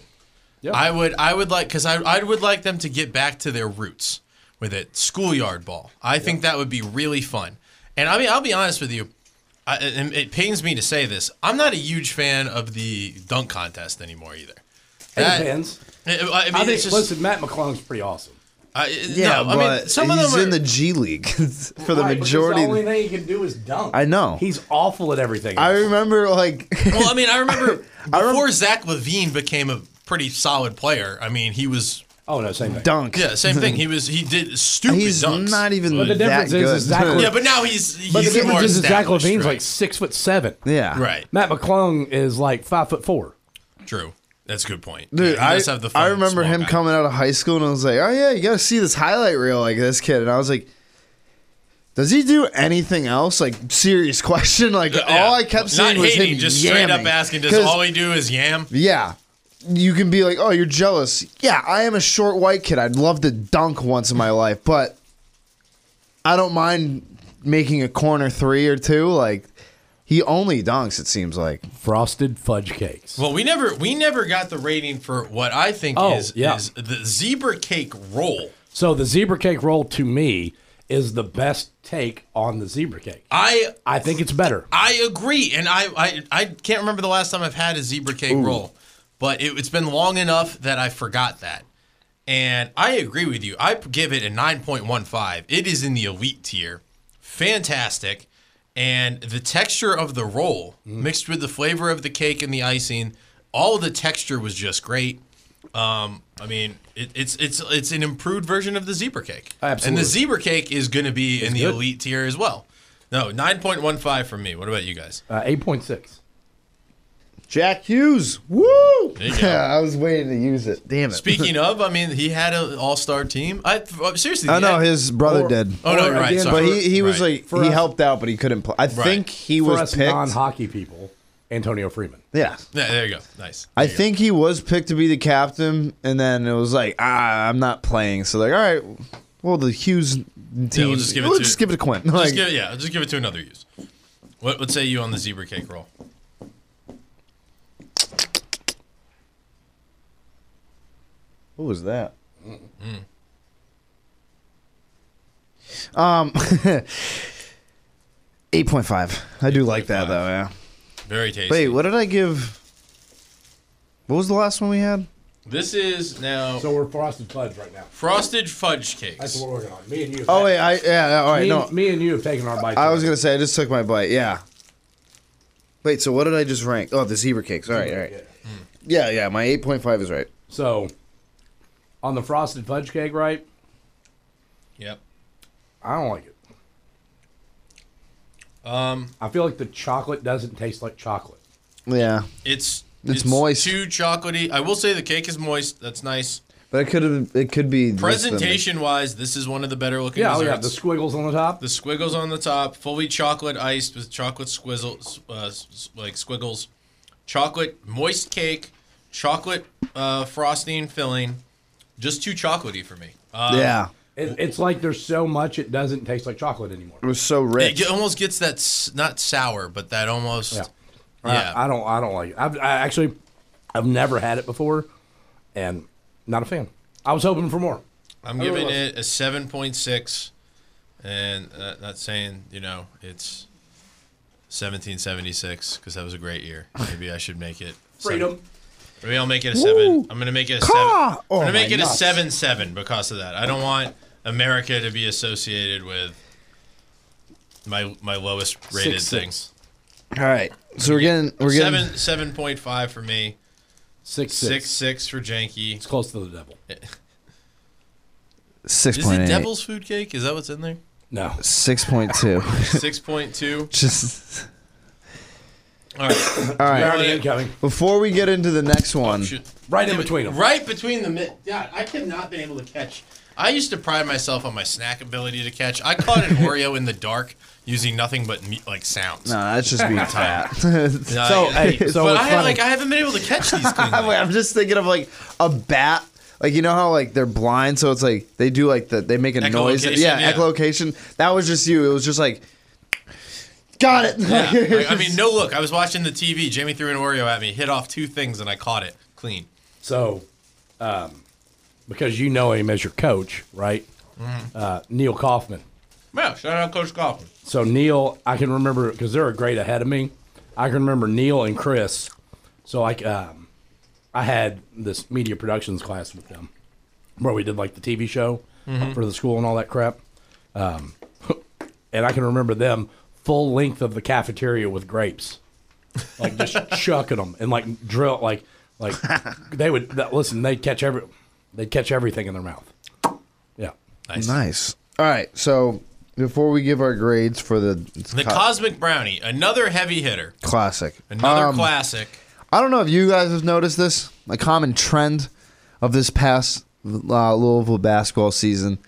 [SPEAKER 3] Yeah.
[SPEAKER 2] I would I would like because I I would like them to get back to their roots with it schoolyard ball. I think that would be really fun. And I mean I'll be honest with you, I, and it pains me to say this. I'm not a huge fan of the dunk contest anymore either. That-
[SPEAKER 3] it depends.
[SPEAKER 2] I, I mean,
[SPEAKER 3] I think,
[SPEAKER 2] it's just,
[SPEAKER 3] listen, Matt McClung's pretty awesome.
[SPEAKER 2] I,
[SPEAKER 4] yeah,
[SPEAKER 2] no,
[SPEAKER 4] but
[SPEAKER 2] I mean, some of
[SPEAKER 4] he's
[SPEAKER 2] them are,
[SPEAKER 4] in the G League for the
[SPEAKER 3] Right, because
[SPEAKER 4] majority.
[SPEAKER 3] The only thing he can do is dunk.
[SPEAKER 4] I know.
[SPEAKER 3] He's awful at everything.
[SPEAKER 4] I remember like
[SPEAKER 2] Well, I mean, I remember before Zach Levine became a pretty solid player. I mean, he was
[SPEAKER 3] oh, no, same thing.
[SPEAKER 4] dunk.
[SPEAKER 2] yeah, same thing. He was he did stupid
[SPEAKER 4] he's
[SPEAKER 2] dunks.
[SPEAKER 4] not even
[SPEAKER 3] the
[SPEAKER 4] that
[SPEAKER 3] difference is-
[SPEAKER 4] good.
[SPEAKER 3] is Zach-
[SPEAKER 2] Yeah, but now he's he's
[SPEAKER 3] But the
[SPEAKER 2] more
[SPEAKER 3] difference is that Zach
[SPEAKER 2] established,
[SPEAKER 3] Levine's
[SPEAKER 2] right?
[SPEAKER 3] like six foot seven.
[SPEAKER 4] yeah,
[SPEAKER 2] Right.
[SPEAKER 3] Matt McClung is like five foot four.
[SPEAKER 2] True. That's a good point.
[SPEAKER 4] Dude,
[SPEAKER 2] Yeah, he
[SPEAKER 4] I,
[SPEAKER 2] does have the
[SPEAKER 4] I
[SPEAKER 2] fun
[SPEAKER 4] remember
[SPEAKER 2] small
[SPEAKER 4] him
[SPEAKER 2] guy.
[SPEAKER 4] coming out of high school and I was like, oh yeah, you got to see this highlight reel like this kid. And I was like, does he do anything else? Like, serious question. Like,
[SPEAKER 2] Yeah.
[SPEAKER 4] all I kept seeing
[SPEAKER 2] Not
[SPEAKER 4] was
[SPEAKER 2] hating,
[SPEAKER 4] him
[SPEAKER 2] just straight
[SPEAKER 4] yamming.
[SPEAKER 2] up asking, does
[SPEAKER 4] 'Cause,
[SPEAKER 2] all he do is yam?
[SPEAKER 4] Yeah. You can be like, oh, you're jealous. Yeah, I am a short white kid. I'd love to dunk once in my life, but I don't mind making a corner three or two. Like, he only dunks, it seems like.
[SPEAKER 3] Frosted fudge cakes.
[SPEAKER 2] Well, we never we never got the rating for what I think
[SPEAKER 3] Oh,
[SPEAKER 2] is
[SPEAKER 3] yeah.
[SPEAKER 2] is the zebra cake roll.
[SPEAKER 3] So the zebra cake roll to me is the best take on the zebra cake.
[SPEAKER 2] I
[SPEAKER 3] I think it's better.
[SPEAKER 2] I agree, and I, I I can't remember the last time I've had a zebra cake roll, but it, it's been long enough that I forgot that. And I agree with you. I give it a nine point one five. It is in the elite tier, fantastic, and the texture of the roll
[SPEAKER 4] Mm.
[SPEAKER 2] mixed with the flavor of the cake and the icing, all the texture was just great. Um, I mean, it, it's it's it's an improved version of the zebra cake, and
[SPEAKER 3] Absolutely.
[SPEAKER 2] the zebra cake is going to be in the
[SPEAKER 3] good.
[SPEAKER 2] elite tier as well. No, nine point one five from me. What about you guys?
[SPEAKER 3] Uh, Eight point six.
[SPEAKER 5] Jack Hughes. Woo!
[SPEAKER 2] There you go.
[SPEAKER 5] Yeah, I was waiting to use it. Damn it.
[SPEAKER 2] Speaking of, I mean, he had an all-star team. I uh, seriously.
[SPEAKER 4] I
[SPEAKER 2] the-
[SPEAKER 4] know Oh, his brother
[SPEAKER 3] Or-
[SPEAKER 4] did.
[SPEAKER 2] Oh no,
[SPEAKER 3] Or
[SPEAKER 2] right.
[SPEAKER 3] again,
[SPEAKER 2] sorry.
[SPEAKER 4] But he, he was
[SPEAKER 2] Right.
[SPEAKER 4] like
[SPEAKER 3] For
[SPEAKER 4] he
[SPEAKER 3] us-
[SPEAKER 4] helped out, but he couldn't play. I think he
[SPEAKER 3] For
[SPEAKER 4] was
[SPEAKER 3] us
[SPEAKER 4] picked.
[SPEAKER 3] non-hockey people, Antonio Freeman.
[SPEAKER 4] yeah,
[SPEAKER 2] Yeah, there you go. Nice.
[SPEAKER 4] I
[SPEAKER 2] There you
[SPEAKER 4] think he was picked to be the captain, and then it was like ah, I'm not playing. So like, all right, well the Hughes team,
[SPEAKER 2] we'll just give it
[SPEAKER 4] we'll
[SPEAKER 2] to-
[SPEAKER 4] just give it to Quinn.
[SPEAKER 2] go.
[SPEAKER 4] Like,
[SPEAKER 2] Just give it, yeah, just give it to another use. What what say you on the zebra cake roll?
[SPEAKER 4] what was that?
[SPEAKER 2] Mm-hmm.
[SPEAKER 4] Um, eight point five. I do like that though. Yeah.
[SPEAKER 2] Very tasty.
[SPEAKER 4] Wait, what did I give? What was the last one we had?
[SPEAKER 2] This is now
[SPEAKER 3] So we're frosted fudge right now.
[SPEAKER 2] frosted fudge
[SPEAKER 3] That's
[SPEAKER 2] cakes.
[SPEAKER 3] what we're working on. Me and you.
[SPEAKER 4] Oh wait, I yeah. All right,
[SPEAKER 3] me,
[SPEAKER 4] no,
[SPEAKER 3] me and you have taken our bites.
[SPEAKER 4] I was gonna say I just took my bite. Yeah. Wait, so what did I just rank? Oh, the zebra cakes. All right, all right. Yeah, yeah. My eight point five is right.
[SPEAKER 3] So, on the frosted fudge cake, right?
[SPEAKER 2] Yep.
[SPEAKER 3] I don't like it.
[SPEAKER 2] Um,
[SPEAKER 3] I feel like the chocolate doesn't taste like chocolate.
[SPEAKER 4] Yeah,
[SPEAKER 2] it's
[SPEAKER 4] It's moist.
[SPEAKER 2] Too chocolatey. I will say the cake is moist. That's nice.
[SPEAKER 4] but it could have. It could be less than-
[SPEAKER 2] Presentation wise, this is one of the better looking.
[SPEAKER 3] Yeah, oh
[SPEAKER 2] desserts.
[SPEAKER 3] yeah, the squiggles on the top.
[SPEAKER 2] The squiggles on the top, fully chocolate iced with chocolate squizzles, uh, s- s- like squiggles, chocolate moist cake, chocolate uh, frosting filling. Just too chocolatey for me. Uh,
[SPEAKER 4] yeah,
[SPEAKER 3] It, it's like there's so much it doesn't taste like chocolate anymore.
[SPEAKER 4] it was so
[SPEAKER 2] It
[SPEAKER 4] rich.
[SPEAKER 2] ge- almost gets that s- not sour, but that almost.
[SPEAKER 3] Yeah.
[SPEAKER 2] Yeah.
[SPEAKER 3] I, I don't. I don't like it. I've, I actually, I've never had it before, and not a fan. I was hoping for more.
[SPEAKER 2] I'm
[SPEAKER 3] really
[SPEAKER 2] giving
[SPEAKER 3] like
[SPEAKER 2] it a seven point six, and uh, not saying you know it's 1776 because that was a great year. Maybe I should make it seven- Maybe I'll make it a seven. I'm gonna make it a
[SPEAKER 4] Caw!
[SPEAKER 2] seven.
[SPEAKER 4] Oh,
[SPEAKER 2] I'm gonna make
[SPEAKER 4] my
[SPEAKER 2] it a
[SPEAKER 4] nuts.
[SPEAKER 2] seven seven because of that. I don't want America to be associated with my my lowest rated
[SPEAKER 3] Six, six.
[SPEAKER 2] things.
[SPEAKER 4] all right, so we're getting we're getting
[SPEAKER 2] Seven seven point five for me.
[SPEAKER 3] Six six.
[SPEAKER 2] Six six for Janky.
[SPEAKER 3] It's close to the devil.
[SPEAKER 4] six
[SPEAKER 2] Is it
[SPEAKER 4] point eight,
[SPEAKER 2] Devil's Food Cake? Is that what's in there?
[SPEAKER 3] No.
[SPEAKER 4] six point two.
[SPEAKER 2] Six point two.
[SPEAKER 4] Just
[SPEAKER 2] All right.
[SPEAKER 4] all right.
[SPEAKER 3] Already incoming.
[SPEAKER 4] Before we get into the next one,
[SPEAKER 2] Oh, Shoot.
[SPEAKER 3] Right in between them.
[SPEAKER 2] Right between the mid. God, I have not been able to catch. I used to pride myself on my snack ability to catch. I caught an Oreo in the dark using nothing but me- like sounds.
[SPEAKER 4] no, that's just being fat.
[SPEAKER 2] Yeah,
[SPEAKER 4] so
[SPEAKER 2] I-
[SPEAKER 4] hey, so
[SPEAKER 2] but
[SPEAKER 4] it's
[SPEAKER 2] I
[SPEAKER 4] funny.
[SPEAKER 2] like I haven't been able to catch these things.
[SPEAKER 4] I'm, like-
[SPEAKER 2] Like,
[SPEAKER 4] I'm just thinking of like a bat. Like you know how like they're blind, so it's like they do like the they make a noise.
[SPEAKER 2] Echolocation,
[SPEAKER 4] Yeah,
[SPEAKER 2] yeah.
[SPEAKER 4] echolocation. That was just you. It was just like, got it.
[SPEAKER 2] yeah. Like, I mean, no look. I was watching the TV. Jamie threw an Oreo at me, hit off two things, and I caught it clean.
[SPEAKER 3] So, um, because you know him as your coach, right? Uh, Neil Kaufman.
[SPEAKER 2] Yeah, shout out Coach Coughlin.
[SPEAKER 3] So Neil, I can remember because they're a grade ahead of me. I can remember Neil and Chris. So like, um, I had this media productions class with them, where we did like the TV show for the school and all that crap. Um, and I can remember them full length of the cafeteria with grapes, like just chucking them and like drill like like they would that, listen. They'd catch every they'd catch everything in their mouth. Yeah,
[SPEAKER 2] Nice.
[SPEAKER 4] nice. All right. So before we give our grades for the,
[SPEAKER 2] The
[SPEAKER 4] co-
[SPEAKER 2] Cosmic Brownie, another heavy hitter,
[SPEAKER 4] classic,
[SPEAKER 2] another
[SPEAKER 4] Um,
[SPEAKER 2] classic.
[SPEAKER 4] I don't know if you guys have noticed this, a common trend of this past uh, Louisville basketball season.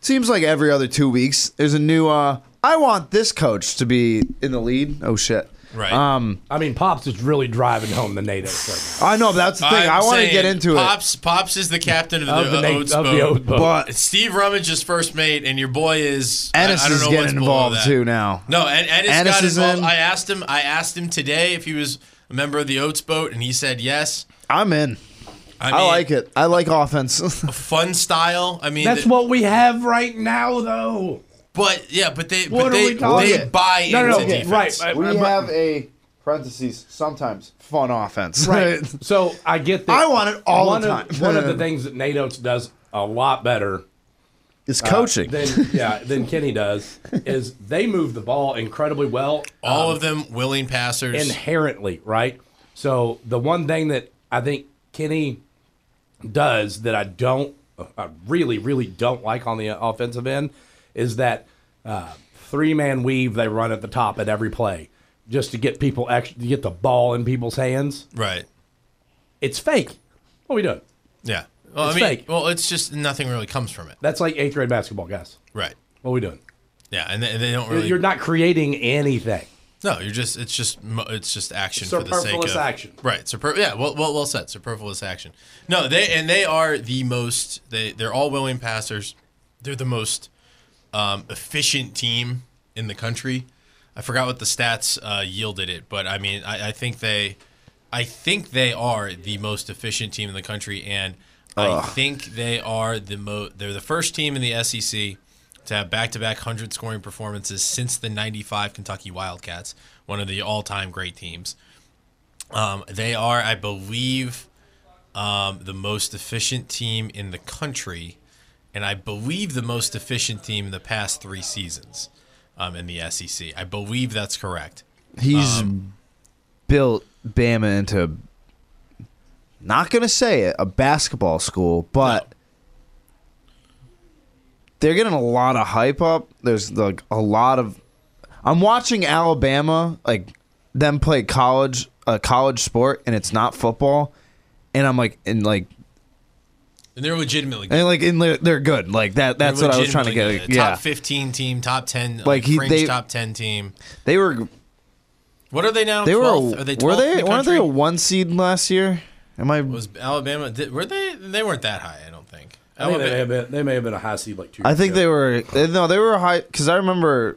[SPEAKER 4] Seems like every other two weeks, there's a new. Uh, I want this coach to be in the lead. Oh shit!
[SPEAKER 2] Right.
[SPEAKER 4] Um,
[SPEAKER 3] I mean, Pops is really driving home the natives right now.
[SPEAKER 4] I know, but that's the thing.
[SPEAKER 2] I'm
[SPEAKER 4] i want to get
[SPEAKER 2] saying
[SPEAKER 4] into it.
[SPEAKER 2] Pops, Pops is the captain of the,
[SPEAKER 3] Of the
[SPEAKER 2] uh,
[SPEAKER 3] na-
[SPEAKER 2] Oats
[SPEAKER 3] of the
[SPEAKER 2] boat.
[SPEAKER 3] Oats boat.
[SPEAKER 4] But
[SPEAKER 2] Steve Rummage is first mate, and your boy is. I-
[SPEAKER 4] Ennis
[SPEAKER 2] I, don't
[SPEAKER 4] is
[SPEAKER 2] know what's
[SPEAKER 4] getting
[SPEAKER 2] below
[SPEAKER 4] involved
[SPEAKER 2] that.
[SPEAKER 4] too now.
[SPEAKER 2] No, and Ennis,
[SPEAKER 4] Ennis
[SPEAKER 2] got
[SPEAKER 4] is
[SPEAKER 2] involved.
[SPEAKER 4] in.
[SPEAKER 2] I asked him. I asked him today if he was a member of the Oats boat, and he said yes.
[SPEAKER 4] I'm in.
[SPEAKER 2] I,
[SPEAKER 4] I
[SPEAKER 2] mean,
[SPEAKER 4] like it. I like offense.
[SPEAKER 2] fun style. I mean,
[SPEAKER 3] That's
[SPEAKER 2] the-
[SPEAKER 3] what we have right now, though.
[SPEAKER 2] but yeah, but they
[SPEAKER 3] What
[SPEAKER 2] but
[SPEAKER 3] are
[SPEAKER 2] they,
[SPEAKER 3] we talking-
[SPEAKER 2] they buy
[SPEAKER 3] No, no,
[SPEAKER 2] into
[SPEAKER 3] no, okay,
[SPEAKER 2] defense.
[SPEAKER 3] right,
[SPEAKER 5] We
[SPEAKER 3] Uh, but-
[SPEAKER 5] have a parentheses sometimes fun offense.
[SPEAKER 3] Right. so I get that.
[SPEAKER 4] I want it all the
[SPEAKER 3] one
[SPEAKER 4] time.
[SPEAKER 3] Of, one of the things that Nate Oates does a lot better
[SPEAKER 4] it's coaching.
[SPEAKER 2] Uh,
[SPEAKER 3] than yeah than Kenny does is they move the ball incredibly well
[SPEAKER 2] All of them willing passers.
[SPEAKER 3] inherently, right? So the one thing that I think Kenny does that I don't, I really, really don't like on the offensive end is that uh, three man weave they run at the top at every play just to get people actually to get the ball in people's hands.
[SPEAKER 2] right.
[SPEAKER 3] It's fake. What are we doing?
[SPEAKER 2] Yeah. Well,
[SPEAKER 3] It's
[SPEAKER 2] I mean,
[SPEAKER 3] fake.
[SPEAKER 2] well, it's just nothing really comes from it.
[SPEAKER 3] That's like eighth grade basketball, guys.
[SPEAKER 2] Right.
[SPEAKER 3] What are we doing?
[SPEAKER 2] Yeah, and they, they don't really.
[SPEAKER 3] You're not creating anything.
[SPEAKER 2] no, you're just. It's just. mo- It's just action for the sake
[SPEAKER 3] Superfluous
[SPEAKER 2] of
[SPEAKER 3] action.
[SPEAKER 2] Right. Super. Yeah. Well, well. Well said. Superfluous action. No. They and they are the most. They they're all willing passers. They're the most um, efficient team in the country. I forgot what the stats uh, yielded it, but I mean, I, I think they, I think they are the most efficient team in the country, and I think they are the mo. They're the first team in the SEC to have back-to-back hundred scoring performances since the '95 Kentucky Wildcats, one of the all-time great teams. Um, they are, I believe, um, the most efficient team in the country, and I believe the most efficient team in the past three seasons um, in the SEC. I believe that's correct.
[SPEAKER 4] He's
[SPEAKER 2] Um,
[SPEAKER 4] built Bama into not gonna say it, a basketball school, but they're getting a lot of hype up. There's like a lot of I'm watching Alabama like them play college a college sport and it's not football and I'm like and like
[SPEAKER 2] And they're legitimately good.
[SPEAKER 4] and like and they're- they're good. Like that that's what I was trying to
[SPEAKER 2] Legitimately
[SPEAKER 4] get.
[SPEAKER 2] good.
[SPEAKER 4] yeah.
[SPEAKER 2] Top 15 team, top 10, like,
[SPEAKER 4] Like, he-
[SPEAKER 2] fringe
[SPEAKER 4] they-
[SPEAKER 2] top 10 team.
[SPEAKER 4] They were
[SPEAKER 2] What are they now?
[SPEAKER 4] they were a-
[SPEAKER 2] 12th? Are they 12th
[SPEAKER 4] were they
[SPEAKER 2] in the
[SPEAKER 4] weren't they a
[SPEAKER 2] country?
[SPEAKER 4] one seed last year? Am I
[SPEAKER 2] Was Alabama, did, were they, they weren't that high, I don't think.
[SPEAKER 3] I think they may
[SPEAKER 2] Alabama-
[SPEAKER 3] have been, they may have been a high seed like two.
[SPEAKER 4] I
[SPEAKER 3] years
[SPEAKER 4] think
[SPEAKER 3] ago.
[SPEAKER 4] they were they- no, they were high because I remember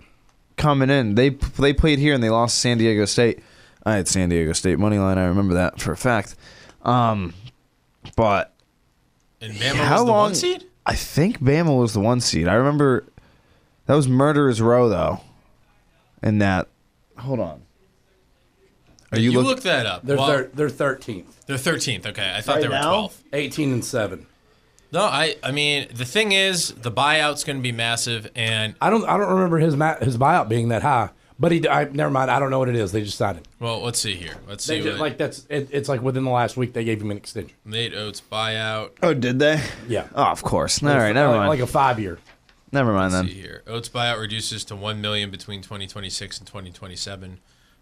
[SPEAKER 4] coming in. They they played here and they lost to San Diego State. I had San Diego State money line. I remember that for a fact. Um, but
[SPEAKER 2] and Bama
[SPEAKER 4] how
[SPEAKER 2] was the
[SPEAKER 4] long?
[SPEAKER 2] one seed?
[SPEAKER 4] I think Bama was the one seed. I remember that was Murderers Row though, and that. Hold on. Are
[SPEAKER 2] You,
[SPEAKER 4] you, look?
[SPEAKER 2] look that up.
[SPEAKER 3] They're
[SPEAKER 2] Well,
[SPEAKER 3] thir- they're thirteenth,
[SPEAKER 2] they're 13th. Okay. I thought
[SPEAKER 5] Right
[SPEAKER 2] they were
[SPEAKER 5] now?
[SPEAKER 2] 12th.
[SPEAKER 3] eighteen and seven.
[SPEAKER 2] No, I, I mean, the thing is, the buyout's going to be massive, and
[SPEAKER 3] I don't I don't remember his ma- his buyout being that high. But he I, never mind. I don't know what it is. They just signed him.
[SPEAKER 2] Well, let's see here. Let's
[SPEAKER 3] They
[SPEAKER 2] see.
[SPEAKER 3] just,
[SPEAKER 2] what
[SPEAKER 3] like that's it, it's like within the last week they gave him an extension.
[SPEAKER 2] Nate Oates buyout.
[SPEAKER 4] oh, did they?
[SPEAKER 3] Yeah.
[SPEAKER 4] Oh, of course. All right, never
[SPEAKER 3] Like-
[SPEAKER 4] mind.
[SPEAKER 3] Like a five year.
[SPEAKER 4] never mind
[SPEAKER 2] Let's see
[SPEAKER 4] then.
[SPEAKER 2] here. Oates buyout reduces to one million between 2026 and 2027,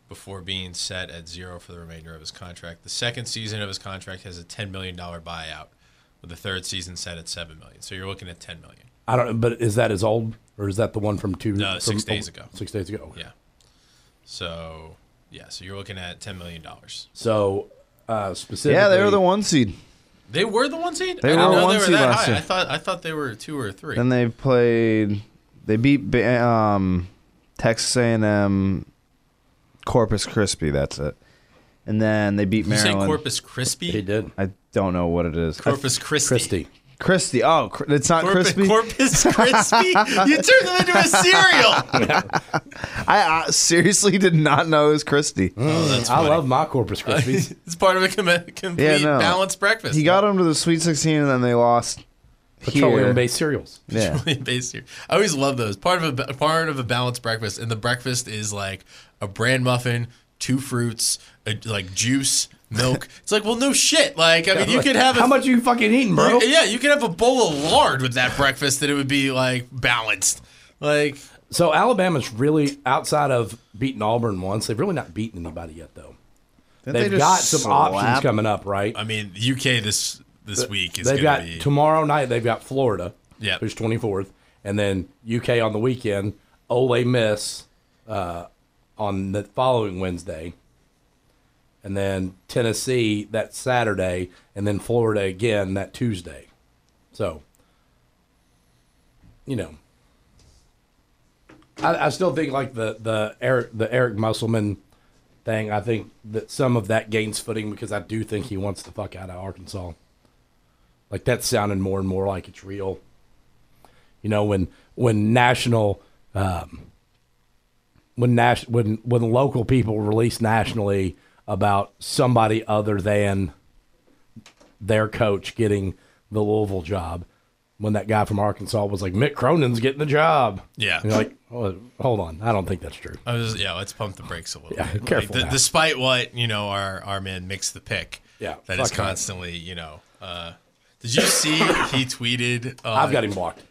[SPEAKER 2] before being set at zero for the remainder of his contract. The second season of his contract has a 10 million dollar buyout, with the third season set at seven million. So you're looking at 10 million.
[SPEAKER 3] I don't. But is that as old or is that the one from two?
[SPEAKER 2] No, six
[SPEAKER 3] from-
[SPEAKER 2] days ago.
[SPEAKER 3] Six days ago. okay.
[SPEAKER 2] Yeah. So yeah, so you're looking at 10 million dollars.
[SPEAKER 3] So uh, specifically,
[SPEAKER 4] Yeah, they were the one seed.
[SPEAKER 2] They were the one seed.
[SPEAKER 4] They
[SPEAKER 2] I didn't
[SPEAKER 4] were
[SPEAKER 2] know
[SPEAKER 4] one
[SPEAKER 2] they were
[SPEAKER 4] seed
[SPEAKER 2] that
[SPEAKER 4] last
[SPEAKER 2] high.
[SPEAKER 4] year.
[SPEAKER 2] I thought I thought they were two or three.
[SPEAKER 4] Then they played. They beat Ba- um, Texas A&M, Corpus Christi. That's it. And then they beat
[SPEAKER 2] Did you say
[SPEAKER 4] Maryland.
[SPEAKER 2] Corpus
[SPEAKER 3] He
[SPEAKER 2] Crispy?
[SPEAKER 3] did.
[SPEAKER 4] I don't know what it is.
[SPEAKER 2] Corpus Christi.
[SPEAKER 3] Christie.
[SPEAKER 4] Christy. Oh, cr- it's not
[SPEAKER 2] Corpus
[SPEAKER 4] crispy.
[SPEAKER 2] Corpus Crispy? you turned them into a cereal.
[SPEAKER 4] I, I seriously did not know it was Christy.
[SPEAKER 3] I love my Corpus Christi.
[SPEAKER 2] it's part of a com- complete
[SPEAKER 4] Yeah, no.
[SPEAKER 2] balanced breakfast.
[SPEAKER 4] He got them to the Sweet 16, and then they lost.
[SPEAKER 3] Petroleum based cereals.
[SPEAKER 4] Yeah.
[SPEAKER 2] based here. I always love those. Part of a part of a balanced breakfast, and the breakfast is like a bran muffin, two fruits, a, like juice, milk. it's like, well, no shit. Like, I mean, you could have a,
[SPEAKER 3] How much you fucking eating, bro?
[SPEAKER 2] Yeah, you could have a bowl of lard with that breakfast, and it would be like balanced. Like,
[SPEAKER 3] So Alabama's really outside of beating Auburn once. They've really not beaten anybody yet, though. They've
[SPEAKER 4] just
[SPEAKER 3] got some options
[SPEAKER 4] slap?
[SPEAKER 3] coming up, right?
[SPEAKER 2] I mean, UK this this week is
[SPEAKER 3] They've
[SPEAKER 2] going
[SPEAKER 3] got
[SPEAKER 2] to be
[SPEAKER 3] tomorrow night. They've got Florida,
[SPEAKER 2] Yep.
[SPEAKER 3] who's twenty fourth, and then UK on the weekend. Ole Miss uh, on the following Wednesday, and then Tennessee that Saturday, and then Florida again that Tuesday. So, you know, I, I still think like the the Eric the Eric Musselman thing. I think that some of that gains footing because I do think he wants the fuck out of Arkansas Like that's sounding more and more like it's real. You know, when when national um, when nas- when when local people release nationally about somebody other than their coach getting the Louisville job, when that guy from Arkansas was like Mick Cronin's getting the job.
[SPEAKER 2] Yeah.
[SPEAKER 3] And you're like, oh, hold on, I don't think that's true.
[SPEAKER 2] I was, yeah, let's pump the brakes a little
[SPEAKER 3] Yeah,
[SPEAKER 2] bit.
[SPEAKER 3] careful
[SPEAKER 2] Like,
[SPEAKER 3] now.
[SPEAKER 2] despite what, you know, our, our man makes the pick.
[SPEAKER 3] Yeah,
[SPEAKER 2] That is
[SPEAKER 3] fuck that.
[SPEAKER 2] constantly, you know. Uh, did you see he tweeted? Uh,
[SPEAKER 3] I've got him blocked.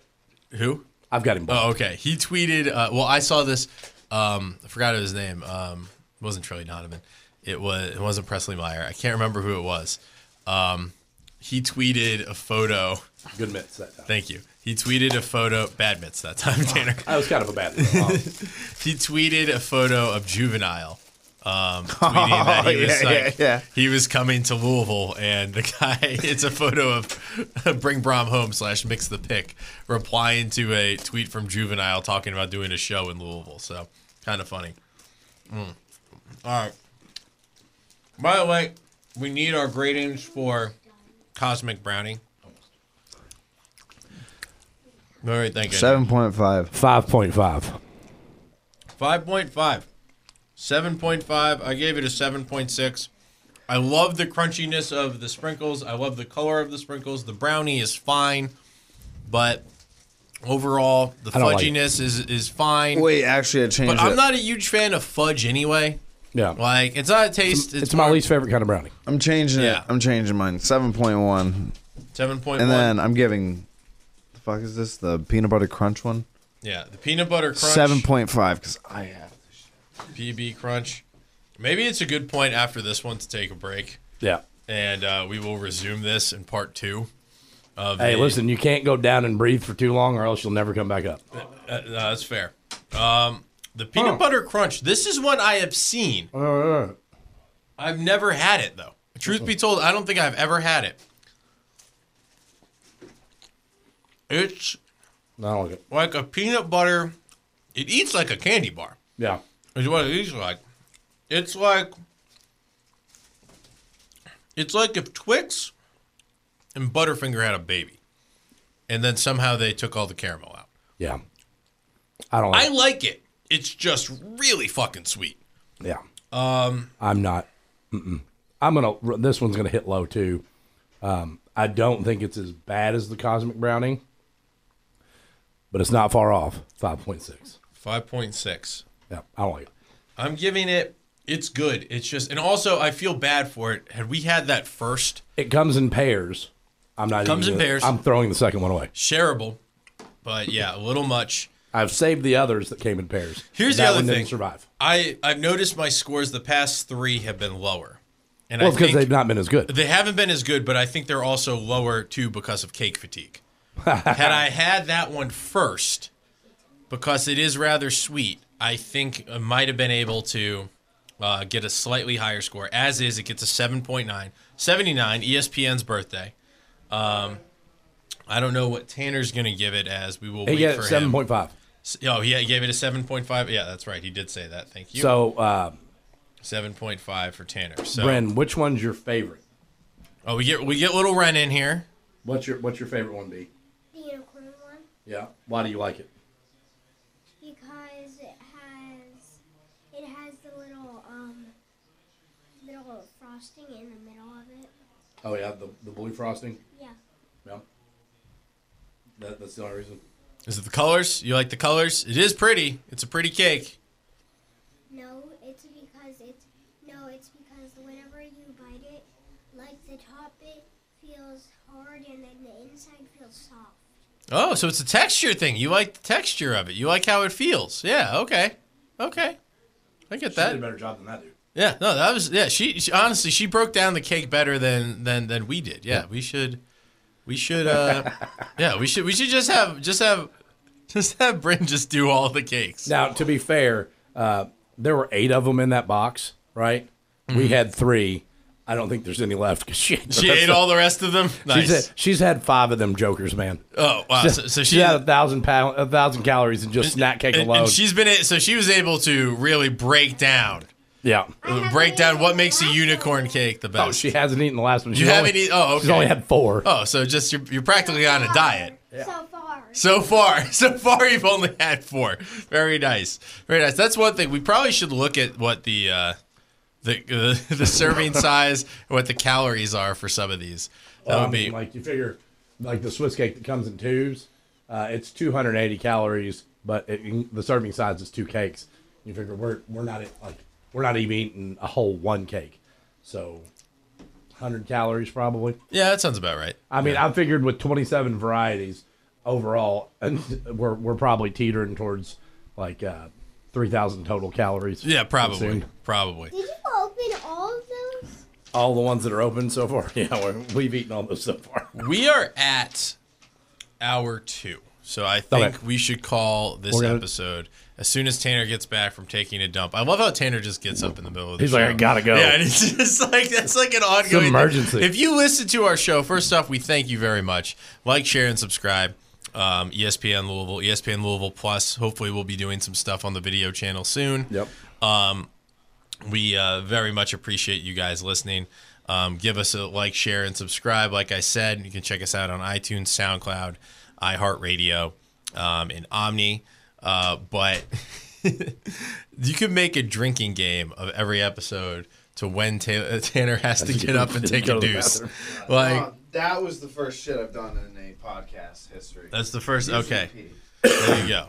[SPEAKER 2] Who?
[SPEAKER 3] I've got him blocked.
[SPEAKER 2] Oh, okay. He tweeted. Uh, well, I saw this. Um, I forgot his name. Um, it wasn't Trilly Donovan. It was. It wasn't Presley Meyer. I can't remember who it was. Um, he tweeted a photo.
[SPEAKER 3] Good mitts that time.
[SPEAKER 2] Thank you. He tweeted a photo. Bad mitts that time, Tanner.
[SPEAKER 3] That was kind of a bad thing. Um,
[SPEAKER 2] He tweeted a photo of Juvenile. Um, tweeting that he was
[SPEAKER 4] Oh, yeah, yeah,
[SPEAKER 2] like,
[SPEAKER 4] yeah.
[SPEAKER 2] he was coming to Louisville, and the guy, it's a photo of Bring Brom Home slash Mix the Pick replying to a tweet from Juvenile talking about doing a show in Louisville. So kind of funny. Mm. All right. By the way, we need our gradings for Cosmic Brownie. All right, thank you.
[SPEAKER 4] Seven point five.
[SPEAKER 3] 5.5.
[SPEAKER 2] 5.5. 7.5. I gave it a 7.6. I love the crunchiness of the sprinkles. I love the color of the sprinkles. The brownie is fine, but overall, the
[SPEAKER 3] I don't like it.
[SPEAKER 2] fudginess is, is fine.
[SPEAKER 4] Wait, actually, I changed
[SPEAKER 2] but I'm
[SPEAKER 4] it.
[SPEAKER 2] not a huge fan of fudge anyway.
[SPEAKER 3] Yeah.
[SPEAKER 2] Like, it's not a taste. It's,
[SPEAKER 3] it's my least favorite kind of brownie.
[SPEAKER 4] I'm changing
[SPEAKER 2] Yeah.
[SPEAKER 4] it. I'm changing mine. Seven point one,
[SPEAKER 2] 7.1.
[SPEAKER 4] and then I'm giving. The fuck is this? The peanut butter crunch one.
[SPEAKER 2] yeah, the peanut butter crunch.
[SPEAKER 4] Seven point five because I have.
[SPEAKER 2] PB crunch. Maybe it's a good point after this one to take a break,
[SPEAKER 3] Yeah.
[SPEAKER 2] and uh, we will resume this in part two. Of
[SPEAKER 3] Hey,
[SPEAKER 2] the-
[SPEAKER 3] listen, you can't go down and breathe for too long or else you'll never come back up.
[SPEAKER 2] Uh, no, that's fair. Um, the peanut butter crunch. This is one I have seen.
[SPEAKER 3] Uh.
[SPEAKER 2] I've never had it though. Truth be told, I don't think I've ever had it. It's
[SPEAKER 3] No, I don't like it.
[SPEAKER 2] like a peanut butter. It eats like a candy bar.
[SPEAKER 3] Yeah.
[SPEAKER 2] Is what it eats like. It's like. It's like if Twix and Butterfinger had a baby, and then somehow they took all the caramel out.
[SPEAKER 3] Yeah. I don't
[SPEAKER 2] I
[SPEAKER 3] like
[SPEAKER 2] like it. It's just really fucking sweet.
[SPEAKER 3] it. Yeah. Um, I'm not. Mm-mm. I'm going to, this one's going to hit low too. Um, I don't think it's as bad as the Cosmic Brownie, but it's not far off. 5.6.
[SPEAKER 2] 5.6.
[SPEAKER 3] Yeah. I don't like it.
[SPEAKER 2] I'm giving it, it's good. It's just, and also I feel bad for it. Had we had that first
[SPEAKER 3] It comes in pairs. I'm not
[SPEAKER 2] Comes
[SPEAKER 3] even
[SPEAKER 2] in
[SPEAKER 3] gonna-
[SPEAKER 2] pairs.
[SPEAKER 3] I'm throwing the second one away.
[SPEAKER 2] shareable, but yeah, a little much.
[SPEAKER 3] I've saved the others that came in pairs.
[SPEAKER 2] Here's
[SPEAKER 3] That
[SPEAKER 2] the other
[SPEAKER 3] one
[SPEAKER 2] thing.
[SPEAKER 3] Didn't survive.
[SPEAKER 2] I, I've noticed my scores the past three have been lower. And
[SPEAKER 3] Well,
[SPEAKER 2] I
[SPEAKER 3] because
[SPEAKER 2] think
[SPEAKER 3] they've not been as good.
[SPEAKER 2] they haven't been as good, but I think they're also lower too because of cake fatigue. had I had that one first, because it is rather sweet, I think I might have been able to uh, get a slightly higher score. As is, it gets a 7.9. 79, ESPN's birthday. Um, I don't know what Tanner's going to give it as. We will
[SPEAKER 3] He
[SPEAKER 2] wait
[SPEAKER 3] got
[SPEAKER 2] for
[SPEAKER 3] seven
[SPEAKER 2] him.
[SPEAKER 3] point five.
[SPEAKER 2] Oh, yeah, he gave it a 7.5. Yeah, that's right. He did say that. Thank you.
[SPEAKER 3] So, uh,
[SPEAKER 2] 7.5 for Tanner. So,
[SPEAKER 3] Bren, which one's your favorite?
[SPEAKER 2] oh, we get we get little Ren in here.
[SPEAKER 3] What's your What's your favorite one be?
[SPEAKER 6] the unicorn one
[SPEAKER 3] Yeah. Why do you like it?
[SPEAKER 6] because it has it has the little um little frosting in the middle of it.
[SPEAKER 3] Oh yeah, the, the blue frosting.
[SPEAKER 6] Yeah.
[SPEAKER 3] Yeah. That, that's the only reason.
[SPEAKER 2] Is it the colors? You like the colors? It is pretty. It's a pretty cake.
[SPEAKER 6] No, it's because it's no, it's because whenever you bite it, like the top bit feels hard and then the inside feels soft.
[SPEAKER 2] Oh, so it's a texture thing. You like the texture of it. You like how it feels. Yeah. Okay. Okay. I get
[SPEAKER 3] did a
[SPEAKER 2] that.
[SPEAKER 3] better job than I do.
[SPEAKER 2] Yeah. No, that was yeah. She, she honestly she broke down the cake better than than than we did. Yeah. We should. We should. uh Yeah. We should. We should just have just have just have Bryn just do all the cakes.
[SPEAKER 3] Now, to be fair, uh, there were eight of them in that box, right? We had three. I don't think there's any left because she,
[SPEAKER 2] She ate all the rest of them. Nice.
[SPEAKER 3] She's had, she's had five of them jokers, man.
[SPEAKER 2] oh wow. So, so
[SPEAKER 3] she,
[SPEAKER 2] she
[SPEAKER 3] had a thousand pound, a thousand calories in just snack cake
[SPEAKER 2] and,
[SPEAKER 3] alone.
[SPEAKER 2] and she's been a- so she was able to really break down
[SPEAKER 3] Yeah.
[SPEAKER 2] Break down what makes a unicorn cake the best.
[SPEAKER 3] Oh, she hasn't eaten the last one. She's
[SPEAKER 2] haven't
[SPEAKER 3] only-
[SPEAKER 2] eaten- oh,
[SPEAKER 3] She's
[SPEAKER 2] okay.
[SPEAKER 3] only had four.
[SPEAKER 2] Oh, so just you're, you're practically on a diet.
[SPEAKER 6] So far.
[SPEAKER 2] So far, so far, you've only had four. Very nice, very nice. That's one thing we probably should look at what the uh, the uh, the serving size, and what the calories are for some of these. That
[SPEAKER 3] I
[SPEAKER 2] would
[SPEAKER 3] mean,
[SPEAKER 2] be
[SPEAKER 3] Um, like you figure, like the Swiss cake that comes in tubes, uh, it's 280 calories, but it, the serving size is two cakes. You figure we're we're not at, like we're not even eating a whole one cake, so 100 calories probably.
[SPEAKER 2] yeah, that sounds about right.
[SPEAKER 3] I mean, I figured with 27 varieties overall, and we're we're probably teetering towards like uh, 3,000 total calories.
[SPEAKER 2] Yeah, probably,
[SPEAKER 3] consumed.
[SPEAKER 2] probably.
[SPEAKER 6] Did you open all of those?
[SPEAKER 3] All the ones that are open so far. Yeah, we're, we've eaten all those so far.
[SPEAKER 2] We are at hour two. So I think
[SPEAKER 3] Okay.
[SPEAKER 2] we should call this
[SPEAKER 3] We're gonna-
[SPEAKER 2] episode as soon as Tanner gets back from taking a dump. I love how Tanner just gets up in the middle of the
[SPEAKER 3] He's
[SPEAKER 2] show.
[SPEAKER 3] like, "I gotta go."
[SPEAKER 2] Yeah, and it's just like that's like an ongoing thing.
[SPEAKER 3] emergency.
[SPEAKER 2] If you listen to our show, first off, we thank you very much. Like, share, and subscribe. Um, ESPN Louisville, E ESPN Louisville Plus. Hopefully, we'll be doing some stuff on the video channel soon.
[SPEAKER 3] Yep.
[SPEAKER 2] We uh, very much appreciate you guys listening. Um, give us a like, share, and subscribe. Like I said, you can check us out on iTunes, SoundCloud, iHeartRadio, um, and Omni. Uh, but you can make a drinking game of every episode to when Ta- Tanner has to get up and take
[SPEAKER 3] Go
[SPEAKER 2] a
[SPEAKER 3] to the
[SPEAKER 2] deuce.
[SPEAKER 3] bathroom.
[SPEAKER 2] Like
[SPEAKER 5] Oh, that was the first shit I've done in a podcast history.
[SPEAKER 2] that's the first. Okay.
[SPEAKER 5] Repeat.
[SPEAKER 2] There you go.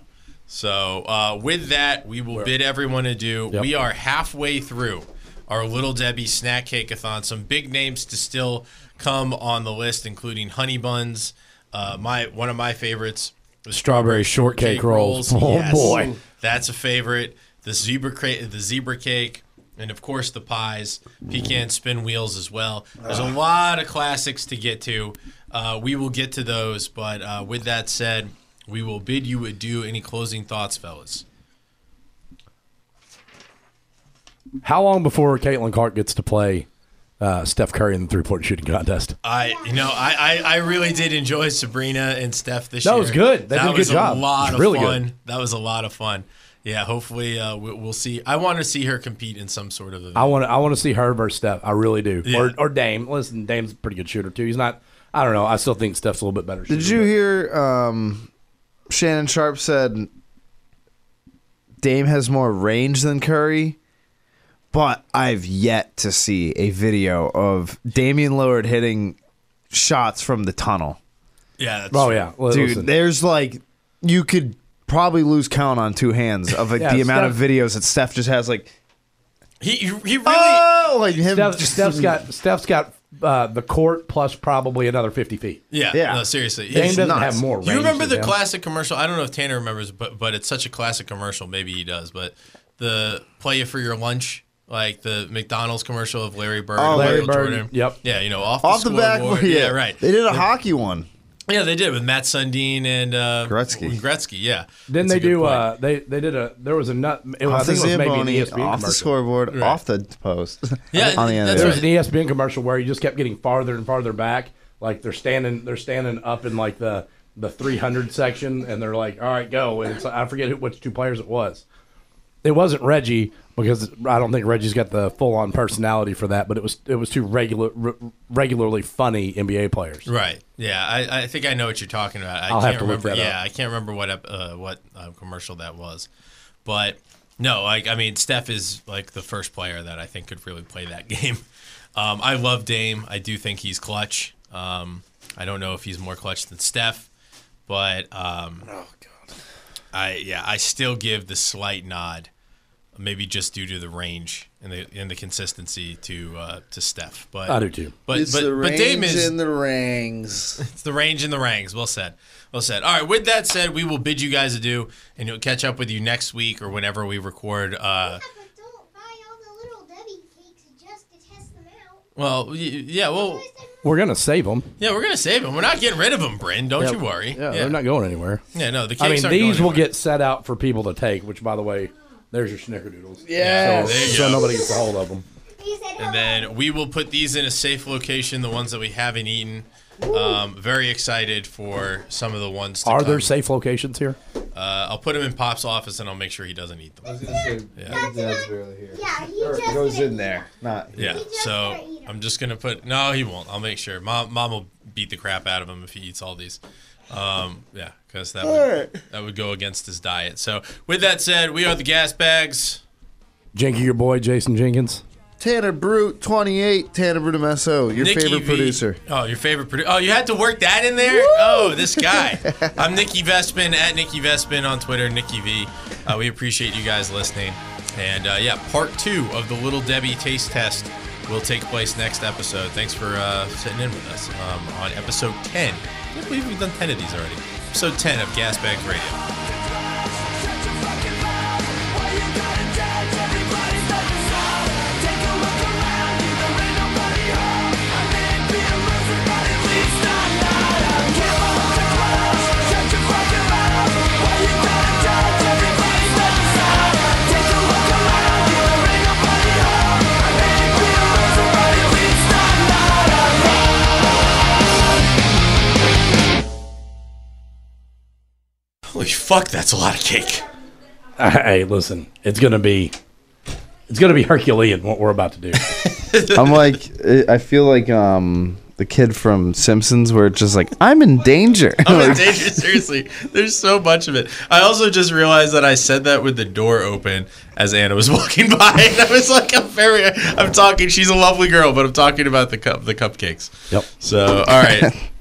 [SPEAKER 2] So uh, with that, we will bid everyone adieu.
[SPEAKER 3] Yep.
[SPEAKER 2] We are halfway through our Little Debbie Snack Cakeathon. Some big names to still come on the list, including Honey Buns. Uh, my one of my favorites, the
[SPEAKER 3] Strawberry shortcake rolls. Oh
[SPEAKER 2] Yes.
[SPEAKER 3] boy.
[SPEAKER 2] that's a favorite. The zebra cra- the zebra cake, and of course the pies, pecan spin wheels as well. There's a
[SPEAKER 3] Ah.
[SPEAKER 2] lot of classics to get to. Uh, we will get to those, but uh, with that said, we will bid you adieu. Any closing thoughts, fellas?
[SPEAKER 3] How long before Caitlin Clark gets to play uh, Steph Curry in the three point shooting contest?
[SPEAKER 2] I you know I, I, I really did enjoy Sabrina and Steph this
[SPEAKER 3] That
[SPEAKER 2] year.
[SPEAKER 3] was good. They
[SPEAKER 2] that
[SPEAKER 3] did a good
[SPEAKER 2] was
[SPEAKER 3] job.
[SPEAKER 2] a
[SPEAKER 3] It
[SPEAKER 2] lot
[SPEAKER 3] was
[SPEAKER 2] of
[SPEAKER 3] really good.
[SPEAKER 2] fun. That was a lot of fun. Yeah, hopefully uh, we, we'll see. I want to see her compete in some sort of event.
[SPEAKER 3] I want to I want to see her versus Steph. I really do.
[SPEAKER 2] Yeah.
[SPEAKER 3] Or, or Dame. Listen, Dame's a pretty good shooter too. He's not. I don't know. I still think Steph's a little bit better.
[SPEAKER 4] Did you hear um, Shannon Sharp said Dame has more range than Curry? But I've yet to see a video of Damian Lillard hitting shots from the tunnel.
[SPEAKER 2] yeah, that's
[SPEAKER 3] Oh yeah, Well,
[SPEAKER 4] Dude,
[SPEAKER 3] listen.
[SPEAKER 4] there's like you could probably lose count on two hands of like
[SPEAKER 3] Yeah,
[SPEAKER 4] the amount
[SPEAKER 3] Steph-
[SPEAKER 4] of videos that Steph just has like
[SPEAKER 2] He he he really
[SPEAKER 3] Uh,
[SPEAKER 4] oh like him
[SPEAKER 3] Steph,
[SPEAKER 4] just
[SPEAKER 3] Steph's got Steph's got uh, the court plus probably another fifty feet.
[SPEAKER 2] yeah,
[SPEAKER 4] Yeah.
[SPEAKER 2] no seriously.
[SPEAKER 3] Dame
[SPEAKER 2] He's-
[SPEAKER 3] doesn't
[SPEAKER 4] nuts.
[SPEAKER 3] have more.
[SPEAKER 2] you
[SPEAKER 3] range
[SPEAKER 2] remember
[SPEAKER 3] than
[SPEAKER 2] the
[SPEAKER 3] Dame.
[SPEAKER 2] classic commercial? I don't know if Tanner remembers, but but it's such a classic commercial. Maybe he does. But the play it for your lunch, like the McDonald's commercial of Larry Bird, and
[SPEAKER 4] Larry
[SPEAKER 2] Michael
[SPEAKER 3] Oh, Bird,
[SPEAKER 2] Jordan.
[SPEAKER 3] yep.
[SPEAKER 2] Yeah, you know off the,
[SPEAKER 4] off the back.
[SPEAKER 2] scoreboard.
[SPEAKER 4] yeah.
[SPEAKER 2] yeah, right.
[SPEAKER 4] They did a hockey one.
[SPEAKER 2] Yeah, they did with Matt Sundin and uh,
[SPEAKER 4] Gretzky.
[SPEAKER 2] Gretzky, yeah.
[SPEAKER 3] Then
[SPEAKER 2] That's
[SPEAKER 3] they
[SPEAKER 2] a good
[SPEAKER 3] do.
[SPEAKER 2] point.
[SPEAKER 3] Uh, they they did a. There was a nut. It was, I
[SPEAKER 4] Off the
[SPEAKER 3] think it was maybe an E ESPN
[SPEAKER 4] Zamboni, off
[SPEAKER 3] commercial.
[SPEAKER 4] the scoreboard, off the post.
[SPEAKER 2] Yeah,
[SPEAKER 4] on the end
[SPEAKER 2] that's
[SPEAKER 4] of it.
[SPEAKER 2] right.
[SPEAKER 3] There was an E ESPN commercial where he just kept getting farther and farther back. Like they're standing, they're standing up in like the the 300 section, and they're like, "All right, go!" And it's, I forget who, which two players it was. It wasn't Reggie because I don't think Reggie's got the full on personality for that. But it was it was two regular re, regularly funny NBA players.
[SPEAKER 2] Right. Yeah, I, I think I know what you're talking about. I
[SPEAKER 3] I'll
[SPEAKER 2] can't
[SPEAKER 3] have to look
[SPEAKER 2] remember.
[SPEAKER 3] that up.
[SPEAKER 2] yeah, I can't remember what ep- uh, what uh, commercial that was, but no, like I mean, Steph is like the first player that I think could really play that game. Um, I love Dame. I do think he's clutch. Um, I don't know if he's more clutch than Steph, but um, oh god, I yeah, I still give the slight nod, maybe just due to the range and the and the consistency to uh, to Steph. But
[SPEAKER 3] I do too.
[SPEAKER 2] But but, but Dame is
[SPEAKER 5] the rings.
[SPEAKER 2] it's the range and the rangs. Well said. Well said. All right. With that said, we will bid you guys adieu, and we'll catch up with you next week or whenever we record. Uh,
[SPEAKER 6] Yeah, but don't buy all the little Debbie cakes just to test them out.
[SPEAKER 2] well, y- yeah. Well,
[SPEAKER 6] Where's that
[SPEAKER 3] We're gonna save them.
[SPEAKER 2] yeah. We're gonna save them. We're not getting rid of them, Bryn. Don't you worry.
[SPEAKER 3] Yeah,
[SPEAKER 2] yeah.
[SPEAKER 3] they're not going anywhere.
[SPEAKER 2] Yeah, No, the
[SPEAKER 3] I mean,
[SPEAKER 2] cakes aren't
[SPEAKER 3] these
[SPEAKER 2] going
[SPEAKER 3] will
[SPEAKER 2] anywhere.
[SPEAKER 3] get set out for people to take. Which, by the way, there's your snickerdoodles.
[SPEAKER 2] Yeah,
[SPEAKER 5] Yeah.
[SPEAKER 2] there you
[SPEAKER 3] so
[SPEAKER 2] go.
[SPEAKER 3] nobody gets a hold of them.
[SPEAKER 6] He said hello.
[SPEAKER 2] And then we will put these in a safe location, the ones that we haven't eaten. Um, very excited for some of the ones to
[SPEAKER 3] Are there
[SPEAKER 2] come.
[SPEAKER 3] safe locations here?
[SPEAKER 2] Uh, I'll put them in Pop's office and I'll make sure he doesn't eat them.
[SPEAKER 6] That's
[SPEAKER 5] Dad's
[SPEAKER 6] not-
[SPEAKER 5] barely here.
[SPEAKER 6] yeah, he just
[SPEAKER 5] It goes
[SPEAKER 6] didn't
[SPEAKER 5] in there. Not.
[SPEAKER 2] Yeah.
[SPEAKER 6] He just
[SPEAKER 2] So
[SPEAKER 6] gonna eat 'em.
[SPEAKER 2] I'm just gonna put. No, he won't. I'll make sure. Mom, mom will beat the crap out of him if he eats all these. Um, yeah, because that would, that would go against his diet. So with that said, we are the gas bags.
[SPEAKER 3] Jenky, your boy Jason Jenkins.
[SPEAKER 5] Tanner Brute 28, Tanner Brute MSO, your
[SPEAKER 2] Nikki
[SPEAKER 5] favorite
[SPEAKER 2] V.
[SPEAKER 5] producer.
[SPEAKER 2] Oh, your favorite producer. Oh, you had to work that in there. Oh, this guy. I'm Nikki Vespin at Nikki Vespin on Twitter. Nikki V. Uh, we appreciate you guys listening. And uh, yeah, part two of the Little Debbie taste test will take place next episode. Thanks for uh, sitting in with us um, on episode 10. I can't believe we've done 10 of these already. Episode 10 of Gas Bags Radio. Holy fuck, that's a lot of cake.
[SPEAKER 3] Hey, listen, it's gonna be, it's gonna be Herculean what we're about to do.
[SPEAKER 4] I'm like, I- I feel like um the kid from Simpsons, where it's just like, I'm in danger.
[SPEAKER 2] I'm in
[SPEAKER 4] Like,
[SPEAKER 2] danger, seriously. There's so much of it. I also just realized that I said that with the door open as Anna was walking by, and I was like, "I'm very, I'm talking. She's a lovely girl, but I'm talking about the cup, the cupcakes."
[SPEAKER 3] Yep.
[SPEAKER 2] So, all right,